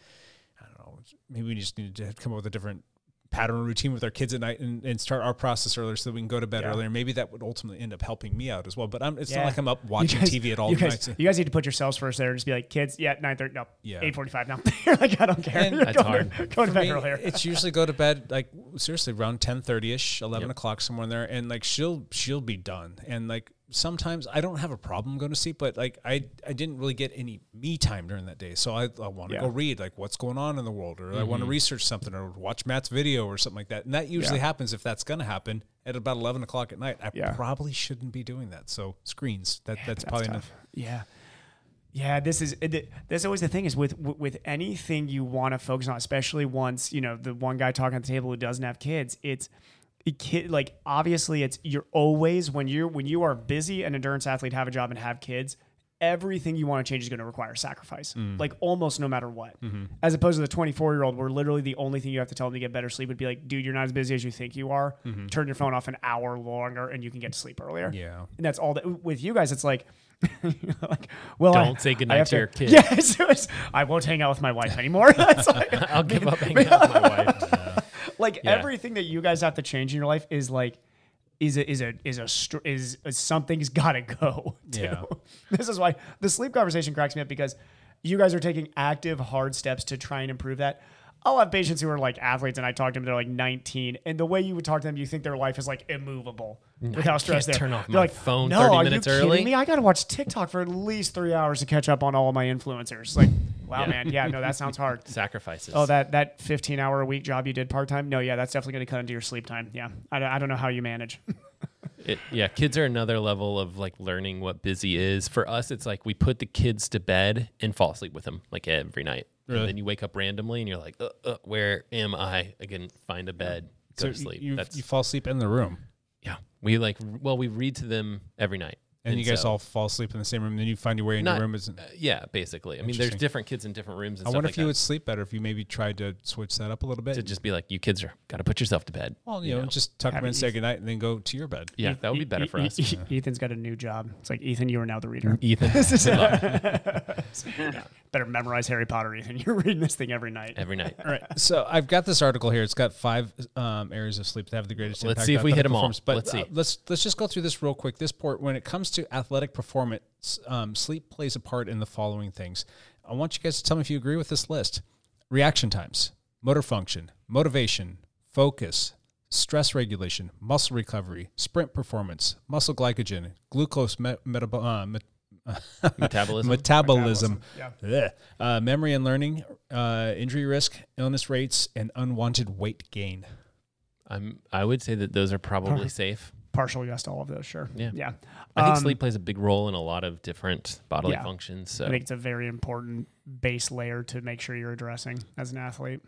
Speaker 6: I don't know. Maybe we just need to come up with a different pattern or routine with our kids at night and, and start our process earlier so that we can go to bed
Speaker 9: Yeah.
Speaker 6: earlier. Maybe that would ultimately end up helping me out as well. But I'm, it's
Speaker 9: Yeah.
Speaker 6: not like I'm up
Speaker 9: You
Speaker 6: watching
Speaker 9: guys-
Speaker 6: TV at all
Speaker 9: You
Speaker 6: night.
Speaker 9: guys, you guys need to put yourselves first there and just be like, kids, yeah, 9.30, no,
Speaker 6: Yeah.
Speaker 9: 8.45 now. You're like, I don't care.
Speaker 6: And-
Speaker 9: You're
Speaker 6: That's
Speaker 9: going
Speaker 7: hard.
Speaker 9: To, going to
Speaker 6: For
Speaker 9: bed
Speaker 6: me,
Speaker 9: earlier.
Speaker 6: it's usually go to bed like seriously around ten thirty ish, eleven o'clock somewhere in there, and like she'll she'll be done. And like sometimes I don't have a problem going to sleep, but like I I didn't really get any me time during that day, so I, I want to
Speaker 9: Yeah. Mm-hmm.
Speaker 6: go read like what's going on in the world, or I want to research something, or watch Matt's video or something like that. And that usually happens if that's going to happen at about eleven o'clock at night. I
Speaker 9: Yeah.
Speaker 6: probably shouldn't be doing that. So screens. That that's, probably enough.
Speaker 9: Yeah. Yeah, this is it- th- that's always the thing is with with- with anything you want to focus on, especially once you know the one guy talking at the table who doesn't have kids. It's it kid like obviously it's you're always when you're when you are busy an endurance athlete have a job and have kids. Everything you want to change is going to require sacrifice,
Speaker 6: Mm.
Speaker 9: like almost no matter what.
Speaker 6: Mm-hmm.
Speaker 9: As opposed to the 24 year old, where literally the only thing you have to tell them to get better sleep would be like, dude, you're not as busy as you think you are. Turn your phone off an hour longer and you can get to sleep earlier.
Speaker 6: Mm-hmm. Yeah.
Speaker 9: And that's all that with you guys, it's like, like well,
Speaker 7: Don't say goodnight
Speaker 9: have
Speaker 7: to your kid.
Speaker 9: Yeah, it's- it's- I won't hang out with my wife anymore. That's like,
Speaker 7: I'll give up hanging out with my wife.
Speaker 9: like
Speaker 7: Yeah.
Speaker 9: everything that you guys have to change in your life is like is a is a is a str- is, is something's got to go. too.
Speaker 6: Yeah.
Speaker 9: this is why the sleep conversation cracks me up because you guys are taking active hard steps to try and improve that. I'll have patients who are like athletes, and I talk to them. They're like 19, and the way you would talk to them, you think their life is like immovable with how stressed
Speaker 7: Mm. can't
Speaker 9: they're.
Speaker 7: turn off
Speaker 9: They're
Speaker 7: my
Speaker 9: like,
Speaker 7: phone
Speaker 9: no,
Speaker 7: 30
Speaker 9: are
Speaker 7: minutes
Speaker 9: you kidding
Speaker 7: early?"
Speaker 9: Me? I got to watch TikTok for at least three hours to catch up on all of my influencers. Like, wow, man, yeah, no, that sounds hard.
Speaker 7: Sacrifices.
Speaker 9: Oh, that that 15 hour a week job you did part time? No, yeah, that's definitely going to cut into your sleep time. Yeah. I, don't- I don't know how you manage.
Speaker 7: It, yeah, kids are another level of like learning what busy is. For us, it's like we put the kids to bed and fall asleep with them like every night. And then you wake up randomly and you're like, uh, uh, where am I? Again, find a bed, go to
Speaker 6: So
Speaker 7: sleep.
Speaker 6: You,
Speaker 7: That's
Speaker 6: you fall asleep in the room,
Speaker 7: yeah. We like well, we read to them every night.
Speaker 6: and, you guys
Speaker 7: so-
Speaker 6: all fall asleep in the same room. Then you find your way in
Speaker 7: Not-
Speaker 6: your room. Is
Speaker 7: uh, yeah, basically. I mean, there's
Speaker 6: Interesting.
Speaker 7: different kids in different rooms. And
Speaker 6: I
Speaker 7: stuff
Speaker 6: wonder
Speaker 7: like
Speaker 6: if you
Speaker 7: that.
Speaker 6: would sleep better if you maybe tried to switch that up a little bit.
Speaker 7: to just be like, you kids are got to put yourself to bed.
Speaker 6: well, you, know, just tuck them in, say goodnight, and then go to your bed.
Speaker 9: e
Speaker 7: Yeah, that would be better for us. Mm-hmm.
Speaker 9: Ethan's got a new job. It's like, Ethan, you are now the reader.
Speaker 7: Ethan, good luck
Speaker 9: Better memorize Harry Potter, Ethan. You're reading this thing every night.
Speaker 7: every night.
Speaker 6: All right. So I've got this article here. It's got five um, areas of sleep that have the greatest
Speaker 7: Let's
Speaker 6: impact.
Speaker 7: see if
Speaker 6: on
Speaker 7: we hit
Speaker 6: athletic
Speaker 7: 'em all.
Speaker 6: performance. But
Speaker 7: Let's see.
Speaker 6: uh, let's let's just go through this real quick. This part, when it comes to athletic performance, um, sleep plays a part in the following things. I want you guys to tell me if you agree with this list: reaction times, motor function, motivation, focus, stress regulation, muscle recovery, sprint performance, muscle glycogen, glucose me- metab- uh, met-
Speaker 7: Metabolism.
Speaker 6: metabolism, Ugh. Uh, memory and learning, uh, injury risk, illness rates, and unwanted weight gain.
Speaker 7: I'm. I would say that those are probably safe.
Speaker 9: Partial yes to all of those, sure.
Speaker 7: Yeah.
Speaker 9: Yeah.
Speaker 7: I think
Speaker 9: Um,
Speaker 7: sleep plays a big role in a lot of different bodily
Speaker 9: Yeah.
Speaker 7: functions.
Speaker 9: I
Speaker 7: So
Speaker 9: think it's a very important base layer to make sure you're addressing as an athlete.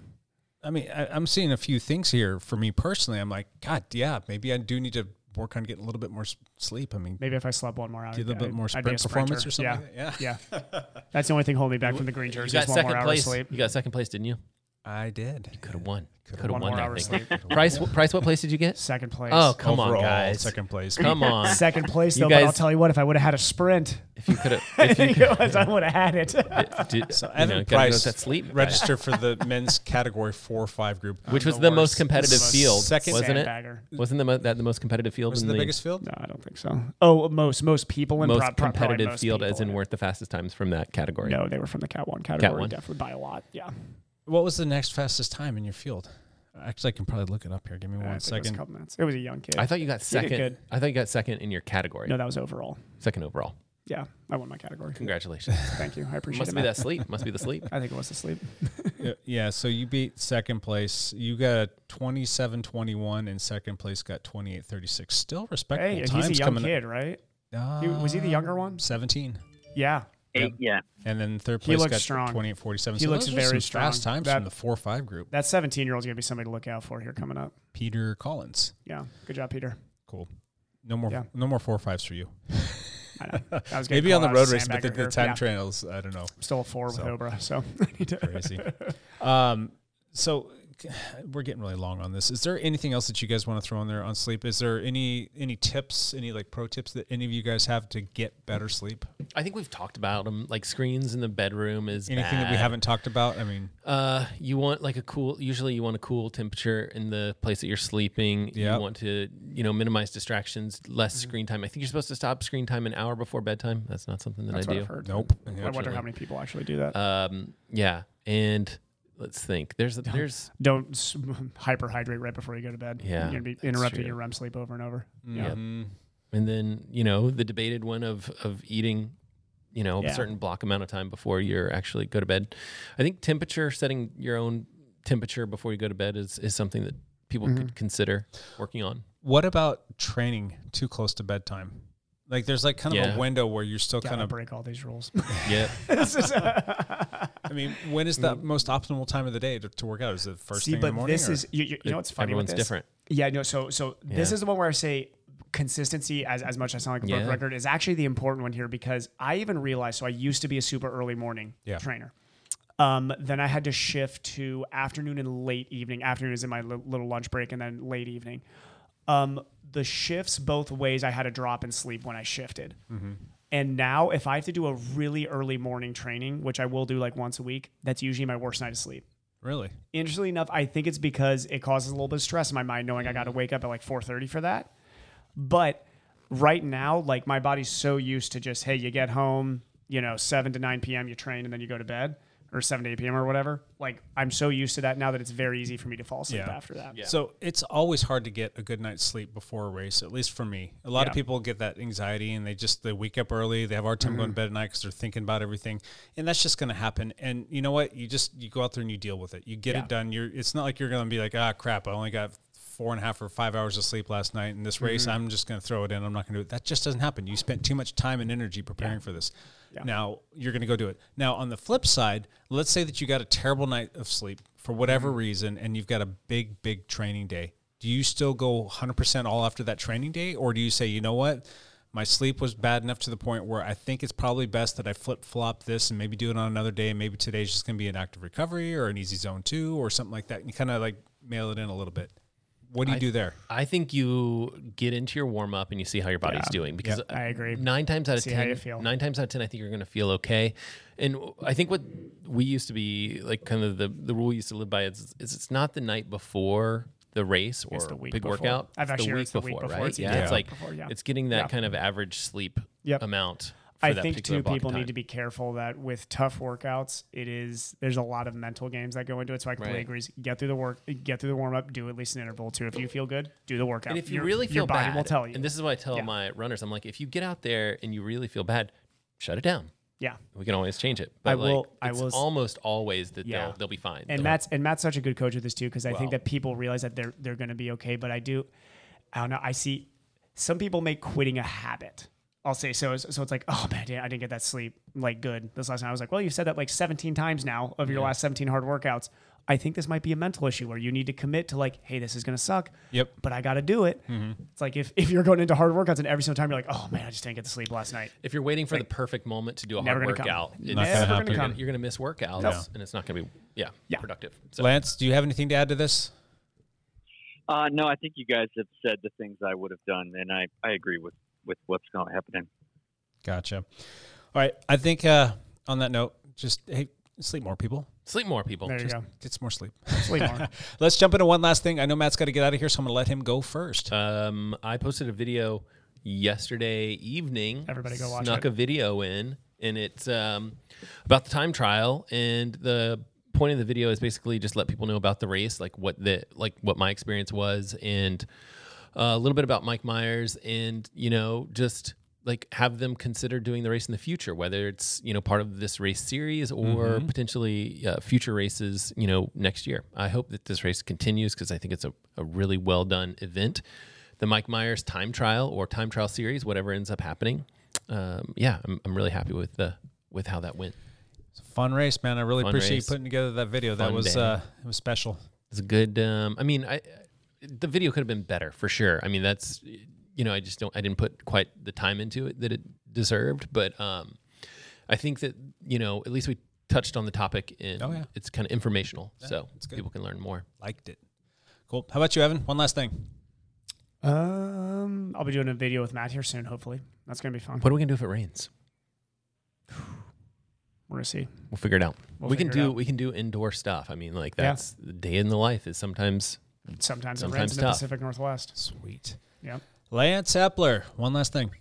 Speaker 6: I mean, I, I'm seeing a few things here for me personally. I'm like, God, yeah, maybe I do need to work on getting a little bit more s- sleep. I mean,
Speaker 9: Maybe if I slept one more hour,
Speaker 6: Get a little bit more
Speaker 9: I'd
Speaker 6: sprint
Speaker 9: be a
Speaker 6: performance
Speaker 9: sprinter.
Speaker 6: or something
Speaker 9: Yeah.
Speaker 6: like that.
Speaker 9: Yeah. That's the only thing holding me back from the green
Speaker 7: you
Speaker 9: jersey
Speaker 7: got
Speaker 9: is one more
Speaker 7: second
Speaker 9: hour
Speaker 7: place.
Speaker 9: of sleep.
Speaker 7: You got second place, didn't you?
Speaker 6: I did.
Speaker 7: Could have won. Could have
Speaker 9: won
Speaker 7: won,
Speaker 9: more
Speaker 7: that
Speaker 9: hours
Speaker 7: thing.
Speaker 9: sleep.
Speaker 7: Price. wh- Price. What place did you get?
Speaker 9: Second place.
Speaker 7: Oh, come on,
Speaker 6: Overall,
Speaker 7: guys.
Speaker 6: Second place.
Speaker 7: Come on.
Speaker 9: Second place
Speaker 7: You
Speaker 9: though, but I'll
Speaker 7: guys-
Speaker 9: tell you what, if I would have had a sprint,
Speaker 7: If you could have. If you could
Speaker 9: I would have had it.
Speaker 7: have. Did, you
Speaker 6: Evan
Speaker 7: know, gotta go
Speaker 6: Price
Speaker 7: with that sleep.
Speaker 6: register for the men's category four or five group,
Speaker 7: Which was
Speaker 9: the
Speaker 7: the, most
Speaker 9: worst-
Speaker 7: competitive
Speaker 9: most
Speaker 7: field,
Speaker 6: second
Speaker 7: wasn't it?
Speaker 9: sandbagger.
Speaker 7: Wasn't the mo- that the most competitive field
Speaker 6: was
Speaker 7: in
Speaker 6: the, biggest field.
Speaker 9: No, I don't think so. Oh, most most people in
Speaker 7: most
Speaker 9: pro- pro- probably
Speaker 7: competitive
Speaker 9: most
Speaker 7: field, as
Speaker 9: people
Speaker 7: in worth the fastest times from that category?
Speaker 9: No, they were from the Cat One category,
Speaker 7: Cat one.
Speaker 9: definitely by a lot. Yeah,
Speaker 6: What was the next fastest time in your field? Actually, I can probably look it up here. Give me one
Speaker 9: I think It was a
Speaker 6: second.
Speaker 9: couple minutes. It was a young kid.
Speaker 7: I thought you got
Speaker 9: You did
Speaker 7: second.
Speaker 9: good.
Speaker 7: I thought you got second in your category,
Speaker 9: no, that was overall.
Speaker 7: second overall.
Speaker 9: Yeah, I won my category.
Speaker 7: Congratulations.
Speaker 9: Thank you. I appreciate
Speaker 7: Must
Speaker 9: it.
Speaker 7: be
Speaker 9: Matt.
Speaker 7: that sleep. Must be the sleep.
Speaker 9: I think it was the sleep.
Speaker 6: Yeah, Yeah, so you beat second place. You got 27 21, and second place got 28 36. Still respectable
Speaker 9: Hey, and
Speaker 6: times
Speaker 9: he's a young
Speaker 6: coming Uh,
Speaker 9: kid, right?
Speaker 6: up.
Speaker 9: He- was he the younger one?
Speaker 6: 17.
Speaker 9: Yeah.
Speaker 8: Eight, yeah.
Speaker 6: And then third
Speaker 9: He
Speaker 6: place
Speaker 9: looks
Speaker 6: got
Speaker 9: strong.
Speaker 6: 28 47.
Speaker 9: He
Speaker 6: so
Speaker 9: looks
Speaker 6: those were
Speaker 9: very
Speaker 6: some
Speaker 9: strong.
Speaker 6: Fast times
Speaker 9: That-
Speaker 6: from the 4 5 group.
Speaker 9: That 17 year old's going to be somebody to look out for here coming up.
Speaker 6: Peter Collins.
Speaker 9: Yeah. Good job, Peter.
Speaker 6: Cool. No more,
Speaker 9: Yeah.
Speaker 6: no more four fives for you.
Speaker 9: I know. I was gonna
Speaker 6: Maybe
Speaker 9: call
Speaker 6: on the
Speaker 9: out
Speaker 6: road
Speaker 9: Sam
Speaker 6: race, but the,
Speaker 9: Becker
Speaker 6: the
Speaker 9: here.
Speaker 6: time
Speaker 9: Yeah,
Speaker 6: trials, I don't know.
Speaker 9: Still a four with
Speaker 6: So.
Speaker 9: Obra. So
Speaker 6: Crazy. um, so we're getting really long on this. Is there anything else that you guys want to throw in there on sleep? Is there any any tips, any like pro tips that any of you guys have to get better sleep?
Speaker 7: I think we've talked about them. Like screens in the bedroom is
Speaker 6: Anything that we
Speaker 7: bad.
Speaker 6: haven't talked about? I mean,
Speaker 7: Uh, you want like a cool. Usually, you want a cool temperature in the place that you're sleeping.
Speaker 6: Yeah.
Speaker 7: You want to, you know, minimize distractions, less
Speaker 9: Mm-hmm.
Speaker 7: screen time. I think you're supposed to stop screen time an hour before bedtime. That's not something that
Speaker 9: that's
Speaker 7: I
Speaker 9: what
Speaker 7: do.
Speaker 9: I've heard.
Speaker 6: nope.
Speaker 9: I wonder how many people actually do that.
Speaker 7: Um, yeah, and let's think. There's there's
Speaker 9: don't s- hyperhydrate right before you go to bed.
Speaker 7: Yeah,
Speaker 9: you're gonna be
Speaker 7: that's
Speaker 9: interrupting
Speaker 7: true.
Speaker 9: your REM sleep over and over.
Speaker 7: yeah.
Speaker 6: Mm-hmm.
Speaker 7: and then you know the debated one of of eating, you know,
Speaker 9: Yeah.
Speaker 7: a certain block amount of time before you're actually go to bed. I think temperature setting your own temperature before you go to bed is is something that people
Speaker 9: Mm-hmm.
Speaker 7: could consider working on.
Speaker 6: What about training too close to bedtime? Like there's like kind of
Speaker 7: Yeah.
Speaker 6: a window where you're still
Speaker 9: Gotta
Speaker 6: kind of.
Speaker 9: break all these rules.
Speaker 7: Yeah.
Speaker 9: This is-
Speaker 6: I mean, when is the most optimal time of the day to, to work out? Is it the first
Speaker 9: Mm. See,
Speaker 6: thing in the
Speaker 9: but
Speaker 6: morning?
Speaker 9: this
Speaker 6: or-
Speaker 9: is you, you, you know what's funny.
Speaker 7: Everyone's
Speaker 9: with this?
Speaker 7: different.
Speaker 9: Yeah, no. So so this
Speaker 7: Yeah.
Speaker 9: is the one where I say consistency as as much as I sound like a broken
Speaker 7: Yeah.
Speaker 9: record is actually the important one here because I even realized so I used to be a super early morning
Speaker 6: Yeah.
Speaker 9: trainer. Um, then I had to shift to afternoon and late evening. Afternoon is in my li- little lunch break, and then late evening. Um, the shifts both ways. I had to drop in sleep when I shifted.
Speaker 6: Mm-hmm.
Speaker 9: And now, if I have to do a really early morning training, which I will do like once a week, that's usually my worst night of sleep
Speaker 6: really
Speaker 9: interestingly enough, I think it's because it causes a little bit of stress in my mind knowing I got to
Speaker 7: Mm-hmm.
Speaker 9: wake up at like 4:30 for that. But right now, like my body's so used to just hey, you get home, you know, 7 to 9 p.m. you train and then you go to bed or 7 to 8 p.m. or whatever. Like I'm so used to that now that it's very easy for me to fall asleep
Speaker 6: Yeah.
Speaker 9: after that.
Speaker 6: So it's always hard to get a good night's sleep before a race, at least for me. A lot
Speaker 9: Yeah.
Speaker 6: of people get that anxiety and they just they wake up early. They have a hard time going to
Speaker 9: Mm-hmm.
Speaker 6: bed at night because they're thinking about everything, and that's just going to happen. And you know what? You just you go out there and you deal with it. You get
Speaker 9: Yeah.
Speaker 6: it done. You're. It's not like you're going to be like ah crap. I only got four and a half or five hours of sleep last night in this race. I'm just going to throw it in. I'm not going to do it. That just doesn't happen. You spent too much time and energy preparing for this. Now you're going to go do it. Now on the flip side, let's say that you got a terrible night of sleep for whatever reason, and you've got a big, big training day. Do you still go 100% all after that training day, or do you say, you know what, my sleep was bad enough to the point where I think it's probably best that I flip flop this and maybe do it on another day, and maybe today's just going to be an active recovery or an easy zone two or something like that. And you kind of like mail it in a little bit. What do you do there?
Speaker 7: I think you get into your warm up and you see how your body's doing because
Speaker 9: I agree.
Speaker 7: Nine times out of
Speaker 9: See how
Speaker 7: ten,
Speaker 9: you feel.
Speaker 7: nine times out of ten, I think you're going to feel okay. And w- I think what we used to be like, kind of the the rule we used to live by is, is it's not the night before the race or
Speaker 9: the week
Speaker 7: big
Speaker 9: before.
Speaker 7: workout.
Speaker 9: I've
Speaker 7: it's
Speaker 9: actually
Speaker 7: the
Speaker 9: heard
Speaker 7: week
Speaker 9: it's the
Speaker 7: before,
Speaker 9: week before.
Speaker 7: right?
Speaker 9: It's
Speaker 7: yeah,
Speaker 9: the
Speaker 7: it's
Speaker 9: week
Speaker 7: like
Speaker 9: before, yeah.
Speaker 7: it's getting that
Speaker 9: Yeah.
Speaker 7: kind of average sleep
Speaker 9: Yep.
Speaker 7: amount. For
Speaker 9: I
Speaker 7: that
Speaker 9: think
Speaker 7: particular
Speaker 9: too
Speaker 7: block of
Speaker 9: people
Speaker 7: time.
Speaker 9: need to be careful that with tough workouts, it is there's a lot of mental games that go into it. So I completely
Speaker 7: Right.
Speaker 9: agree. Get through the work, get through the warm up, do at least an interval too. If you feel good, do the workout.
Speaker 7: And if you
Speaker 9: Your-
Speaker 7: really feel
Speaker 9: your body
Speaker 7: bad,
Speaker 9: will tell you.
Speaker 7: And this is what I tell
Speaker 9: Yeah.
Speaker 7: my runners: I'm like, if you get out there and you really feel bad, shut it down.
Speaker 9: yeah.
Speaker 7: We can always change it.
Speaker 9: I
Speaker 7: But like,
Speaker 9: will- I
Speaker 7: it's
Speaker 9: will s-
Speaker 7: almost always that
Speaker 9: Yeah.
Speaker 7: they'll they'll be fine.
Speaker 9: and
Speaker 7: They'll-
Speaker 9: Matt's and Matt's such a good coach with this too because I
Speaker 7: Wow.
Speaker 9: think that people realize that they're they're going to be okay. But I do, I don't know. I see some people make quitting a habit. I'll say so. So it's like, oh man, I didn't- I didn't get that sleep like good this last night. I was like, well, you said that like 17 times now of your last 17 hard workouts. I think this might be a mental issue where you need to commit to like, hey, this is going to suck.
Speaker 6: Yep.
Speaker 9: But I got to do it.
Speaker 7: Mm-hmm.
Speaker 9: It's like if, if you're going into hard workouts and every single time you're like, oh man, I just didn't get the sleep last night.
Speaker 7: If you're waiting for the perfect moment to do a
Speaker 9: Never
Speaker 7: hard
Speaker 9: gonna come.
Speaker 7: workout, it's-
Speaker 6: gonna
Speaker 7: you're
Speaker 6: happen.
Speaker 7: gonna-
Speaker 9: come.
Speaker 7: You're going to miss workouts, and it's not going to be yeah,
Speaker 9: Yeah.
Speaker 7: productive. So
Speaker 6: Lance, do you have anything to add to this?
Speaker 8: Uh, no, I think you guys have said the things I would have done, and I, I agree with, with what's going happening.
Speaker 6: Gotcha. All right. I think uh, on that note, just hey, sleep more, people.
Speaker 7: sleep more, people.
Speaker 9: There you
Speaker 7: Just-
Speaker 9: go.
Speaker 6: Get some more sleep.
Speaker 9: Sleep more.
Speaker 6: Let's jump into one last thing. I know Matt's got to get out of here, so I'm going to let him go first.
Speaker 7: Um, I posted a video yesterday evening.
Speaker 9: Everybody go watch
Speaker 7: Snuck
Speaker 9: it.
Speaker 7: a video in, and it's um, about the time trial. And the point of the video is basically just let people know about the race, like what the like what my experience was, and uh, a little bit about Mike Myers, and you know just like have them consider doing the race in the future whether it's you know part of this race series or potentially uh, future races you know next year i hope that this race continues because i think it's a, a really well done event the mike myers time trial or time trial series whatever ends up happening um, yeah I'm, I'm really happy with the with how that went
Speaker 6: Fun race, man. I really
Speaker 7: Fun
Speaker 6: appreciate
Speaker 7: race.
Speaker 6: you putting together that video. that
Speaker 7: Fun
Speaker 6: was
Speaker 7: day.
Speaker 6: uh, it was special.
Speaker 7: It's a good. Um, I mean, I the video could have been better for sure. I mean, that's you know, I just don't. I didn't put quite the time into it that it deserved. But um, I think that you know, at least we touched on the topic. And
Speaker 6: Oh, yeah.
Speaker 7: it's kind of informational, so
Speaker 6: it's good.
Speaker 7: people can learn more.
Speaker 6: Liked it. Cool. How about you, Evan? One last thing.
Speaker 9: um, I'll be doing a video with Matt here soon. Hopefully, that's going to be fun.
Speaker 7: What are we gonna do if it rains?
Speaker 9: We're going to see.
Speaker 7: We'll figure it out.
Speaker 9: We'll
Speaker 7: we can
Speaker 9: figure it
Speaker 7: do
Speaker 9: out.
Speaker 7: we can do indoor stuff. I mean, like that's the day in the life is sometimes
Speaker 9: Sometimes, it
Speaker 7: Sometimes
Speaker 9: rains in the
Speaker 7: tough.
Speaker 9: Pacific Northwest.
Speaker 6: Sweet.
Speaker 9: Yep.
Speaker 6: Lance Epler. One last thing.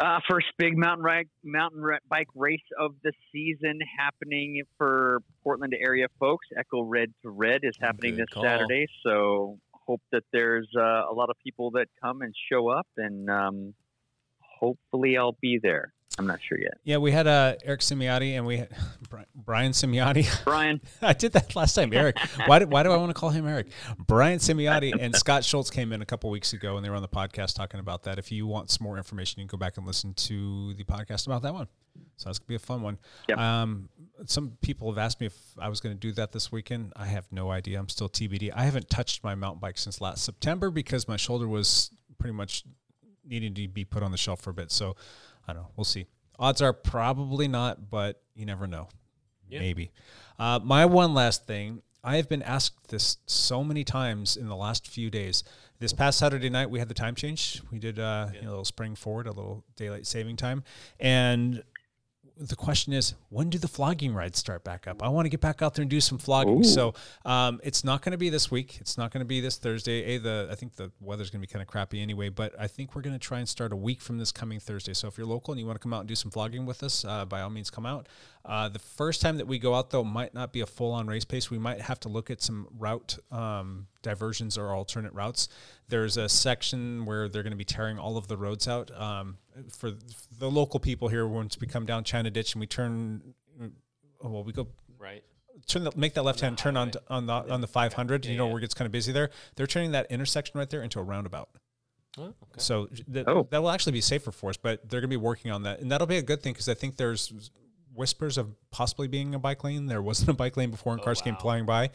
Speaker 8: Uh, first big mountain ride, mountain ri- bike race of the season happening for Portland area folks. Echo Red to Red is happening
Speaker 7: Good
Speaker 8: this
Speaker 7: call.
Speaker 8: Saturday, so hope that there's uh, a lot of people that come and show up, and um, hopefully I'll be there. I'm not sure yet.
Speaker 6: Yeah, we had uh, Eric Simiotti and we had Bri- Brian Simiotti.
Speaker 8: Brian,
Speaker 6: I did that last time, Eric. Why do, why do I want to call him Eric? Brian Simiotti and Scott Schultz came in a couple weeks ago and they were on the podcast talking about that. If you want some more information, you can go back and listen to the podcast about that one. So that's going to be a fun one.
Speaker 8: Yep.
Speaker 6: Um, some people have asked me if I was going to do that this weekend. I have no idea. I'm still TBD. I haven't touched my mountain bike since last September because my shoulder was pretty much needing to be put on the shelf for a bit. So I don't know. We'll see. Odds are probably not, but you never know. Maybe. Uh, my one last thing. I have been asked this so many times in the last few days. This past Saturday night, we had the time change. We did uh, you know, a little spring forward, a little daylight saving time, and the question is when do the flogging rides start back up i want to get back out there and do some flogging so um, it's not going to be this week it's not going to be this thursday a the i think the weather's going to be kind of crappy anyway but i think we're going to try and start a week from this coming thursday so if you're local and you want to come out and do some flogging with us uh, by all means come out uh, the first time that we go out though might not be a full-on race pace we might have to look at some route um, diversions or alternate routes there's a section where they're going to be tearing all of the roads out um, for the local people here once we come down China Ditch and we turn oh, well we go
Speaker 7: Right.
Speaker 6: turn the, make that left hand turn on on the on the 500 you know where it gets kind of busy there they're turning that intersection right there into a roundabout so th-
Speaker 8: Oh.
Speaker 6: that will actually be safer for us but they're going to be working on that and that'll be a good thing because i think there's whispers of possibly being a bike lane there wasn't a bike lane before
Speaker 7: Oh,
Speaker 6: and cars came flying by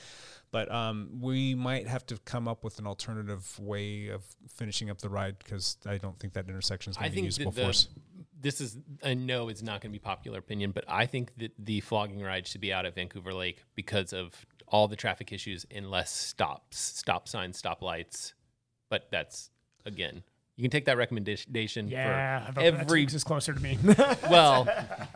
Speaker 6: but um, we might have to come up with an alternative way of finishing up the ride because I don't think that intersection is
Speaker 7: I
Speaker 6: going to be
Speaker 7: think
Speaker 6: usable
Speaker 7: that
Speaker 6: for us.
Speaker 7: the, this is I know it's not going to be popular opinion, but I think that the flogging ride should be out of Vancouver Lake because of all the traffic issues and less stops, stop signs, stop lights. But that's again, you can take that recommendation
Speaker 9: Yeah,
Speaker 7: for
Speaker 9: but that
Speaker 7: every.
Speaker 9: takes us closer to me.
Speaker 7: Well,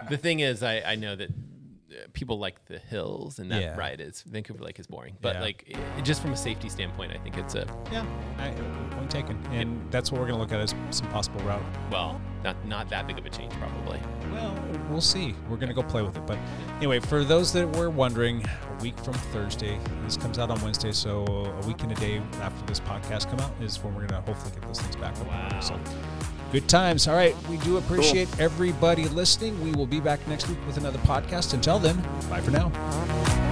Speaker 7: the thing is, I, I know that uh, people like the hills and that
Speaker 6: Yeah.
Speaker 7: ride is Vancouver Lake is boring, but
Speaker 6: Yeah.
Speaker 7: like i- just from a safety standpoint, I think it's a
Speaker 6: Yeah, I, point taken. And that's what we're going to look at as some possible route.
Speaker 7: well, not not that big of a change probably.
Speaker 6: Well, we'll see. We're going to go play with it. But anyway, for those that were wondering, a week from Thursday, this comes out on Wednesday, so a week and a day after this podcast come out is when we're going to hopefully get those things back up. Wow. So good times. All right, we do appreciate everybody listening. We will be back next week with another podcast. Until then, bye for now.
Speaker 4: Thank